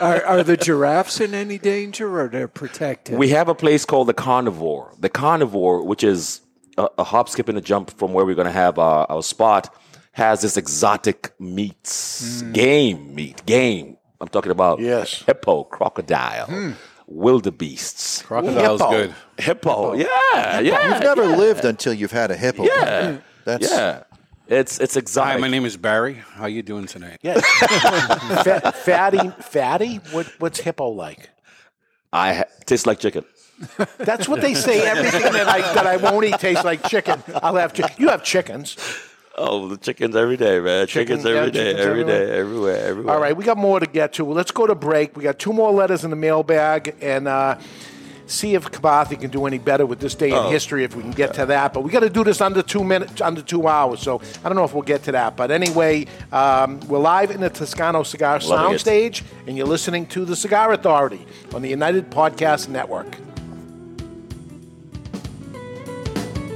Speaker 5: are, are the giraffes in any danger, or they're protected?
Speaker 11: We have a place called the Carnivore. The Carnivore, which is a, a hop, skip, and a jump from where we're going to have our, our spot, has this exotic meats,
Speaker 5: Hmm.
Speaker 11: game meat, game. I'm talking about yes. hippo, crocodile,
Speaker 5: Hmm.
Speaker 11: wildebeests.
Speaker 4: Crocodile's Hippo. good.
Speaker 11: Hippo, yeah, yeah.
Speaker 3: You've never
Speaker 11: yeah.
Speaker 3: lived until you've had a hippo.
Speaker 5: Hmm.
Speaker 11: Yeah,
Speaker 3: That's
Speaker 11: yeah. It's it's exotic.
Speaker 4: Hi, my name is Barry. How you doing tonight?
Speaker 2: Yeah. Fa- fatty, fatty. What, what's hippo like?
Speaker 11: I ha- tastes like chicken.
Speaker 2: That's what they say. Everything that I that I won't eat tastes like chicken. I'll have chicken. You have chickens.
Speaker 11: Oh, the chickens every day, man. Chickens
Speaker 2: Chicken- yeah,
Speaker 11: every day,
Speaker 2: chickens
Speaker 11: every day,
Speaker 2: everywhere.
Speaker 11: everywhere, everywhere.
Speaker 2: All right, we got more to get to. Well, let's go to break. We got two more letters in the mailbag and uh, see if Kabathi can do any better with this day
Speaker 11: Oh.
Speaker 2: in history if we can get to that. But we got to do this under two minutes, under two hours. So I don't know if we'll get to that. But anyway, um, we're live in the Toscano Cigar
Speaker 11: Loving it.
Speaker 2: Soundstage, and you're listening to the Cigar Authority on the United Podcast Network.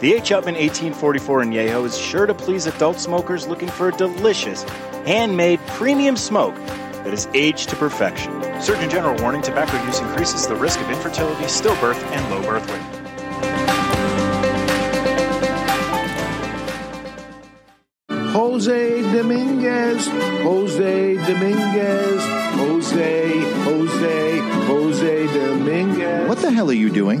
Speaker 14: The H. Upman 1844 Añejo is sure to please adult smokers looking for a delicious, handmade premium smoke that is aged to perfection. Surgeon General warning tobacco use increases the risk of infertility, stillbirth, and low birth weight.
Speaker 8: Jose Dominguez, Jose Dominguez, Jose, Jose, Jose Dominguez.
Speaker 3: What the hell are you doing?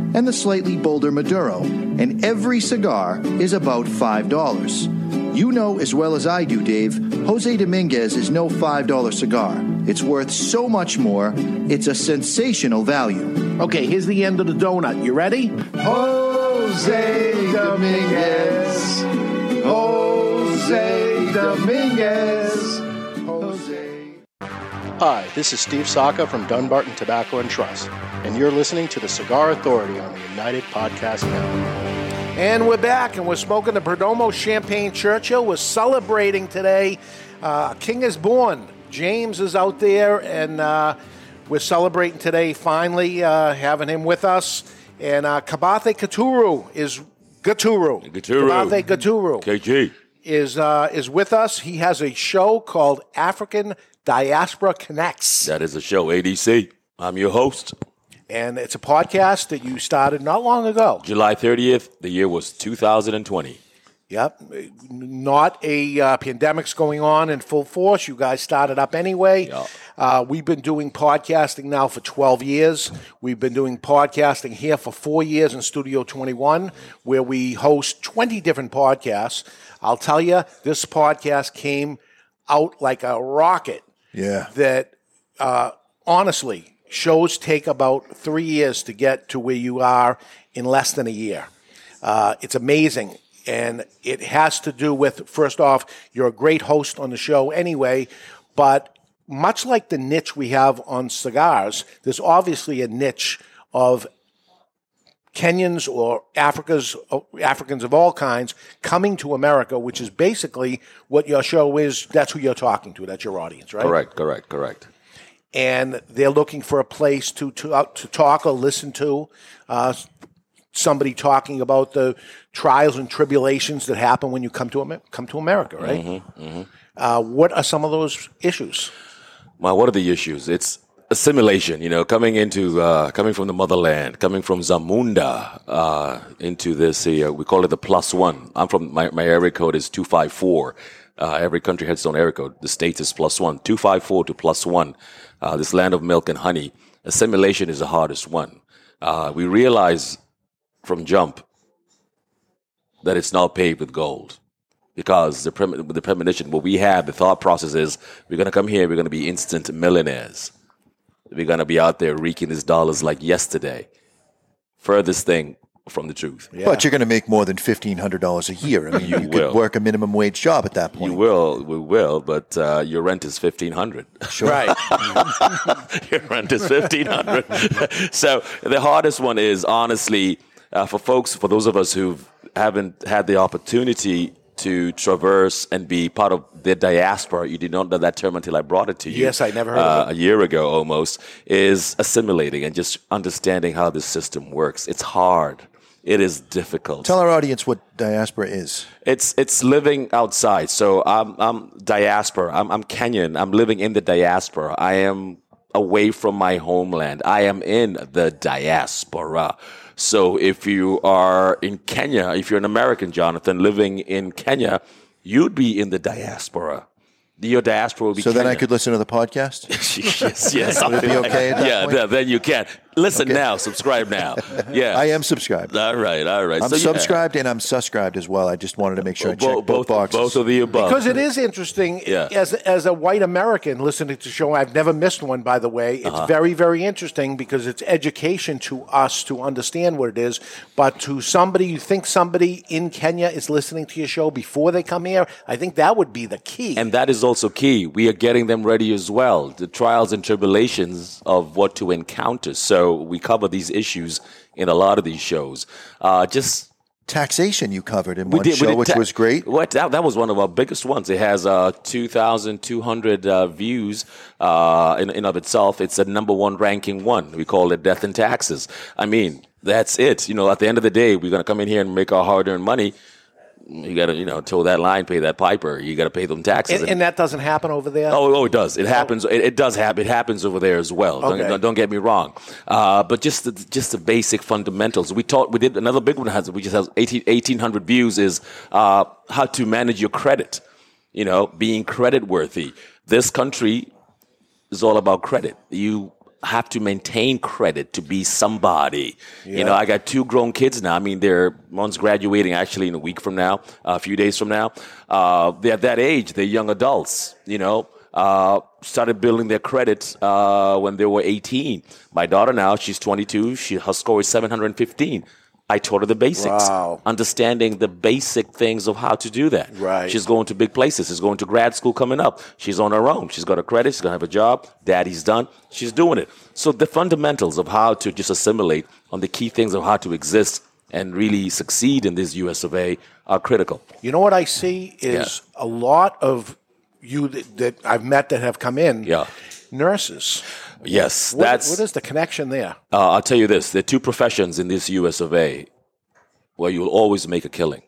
Speaker 3: the slightly bolder Maduro. And every cigar is about $5. You know as well as I do, Dave, Jose Dominguez is no $5 cigar. It's worth so much more, it's a sensational value.
Speaker 2: Okay, here's the end of the donut. You ready?
Speaker 3: Jose
Speaker 8: Dominguez. Jose Dominguez. Jose.
Speaker 6: Hi, this is Steve Saka from Dunbarton Tobacco and Trust, and you're listening to the Cigar Authority on the United Podcast Network.
Speaker 2: And we're back, and we're smoking the Perdomo Champagne Churchill. We're celebrating today. Uh, King is born. James is out there, and uh, we're celebrating today, finally uh, having him with us. And uh, Kabathe Katuru is Gaturu.
Speaker 11: Gaturu.
Speaker 2: Kabathe Gaturu
Speaker 11: KG.
Speaker 2: is uh, is with us. He has a show called African Diaspora Connects,
Speaker 11: That is a show, ADC. I'm your host.
Speaker 2: and it's a podcast that you started not long ago.
Speaker 11: July 30th, the year was 2020.
Speaker 2: Yep, not a uh, pandemic's going on in full force. You guys started up anyway. Uh, we've been doing podcasting now for 12 years. We've been doing podcasting here for four years in Studio 21, where we host 20 different podcasts. I'll tell you, this podcast came out like a rocket
Speaker 12: Yeah.
Speaker 2: that uh, honestly, shows take about three years to get to where you are in less than a year. Uh, it's amazing. And it has to do with, first off, you're a great host on the show anyway, but much like the niche we have on cigars, there's obviously a niche of Kenyans or Africa's Africans of all kinds coming to America, which is basically what your show is. That's who you're talking to. That's your audience, right?
Speaker 11: Correct, correct, correct.
Speaker 2: and they're looking for a place to to, uh, to talk or listen to uh, somebody talking about the trials and tribulations that happen when you come to Amer- come to America, right?
Speaker 11: Mm-hmm, mm-hmm.
Speaker 2: Uh, what are some of those issues?
Speaker 11: Well, what are the issues? It's assimilation, you know, coming into, uh, coming from the motherland, coming from Zamunda uh, into this here. We call it the plus one. I'm from, my, my area code is 254. Uh, every country has its own area code. The state is plus one. 254 to plus one. Uh, this land of milk and honey. Assimilation is the hardest one. Uh, we realize from jump that it's now paved with gold. Because the, prem- the premonition, what we have, the thought process is we're going to come here, we're going to be instant millionaires. We're going to be out there reeking these dollars like yesterday. Furthest thing from the truth.
Speaker 3: But you're going to make more than $1,500 a year. I mean, you,
Speaker 11: You
Speaker 3: could
Speaker 11: will.
Speaker 3: work a minimum wage job at that point.
Speaker 11: you will, we will, but uh, your rent is 1500
Speaker 3: Sure. Right.
Speaker 11: your rent is 1500 so the hardest one is honestly uh, for folks for those of us who haven't had the opportunity to traverse and be part of the diaspora you did not know that term until i brought it to you
Speaker 2: Yes, I never heard of
Speaker 11: uh, a year ago almost is assimilating and just understanding how this system works it's hard it is difficult
Speaker 3: Tell our audience what diaspora is.
Speaker 11: it's it's living outside. So I'm I'm diaspora. I'm I'm Kenyan. I'm living in the diaspora. I am away from my homeland. I am in the diaspora. So if you are in Kenya, if you're an American, Jonathan, living in Kenya, you'd be in the diaspora. Your diaspora will be
Speaker 3: So then I
Speaker 11: Kenya
Speaker 3: could listen to the podcast?
Speaker 11: yes, yes.
Speaker 3: Would it be
Speaker 11: something like
Speaker 3: okay at
Speaker 11: that.
Speaker 3: that
Speaker 11: yeah,
Speaker 3: point?
Speaker 11: th- then you can. Listen now, subscribe now. Yeah,
Speaker 3: I am subscribed.
Speaker 11: All right, all right.
Speaker 3: I'm
Speaker 11: So, yeah.
Speaker 3: subscribed and I'm subscribed as well. I just wanted to make sure I
Speaker 11: Bo-
Speaker 3: checked both, boxes.
Speaker 11: Both of the above.
Speaker 2: Because it is interesting
Speaker 3: Yeah.
Speaker 2: as as a white American listening to the show. I've never missed one, by the way. It's
Speaker 11: Uh-huh.
Speaker 2: very very interesting because it's education to us to understand what it is. But to somebody, you think somebody in Kenya is listening to your show before they come here? I think that would be the key.
Speaker 11: And that is also key. We are getting them ready as well. The trials and tribulations of what to encounter. So we cover these issues in a lot of these shows. Uh, just
Speaker 3: taxation you covered in one show, which
Speaker 11: ta-
Speaker 3: was great.
Speaker 11: What that, that was one of our biggest ones. It has uh, two thousand two hundred uh, views uh, in in of itself. It's a number one ranking one. We call it Death and Taxes. I mean, that's it. You know, at the end of the day, we're gonna come in here and make our hard earned money. You gotta, you know, toe that line, pay that piper. You gotta pay them taxes.
Speaker 2: And, and that doesn't happen over there.
Speaker 11: Oh, oh, it does. It happens. It, it does happen. It happens over there as well. Don't-
Speaker 2: Okay.
Speaker 11: Don't, don't get me wrong. Uh, but just the, just the basic fundamentals. We taught. We did another big one. Has we just has 18, 1,800 views. Is uh, how to manage your credit. You know, being credit worthy. This country is all about credit. You have to maintain credit to be somebody. You know,
Speaker 7: Yeah.
Speaker 11: I got two grown kids now. I mean, they're one's graduating actually in a week from now, a few days from now. Uh, they're at that age. They're young adults. You know, uh, started building their credit uh, when they were 18. My daughter now, she's 22. She her score is 715. I taught her the basics,
Speaker 2: Wow.
Speaker 11: understanding the basic things of how to do that.
Speaker 2: Right.
Speaker 11: She's going to big places. She's going to grad school coming up. She's on her own. She's got a credit. She's going to have a job. Daddy's done. She's doing it. So the fundamentals of how to just assimilate on the key things of how to exist and really succeed in this US of A are critical.
Speaker 2: You know what I see is a lot of you that, that I've met that have come in.
Speaker 11: Yeah.
Speaker 2: Nurses.
Speaker 11: Yes,
Speaker 2: What-
Speaker 11: that's.
Speaker 2: what is the connection there?
Speaker 11: Uh, I'll tell you this: there are two professions in this U.S. of A. where you'll always make a killing.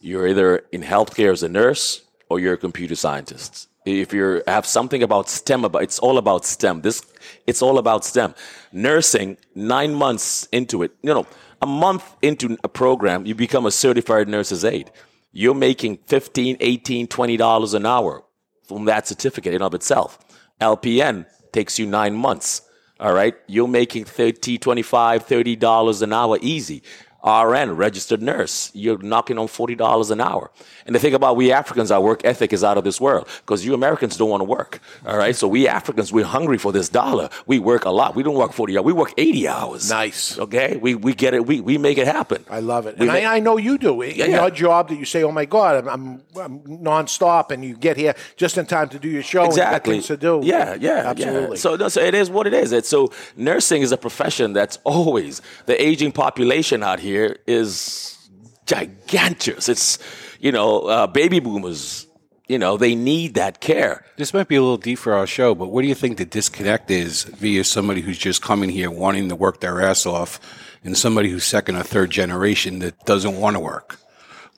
Speaker 11: You're either in healthcare as a nurse or you're a computer scientist. If you have something about STEM, about it's all about STEM. This, it's all about STEM. Nursing, nine months into it, you know, a month into a program, you become a certified nurse's aide. You're making 15, 18, 20 dollars an hour from that certificate in of itself. LPN takes you nine months. All right. You're making 30, 25, 30 dollars an hour easy. RN, registered nurse, you're knocking on $40 an hour. And the thing about we Africans, our work ethic is out of this world because you Americans don't want to work. All right. So we Africans, we're hungry for this dollar. We work a lot. We don't work 40 hours. We work 80 hours. Nice. Okay. We, we get it. We, we make it happen. I
Speaker 2: love it. And I, I know you do. In
Speaker 11: Yeah,
Speaker 2: your
Speaker 11: yeah.
Speaker 2: job that you say, oh my God, I'm, I'm, I'm nonstop, and you get here just in time to do your show
Speaker 11: exactly.
Speaker 2: and you got things to do.
Speaker 11: Yeah, yeah,
Speaker 2: Absolutely.
Speaker 11: Yeah. So, no, so it is what it is. It's, so nursing is a profession that's always the aging population out here is gigantic. It's you know uh, baby boomers. You know they need that care.
Speaker 4: This might be a little deep for our show, but what do you think the disconnect is via somebody who's just coming here wanting to work their ass off and somebody who's second or third generation that doesn't want to work?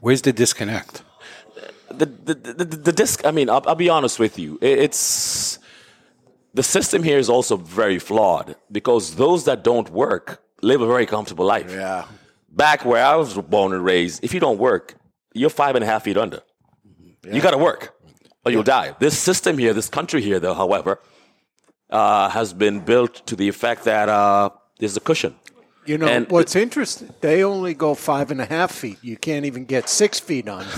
Speaker 4: Where's the disconnect?
Speaker 11: the the the, the disc. I mean, I'll, I'll be honest with you. It, it's the system here is also very flawed because those that don't work live a very comfortable life.
Speaker 2: Yeah.
Speaker 11: Back where I was born and raised, if you don't work, you're five and a half feet under. You got to work, or you'll die. This system here, this country here, though, however, uh, has been built to the effect that uh, there's a cushion.
Speaker 5: You know
Speaker 11: And-
Speaker 5: what's interesting? They only go five and a half feet. You can't even get six feet on.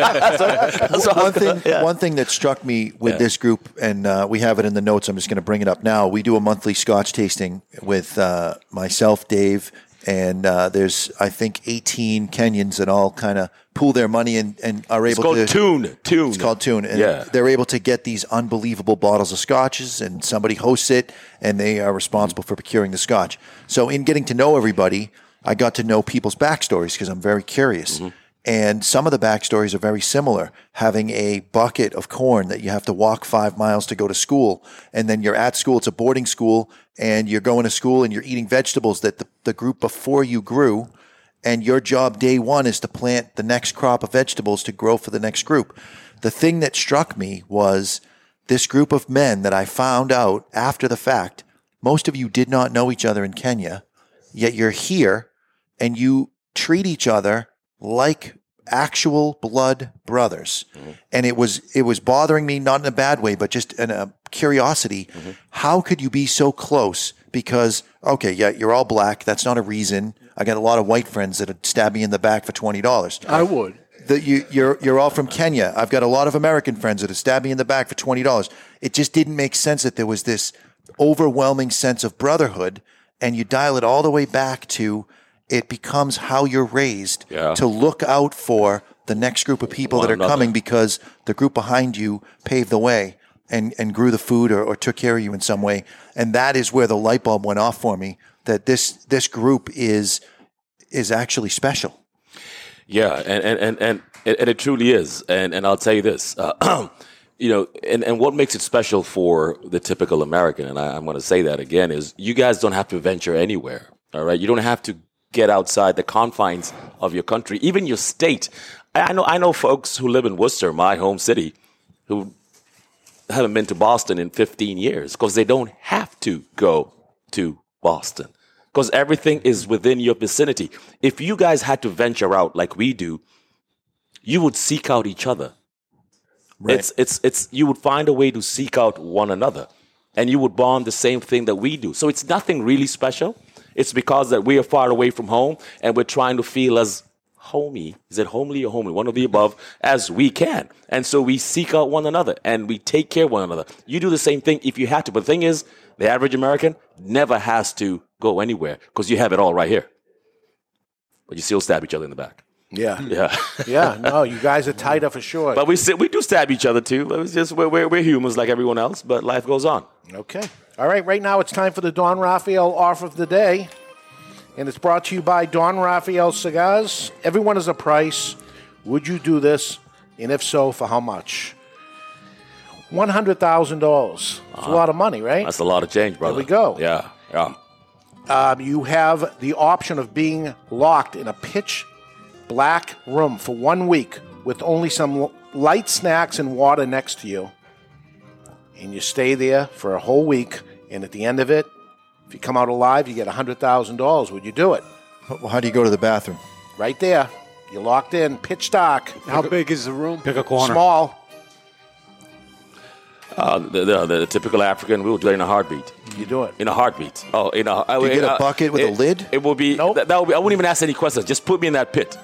Speaker 3: one thing, one thing that struck me with
Speaker 5: Yeah.
Speaker 3: this group, and uh, we have it in the notes. I'm just going to bring it up now. We do a monthly Scotch tasting with uh, myself, Dave, and uh, there's I think 18 Kenyans that all kind of pool their money and, and are
Speaker 11: It's
Speaker 3: able to
Speaker 11: called Tune. Tune.
Speaker 3: It's called Tune, and
Speaker 11: Yeah.
Speaker 3: they're able to get these unbelievable bottles of scotches, and somebody hosts it, and they are responsible for procuring the scotch. So, in getting to know everybody, I got to know people's backstories because I'm very curious.
Speaker 11: Mm-hmm.
Speaker 3: And some of the backstories are very similar. Having a bucket of corn that you have to walk five miles to go to school. And then you're at school, it's a boarding school, and you're going to school and you're eating vegetables that the, the group before you grew. And your job day one is to plant the next crop of vegetables to grow for the next group. The thing that struck me was this group of men that I found out after the fact most of you did not know each other in Kenya, yet you're here and you treat each other like actual blood brothers. And it was it was bothering me not in a bad way, but just in a curiosity. How could you be so close because okay, yeah, you're all black. That's not a reason. I got a lot of white friends that'd stab me in the back for twenty dollars.
Speaker 5: I would.
Speaker 3: That you you're you're all from Kenya. I've got a lot of American friends that'd stab me in the back for twenty dollars. It just didn't make sense that there was this overwhelming sense of brotherhood, and you dial it all the way back to it becomes how you're raised
Speaker 11: Yeah.
Speaker 3: to look out for the next group of people
Speaker 11: One
Speaker 3: that are
Speaker 11: another.
Speaker 3: coming because the group behind you paved the way and, and grew the food or, or took care of you in some way. And that is where the light bulb went off for me that this this group is is actually special.
Speaker 11: Yeah, and and and and, and, and it truly is. And and I'll tell you this, uh, you know, and and what makes it special for the typical American, and I, I'm going to say that again, is you guys don't have to venture anywhere. All right, you don't have to get outside the confines of your country, even your state. I, I know I know folks who live in Worcester, my home city, who haven't been to Boston in 15 years because they don't have to go to Boston because everything is within your vicinity. If you guys had to venture out like we do, you would seek out each other.
Speaker 3: Right.
Speaker 11: It's it's it's you would find a way to seek out one another, and you would bond the same thing that we do. So it's nothing really special. It's because that we are far away from home and we're trying to feel as homey. Is it homely or homely? One of the above, as we can. And so we seek out one another and we take care of one another. You do the same thing if you had to. But the thing is, the average American never has to go anywhere because you have it all right here. But you still stab each other in the back.
Speaker 2: Yeah.
Speaker 11: Yeah.
Speaker 2: Yeah, no, you guys are tighter for sure.
Speaker 11: But we sit, we do stab each other too. But it's just we're, we're, we're humans like everyone else. But life goes on.
Speaker 2: Okay. All right, right now it's time for the Don Raphael offer of the day. And it's brought to you by Don Raphael Cigars. Everyone is a price. Would you do this? And if so, for how much? $100,000. dollars It's a lot of money, right?
Speaker 11: That's a lot of change, brother.
Speaker 2: we go.
Speaker 11: Yeah, yeah.
Speaker 2: Um, you have the option of being locked in a pitch black room for one week with only some l- light snacks and water next to you. And you stay there for a whole week. And at the end of it, if you come out alive, you get $100,000. Would you do it?
Speaker 3: Well, how do you go to the bathroom?
Speaker 2: Right there. You're locked in, pitch dark. How big is the room?
Speaker 11: Pick a corner.
Speaker 2: Small.
Speaker 11: Uh, the, the, the typical African, we will do it in a heartbeat.
Speaker 2: You do it
Speaker 11: in a heartbeat. Oh, in a. I
Speaker 3: Do you
Speaker 11: in
Speaker 3: get a bucket with a lid?
Speaker 11: It will be. That, that will be. I wouldn't even ask any questions. Just put me in that pit.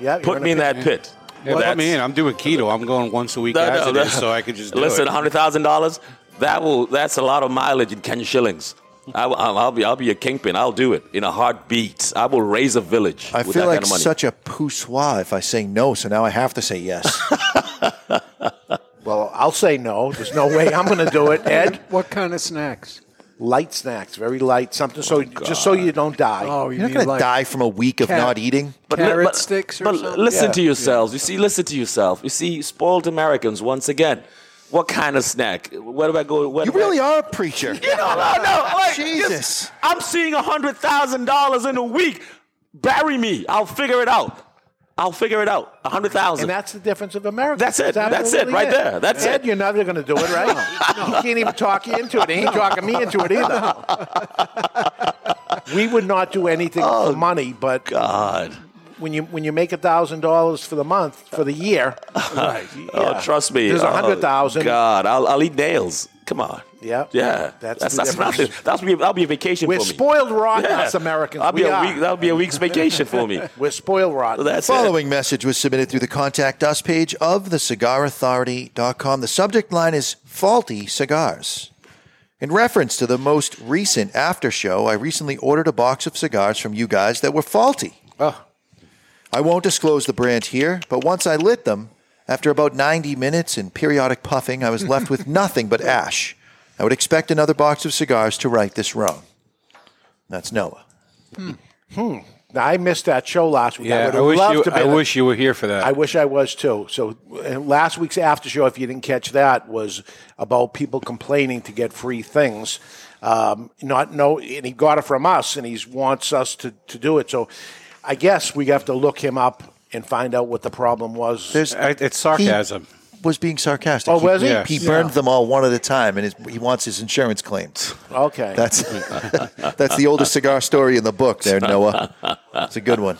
Speaker 2: Yeah,
Speaker 11: Put me in that pit.
Speaker 4: Yeah,
Speaker 11: That's-
Speaker 4: put me in. I'm doing keto. I'm going once a week
Speaker 11: No,
Speaker 4: as
Speaker 11: no,
Speaker 4: it
Speaker 11: no.
Speaker 4: is, so I could just do
Speaker 11: listen.
Speaker 4: it.
Speaker 11: Hundred thousand dollars. That will. That's a lot of mileage in Ken shillings. I, will I'll be. I'll be a kingpin. I'll do it in a heartbeat. I will raise a village.
Speaker 3: I
Speaker 11: with
Speaker 3: feel
Speaker 11: that
Speaker 3: like
Speaker 11: kind of money.
Speaker 3: such a poussoir if I say no, so now I have to say yes.
Speaker 2: Well, I'll say no. There's no way I'm going to do it, Ed.
Speaker 5: What kind of snacks?
Speaker 2: Light snacks, very light, something so
Speaker 11: Oh,
Speaker 2: just so you don't die.
Speaker 5: Oh,
Speaker 3: You're not going to die from a week of
Speaker 2: Cat-
Speaker 3: not eating.
Speaker 11: But li- but- but listen to yourselves. You see, listen to yourself. You see, spoiled Americans once again. What kind of snack? Where do I go? Where you
Speaker 3: really are a preacher.
Speaker 11: You know, no, no. Like, Jesus. I'm seeing hundred thousand dollars in a week. Bury me. I'll figure it out. I'll figure it out. A hundred thousand.
Speaker 2: And that's the difference of America.
Speaker 11: That's it. That's it right there. That's
Speaker 2: Ed,
Speaker 11: it.
Speaker 2: You're never going to do it, right? You can't even talk you into it. He ain't talking me into it either. we would not do anything for money, but
Speaker 11: Oh, God.
Speaker 2: When you when you make a thousand dollars for the month for the year,
Speaker 11: Oh, trust me.
Speaker 2: There's a
Speaker 11: Oh,
Speaker 2: hundred thousand.
Speaker 11: God, I'll, I'll eat nails. Come on.
Speaker 2: Yeah.
Speaker 11: Yeah.
Speaker 2: That's
Speaker 11: That's
Speaker 2: the
Speaker 11: that's
Speaker 2: difference.
Speaker 11: nothing. That's be that'll be a vacation
Speaker 2: We're
Speaker 11: for me.
Speaker 2: spoiled rotten,
Speaker 11: Yeah.
Speaker 2: us Americans.
Speaker 11: That'll be
Speaker 2: We
Speaker 11: a
Speaker 2: are.
Speaker 11: week. That'll be a week's vacation for me.
Speaker 2: We're spoiled rotten.
Speaker 11: That's it.
Speaker 3: following message was submitted through the contact us page of thecigarauthority.com. The subject line is faulty cigars. In reference to the most recent after show, I recently ordered a box of cigars from you guys that were faulty.
Speaker 11: Oh.
Speaker 3: I won't disclose the brand here, but once I lit them, after about 90 minutes and periodic puffing, I was left with nothing but ash. I would expect another box of cigars to right this wrong. That's Noah.
Speaker 2: Hmm. Now, I missed that show last week.
Speaker 4: Yeah,
Speaker 2: would
Speaker 4: I
Speaker 2: have
Speaker 4: wish
Speaker 2: loved
Speaker 4: you.
Speaker 2: to be
Speaker 4: I
Speaker 2: there.
Speaker 4: wish you were here for that.
Speaker 2: I wish I was too. So uh, last week's after show, if you didn't catch that, was about people complaining to get free things. Um, not no, and he got it from us, and he wants us to, to do it. So I guess we have to look him up and find out what the problem was.
Speaker 4: it's sarcasm.
Speaker 3: was being sarcastic.
Speaker 2: Oh, was he?
Speaker 3: He,
Speaker 2: Yes.
Speaker 3: burned
Speaker 2: Yeah.
Speaker 3: them all one at a time, and his, he wants his insurance claims.
Speaker 2: okay,
Speaker 3: That's that's the oldest cigar story in the book. There, Noah. It's a good one.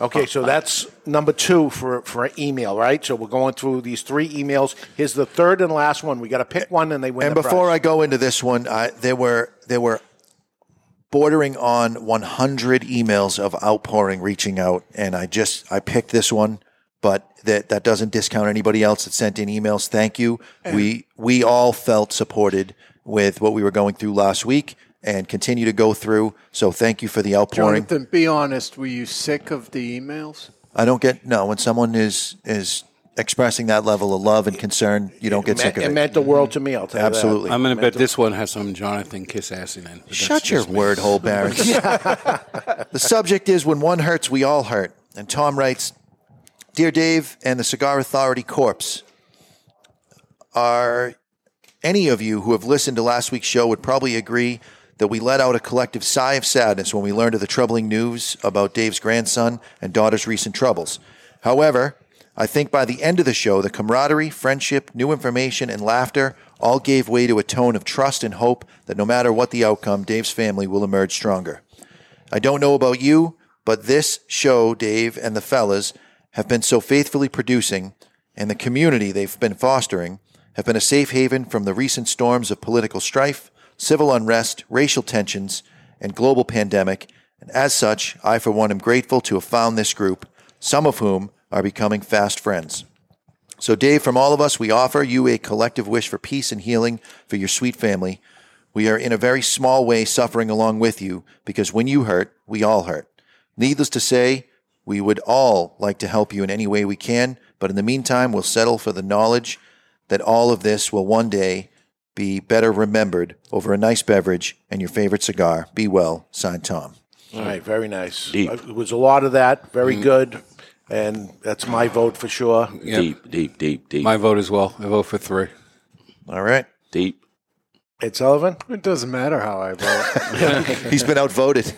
Speaker 2: Okay, so that's number two for for email, right? So we're going through these three emails. Here's the third and last one. We got to pick one, and they win.
Speaker 3: and
Speaker 2: the
Speaker 3: before
Speaker 2: prize.
Speaker 3: I go into this one, I, there were there were bordering on 100 emails of outpouring reaching out, and I just I picked this one, but that that doesn't discount anybody else that sent in emails. Thank you. We we all felt supported with what we were going through last week, and continue to go through. So thank you for the outpouring.
Speaker 5: Jonathan, be honest. Were you sick of the emails?
Speaker 3: I don't get no when someone is is expressing that level of love and concern. You don't get sick of
Speaker 2: it
Speaker 3: it.
Speaker 2: meant the world to me. I'll tell
Speaker 3: Absolutely.
Speaker 2: you that.
Speaker 4: I'm going to bet this one has some Jonathan Kiss ass in it. but
Speaker 3: Shut
Speaker 4: that's
Speaker 3: your
Speaker 4: just me.
Speaker 3: word hole, Barry. the subject is when one hurts, we all hurt. And Tom writes, "Dear Dave and the Cigar Authority Corpse, are any of you who have listened to last week's show would probably agree that we let out a collective sigh of sadness when we learned of the troubling news about Dave's grandson and daughter's recent troubles. However, I think by the end of the show, the camaraderie, friendship, new information, and laughter all gave way to a tone of trust and hope that no matter what the outcome, Dave's family will emerge stronger. I don't know about you, but this show, Dave and the fellas, have been so faithfully producing, and the community they've been fostering have been a safe haven from the recent storms of political strife, civil unrest, racial tensions, and global pandemic. And as such, I, for one, am grateful to have found this group, some of whom are becoming fast friends. So, Dave, from all of us, we offer you a collective wish for peace and healing for your sweet family. We are in a very small way suffering along with you because when you hurt, we all hurt. Needless to say, we would all like to help you in any way we can, but in the meantime, we'll settle for the knowledge that all of this will one day be better remembered over a nice beverage and your favorite cigar. Be well, signed Tom.
Speaker 2: All right, very nice.
Speaker 3: Deep. Mm.
Speaker 2: Uh, It was a lot of that. Very good, and that's my vote for sure.
Speaker 11: Deep, deep, deep, deep.
Speaker 4: My vote as well. I vote for three.
Speaker 3: All right.
Speaker 11: Deep.
Speaker 2: It's Sullivan.
Speaker 5: It doesn't matter how I vote.
Speaker 3: He's been outvoted.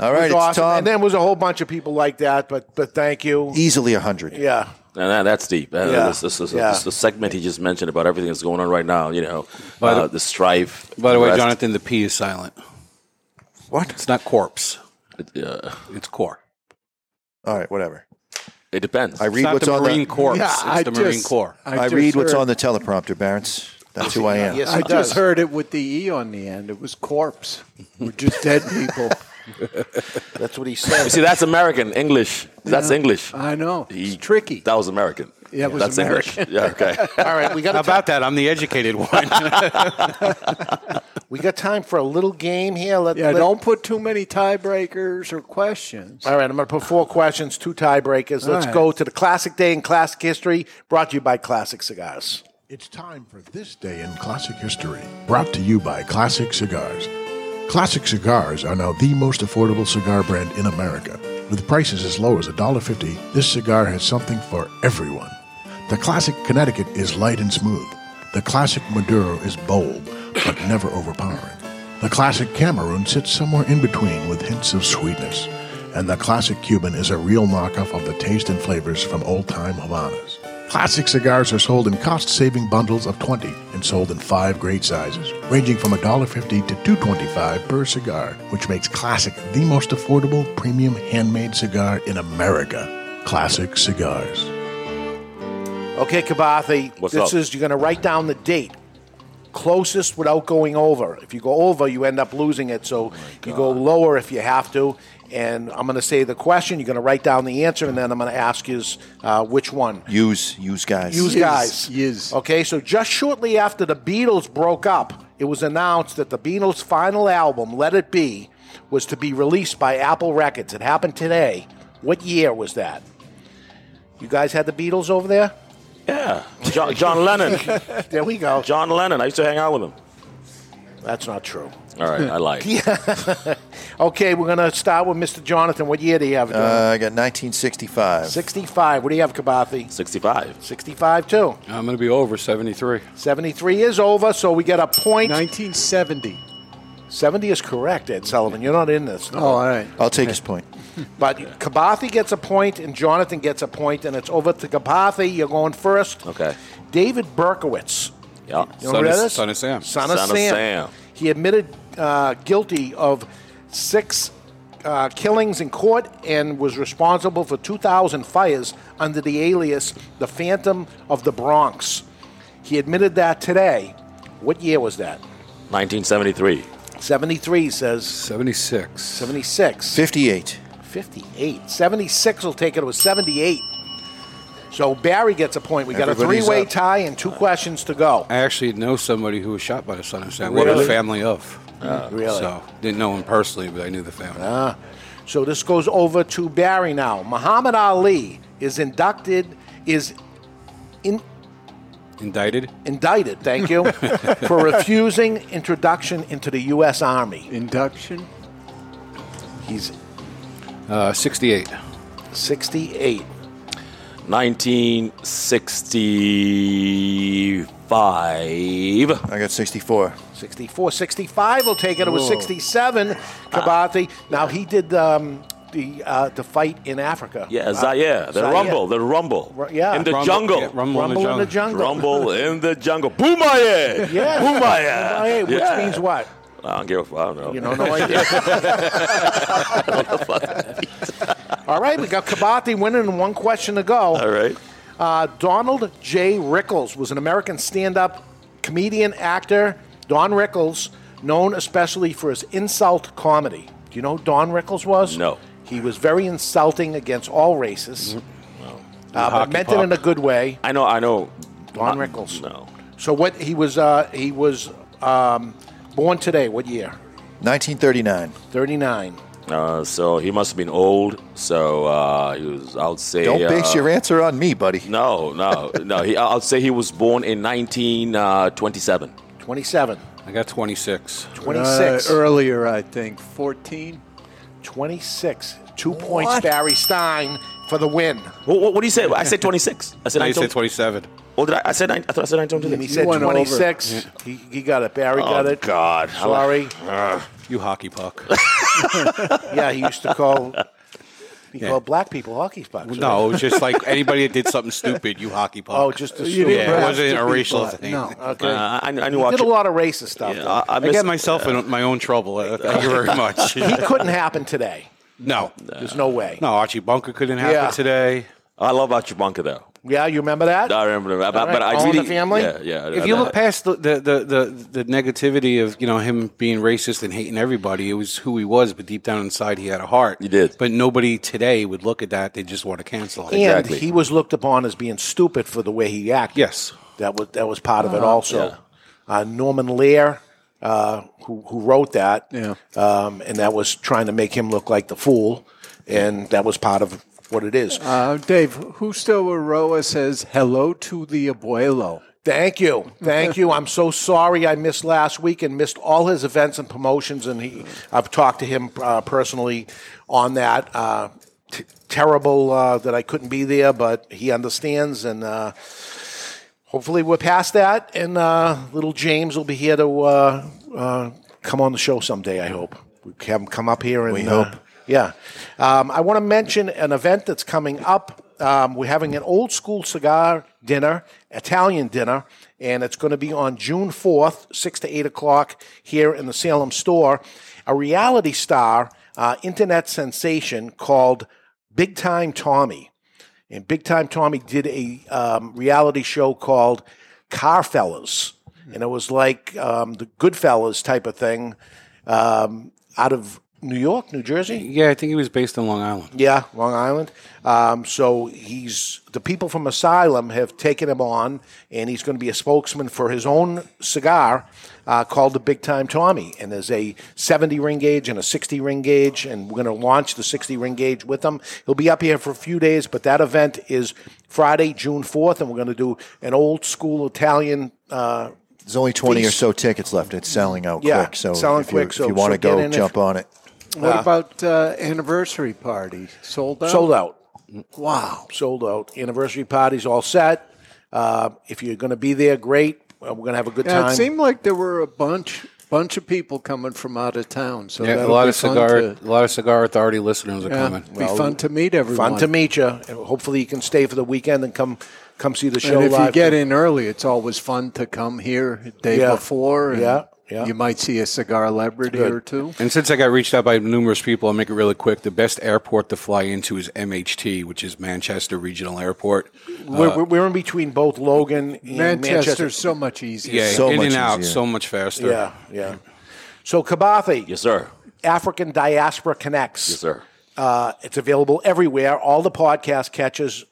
Speaker 3: All right,
Speaker 2: It was
Speaker 3: it's
Speaker 2: awesome.
Speaker 3: Tom.
Speaker 2: And then was a whole bunch of people like that, but but thank you.
Speaker 3: Easily a hundred.
Speaker 2: Yeah.
Speaker 11: Now that, that's deep. That-
Speaker 2: Yeah.
Speaker 11: that's- that's- that's-
Speaker 2: Yeah.
Speaker 11: that's the segment he just mentioned about everything that's going on right now, you know,
Speaker 4: By
Speaker 11: uh,
Speaker 4: the-
Speaker 11: the, strife.
Speaker 4: By the way,
Speaker 11: unrest.
Speaker 4: Jonathan, the P is silent.
Speaker 3: What?
Speaker 4: It's not corpse.
Speaker 11: uh,
Speaker 4: it's core.
Speaker 3: All right, whatever.
Speaker 11: It depends.
Speaker 3: I
Speaker 4: It's
Speaker 3: read
Speaker 4: not
Speaker 3: what's
Speaker 4: the
Speaker 3: on
Speaker 4: Marine
Speaker 3: the
Speaker 4: Corps. Yeah, It's I the Marine just- Corps.
Speaker 3: I,
Speaker 5: I
Speaker 3: read
Speaker 5: just
Speaker 3: what's
Speaker 5: heard-
Speaker 3: on the teleprompter, Barents. That's who I am.
Speaker 5: I just heard it with the E on the end. It was corpse. We're just dead people.
Speaker 2: That's what he
Speaker 11: You see, that's American English. That's
Speaker 5: Yeah.
Speaker 11: English.
Speaker 5: I know.
Speaker 11: It's
Speaker 5: tricky.
Speaker 11: That was American.
Speaker 5: Yeah, it was
Speaker 11: that's English.
Speaker 5: American.
Speaker 11: Yeah, okay.
Speaker 2: All right, we got
Speaker 4: How about that? I'm the educated one.
Speaker 2: we got time for a little game here. Let,
Speaker 5: Yeah,
Speaker 2: let-
Speaker 5: don't put too many tiebreakers or questions.
Speaker 2: All right, I'm going to put four questions, two tiebreakers.
Speaker 5: All
Speaker 2: Let's
Speaker 5: right.
Speaker 2: go to the classic day in classic history, brought to you by Classic Cigars.
Speaker 12: It's time for this day in classic history, brought to you by Classic Cigars. Classic Cigars are now the most affordable cigar brand in America. With prices as low as $1.50, this cigar has something for everyone. The Classic Connecticut is light and smooth. The Classic Maduro is bold, but never overpowering. The Classic Cameroon sits somewhere in between with hints of sweetness. And the Classic Cuban is a real knockoff of the taste and flavors from old time Havanas. Classic cigars are sold in cost saving bundles of 20 and sold in five great sizes, ranging from $1.50 to $2.25 per cigar, which makes Classic the most affordable premium handmade cigar in America. Classic Cigars.
Speaker 2: Okay, Kabathi,
Speaker 12: What's
Speaker 2: this
Speaker 12: up?
Speaker 2: is you're going to write down the date closest without going over. If you go over, you end up losing it.
Speaker 12: Oh
Speaker 2: So you go lower if you have to. And I'm going to say the question. You're going to write down the answer, and then I'm going to ask you uh, which one.
Speaker 3: Use, use guys.
Speaker 2: Use guys. Yes. Okay, so just shortly after the Beatles broke up, it was announced that the Beatles' final album, Let It Be, was to be released by Apple Records. It happened today. What year was that? You guys had the Beatles over there?
Speaker 11: Yeah. John, John Lennon.
Speaker 2: there we go.
Speaker 11: John Lennon. I used to hang out with him.
Speaker 2: That's not true.
Speaker 11: All right. I like.
Speaker 2: Yeah. okay, we're going to start with Mr. Jonathan. What year do you have?
Speaker 3: Uh, I got 1965.
Speaker 2: 65. What do you have, Kabathi?
Speaker 11: 65.
Speaker 2: 65, too.
Speaker 4: I'm going to be over 73.
Speaker 2: 73 is over, so we get a point. 1970. 70 is correct, Ed Sullivan. You're not in this. No.
Speaker 5: Oh, all right.
Speaker 3: I'll take his point.
Speaker 2: But Kabathi gets a point, and Jonathan gets a point, and it's over to Kabathi. You're going first.
Speaker 11: Okay.
Speaker 2: David Berkowitz.
Speaker 11: Yeah.
Speaker 2: You remember this?
Speaker 4: Son of Sam.
Speaker 2: Son of Sam. He admitted uh, guilty of six uh, killings in court and was responsible for 2,000 fires under the alias the Phantom of the Bronx. He admitted that today. What year was that?
Speaker 11: 1973.
Speaker 2: 73 says. 76. 76.
Speaker 3: 58.
Speaker 2: 58. 76 will take it. It was 78. So Barry gets a point. We got a
Speaker 4: Everybody's
Speaker 2: three-way
Speaker 4: up.
Speaker 2: tie and two questions to go.
Speaker 4: I actually know somebody who was shot by the son of Sam. What a
Speaker 2: Really?
Speaker 4: family of.
Speaker 2: Oh, really?
Speaker 4: So didn't know him personally, but I knew the family.
Speaker 2: Ah, so this goes over to Barry now. Muhammad Ali is inducted, is in,
Speaker 4: Indicted.
Speaker 2: indicted, thank you, for refusing introduction into the U.S. Army. Induction? He's
Speaker 4: Uh, 68.
Speaker 2: 68.
Speaker 11: 1965. I
Speaker 3: got 64.
Speaker 2: 64. 65 will take it. It was
Speaker 11: Whoa.
Speaker 2: 67, Kabati. Now, he did um, the uh, the fight in Africa.
Speaker 11: Yeah,
Speaker 2: Uh,
Speaker 11: Zaire, the
Speaker 2: Zaire.
Speaker 11: rumble, the rumble.
Speaker 2: Ru- yeah.
Speaker 11: In the
Speaker 2: Rumble,
Speaker 11: jungle.
Speaker 2: yeah, rumble in the Rumble in the jungle. jungle.
Speaker 11: Rumble in the jungle. Boomaye!
Speaker 2: Yeah.
Speaker 11: Boomaye!
Speaker 2: Boomaye, which means what?
Speaker 11: I don't give a fuck. I don't know.
Speaker 2: You know, no idea. All right, we got Kabati winning and one question to go. All
Speaker 11: right.
Speaker 2: Uh, Donald J. Rickles was an American stand up comedian, actor, Don Rickles, known especially for his insult comedy. Do you know who Don Rickles was?
Speaker 11: No.
Speaker 2: He was very insulting against all races, uh, but
Speaker 11: Mm-hmm. Hockey
Speaker 2: meant it
Speaker 11: puck.
Speaker 2: in a good way.
Speaker 11: I know, I know.
Speaker 2: Don
Speaker 11: Uh,
Speaker 2: Rickles.
Speaker 11: No.
Speaker 2: So what he was uh, he was um, born today. What year?
Speaker 3: 1939.
Speaker 2: 39.
Speaker 11: Uh, so he must have been old. So uh, he was, I would say.
Speaker 3: Don't base
Speaker 11: uh,
Speaker 3: your answer on me, buddy.
Speaker 11: No, no, no. He, I- I'd say he was born in uh, 1927.
Speaker 2: 27.
Speaker 4: I got 26.
Speaker 2: 26.
Speaker 5: Uh, earlier, I think. 14?
Speaker 2: 26. Two points, Barry Stein, for the win.
Speaker 11: What, what, what do you say? I said 26. I said
Speaker 4: No, you
Speaker 11: 19.
Speaker 4: said 27.
Speaker 11: Oh, did I? I said nine, I thought I said 19.
Speaker 2: And he said 26. He, he got it. Barry
Speaker 11: Oh,
Speaker 2: got it.
Speaker 11: God.
Speaker 2: Sorry.
Speaker 4: You hockey puck.
Speaker 2: yeah, he used to call he
Speaker 4: Yeah.
Speaker 2: called black people hockey spots.
Speaker 4: No, it was just like anybody that did something stupid, you hockey puck.
Speaker 2: Oh, just a
Speaker 4: yeah,
Speaker 2: stupid.
Speaker 4: it wasn't a racial thing.
Speaker 2: Okay.
Speaker 11: Uh,
Speaker 4: knew
Speaker 2: he
Speaker 4: I
Speaker 2: did a
Speaker 4: should-
Speaker 2: lot of racist stuff.
Speaker 4: Yeah,
Speaker 2: though.
Speaker 4: I, I, get myself in my own trouble. Uh, thank you very much.
Speaker 2: he couldn't happen today.
Speaker 4: No,
Speaker 2: there's no way.
Speaker 4: No, Archie Bunker couldn't happen
Speaker 2: Yeah.
Speaker 4: today.
Speaker 11: I love Archie Bunker though.
Speaker 2: Yeah, you remember that?
Speaker 11: I remember that, but,
Speaker 2: All right,
Speaker 11: but I
Speaker 2: all in
Speaker 11: really,
Speaker 2: the family?
Speaker 11: Yeah, yeah.
Speaker 4: If you
Speaker 11: that-
Speaker 4: look past the, the, the, the, the negativity of you know him being racist and hating everybody, it was who he was, but deep down inside he had a heart. He did. But nobody today would look at that; they just want to cancel him.
Speaker 2: And he was looked upon as being stupid for the way he acted.
Speaker 4: Yes,
Speaker 2: that was that was part of it.
Speaker 4: Uh-huh.
Speaker 2: Also,
Speaker 4: Yeah.
Speaker 2: uh, Norman Lear, uh, who who wrote that,
Speaker 5: Yeah.
Speaker 2: um, and that was trying to make him look like the fool, and that was part of what it is.
Speaker 5: Uh, Dave, Justo Aroa says, hello to the abuelo.
Speaker 2: Thank you, thank you. I'm so sorry I missed last week and missed all his events and promotions. And he, I've talked to him uh, personally on that. Uh, t- terrible uh, that I couldn't be there, but he understands, and uh, hopefully we're past that. And uh, little James will be here to uh, uh, come on the show someday. I hope we have him come up here and
Speaker 3: We
Speaker 2: uh,
Speaker 3: hope.
Speaker 2: yeah. Um, I want to mention an event that's coming up. Um, we're having an old school cigar dinner, Italian dinner, and it's going to be on June 4th, 6 to 8 o'clock here in the Salem store. A reality star, uh, internet sensation called Big Time Tommy. And Big Time Tommy did a um, reality show called Carfellas. And it was like um, the Goodfellas type of thing um, out of New York, New Jersey.
Speaker 4: Yeah, I think he was based in Long Island.
Speaker 2: Yeah, Long Island. Um, so he's the people from Asylum have taken him on, and he's going to be a spokesman for his own cigar uh, called the Big Time Tommy. And there's a 70 ring gauge and a 60 ring gauge, and we're going to launch the 60 ring gauge with him. He'll be up here for a few days, but that event is Friday, June 4th, and we're going to do an old school Italian. Uh,
Speaker 3: There's only 20 or
Speaker 2: feast.
Speaker 3: so tickets left. It's selling out
Speaker 2: Yeah,
Speaker 3: quick. So
Speaker 2: selling
Speaker 3: if you,
Speaker 2: quick,
Speaker 3: if
Speaker 2: so-
Speaker 3: you want
Speaker 2: so
Speaker 3: to
Speaker 2: get
Speaker 3: go,
Speaker 2: in if-
Speaker 3: jump on it.
Speaker 5: What
Speaker 2: Uh,
Speaker 5: about uh, anniversary party? Sold out?
Speaker 2: Sold out.
Speaker 5: Wow.
Speaker 2: Sold out. Anniversary party's all set. Uh, if you're going to be there, great. Uh, We're going to have a good
Speaker 5: Yeah,
Speaker 2: time.
Speaker 5: it seemed like there were a bunch bunch of people coming from out of town. So
Speaker 4: yeah, a
Speaker 5: that'll
Speaker 4: lot
Speaker 5: be
Speaker 4: of
Speaker 5: fun
Speaker 4: cigar,
Speaker 5: to-
Speaker 4: a lot of cigar authority listeners are
Speaker 5: Yeah,
Speaker 4: coming.
Speaker 5: be fun to meet everyone.
Speaker 2: Fun to meet you. Hopefully, you can stay for the weekend and come come see the show
Speaker 5: and if
Speaker 2: live.
Speaker 5: you get in early, it's always fun to come here the day
Speaker 2: Yeah.
Speaker 5: before. and
Speaker 2: Yeah, yeah.
Speaker 5: You might see a cigar celebrity
Speaker 4: Good.
Speaker 5: or two.
Speaker 4: And since I got reached out by numerous people, I'll make it really quick. The best airport to fly into is MHT, which is Manchester Regional Airport.
Speaker 2: we're,
Speaker 4: Uh,
Speaker 2: we're- we're in between both Logan and Manchester.
Speaker 5: Manchester's so much easier.
Speaker 4: yeah, in and out so much faster.
Speaker 2: Yeah, yeah. So Kabathi.
Speaker 11: Yes, sir.
Speaker 2: African Diaspora Connects.
Speaker 11: Yes, sir.
Speaker 2: Uh, it's available everywhere. All the podcast catches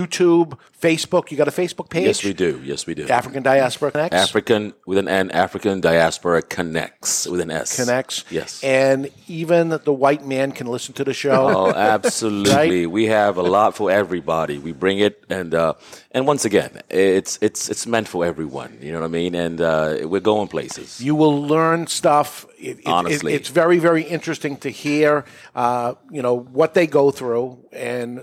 Speaker 2: YouTube, Facebook. You got a Facebook page?
Speaker 11: Yes, we do. Yes, we do.
Speaker 2: African Diaspora Connects.
Speaker 11: African with an N, African diaspora connects with an S.
Speaker 2: Connects.
Speaker 11: Yes.
Speaker 2: And even the white man can listen to the show.
Speaker 11: Oh, absolutely. We have a lot for everybody. We bring it, and uh, and once again, it's it's it's meant for everyone. You know what I mean? And uh, we're going places.
Speaker 2: You will learn stuff. It- it- it-
Speaker 11: Honestly.
Speaker 2: it's very, very interesting to hear, uh, you know, what they go through, and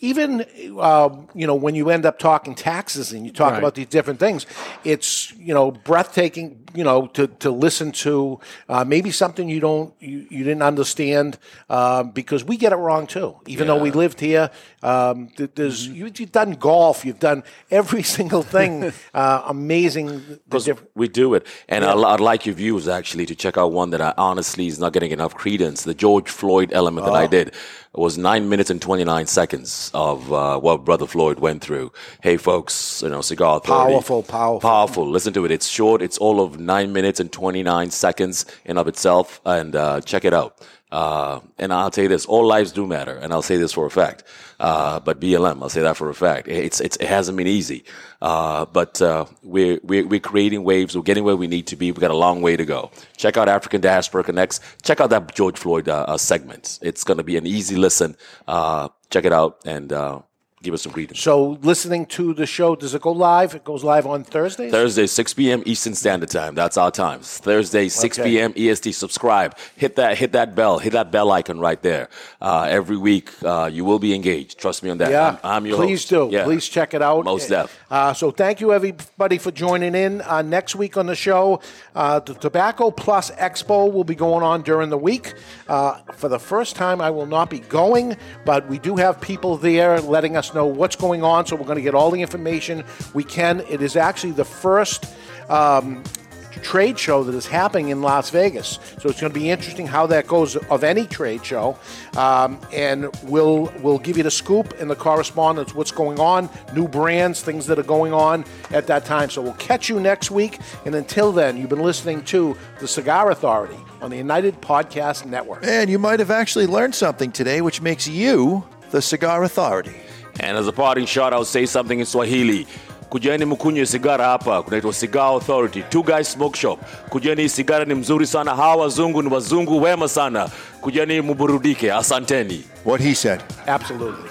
Speaker 2: even, uh, you know, when you end up talking taxes and you talk
Speaker 7: Right.
Speaker 2: about these different things, it's you know breathtaking, you know, to to listen to uh, maybe something you don't you, you didn't understand uh, because we get it wrong too, even though
Speaker 7: Yeah.
Speaker 2: we
Speaker 7: Mm-hmm.
Speaker 2: lived here. Um, th- there's you, you've done golf, you've done every single thing, uh, amazing. The diff-
Speaker 11: We do it. And I, I'd like your viewers actually to check out one that I honestly is not getting enough credence. The George Floyd element that I
Speaker 9: Oh.
Speaker 11: did was nine minutes and 29 seconds of uh, what Brother Floyd went through. Hey, folks, you know, Cigar Authority.
Speaker 2: Powerful, powerful.
Speaker 11: Powerful. Listen to it. It's short. It's all of nine minutes and 29 seconds in of itself. And uh, check it out. Uh, and I'll tell you this, all lives do matter. And I'll say this for a fact. Uh, but BLM, I'll say that for a fact. It's, it's, it hasn't been easy. Uh, but, uh, we're, we're, we're creating waves. We're getting where we need to be. We've got a long way to go. Check out African Diaspora Connects. Check out that George Floyd, uh, uh, segment. It's going to be an easy listen. Uh, check it out and, uh, give us some greetings.
Speaker 2: so Oh, listening to the show, does it go live? It goes live on Thursdays.
Speaker 11: Thursday, 6 p.m. Eastern Standard Time. That's our times. Thursday, 6
Speaker 2: Okay.
Speaker 11: p.m. EST. E Subscribe. Hit that. Hit that bell. Hit that bell icon right there. Uh, every week, uh, you will be engaged. Trust me on that.
Speaker 2: Yeah.
Speaker 11: I'm, I'm your
Speaker 2: Please
Speaker 11: host.
Speaker 2: do.
Speaker 11: Yeah.
Speaker 2: Please check it out.
Speaker 11: Most def.
Speaker 2: Uh, so thank you everybody for joining in. Uh, next week on the show, uh, the Tobacco Plus Expo will be going on during the week. Uh, for the first time, I will not be going, but we do have people there letting us know what's going on. So we're going to get all the information we can. It is actually the first. Um, trade show that is happening in Las Vegas. So it's going to be interesting how that goes of any trade show, um, and we'll we'll give you the scoop and the correspondence, what's going on, new brands, things that are going on at that time. So we'll catch you next week, and until then, you've been listening to the Cigar Authority on the United Podcast Network.
Speaker 3: And you might have actually learned something today, which makes you the cigar authority.
Speaker 11: And as a parting shot, I'll say something in Swahili. Kujeni mkunywe sigara hapa, kunaitwa Cigar Authority, Two Guys Smoke Shop. Kujeni hii sigara ni mzuri sana, hawa wazungu ni wazungu wema sana. Kujeni muburudike, asanteni.
Speaker 3: What he said.
Speaker 2: Absolutely.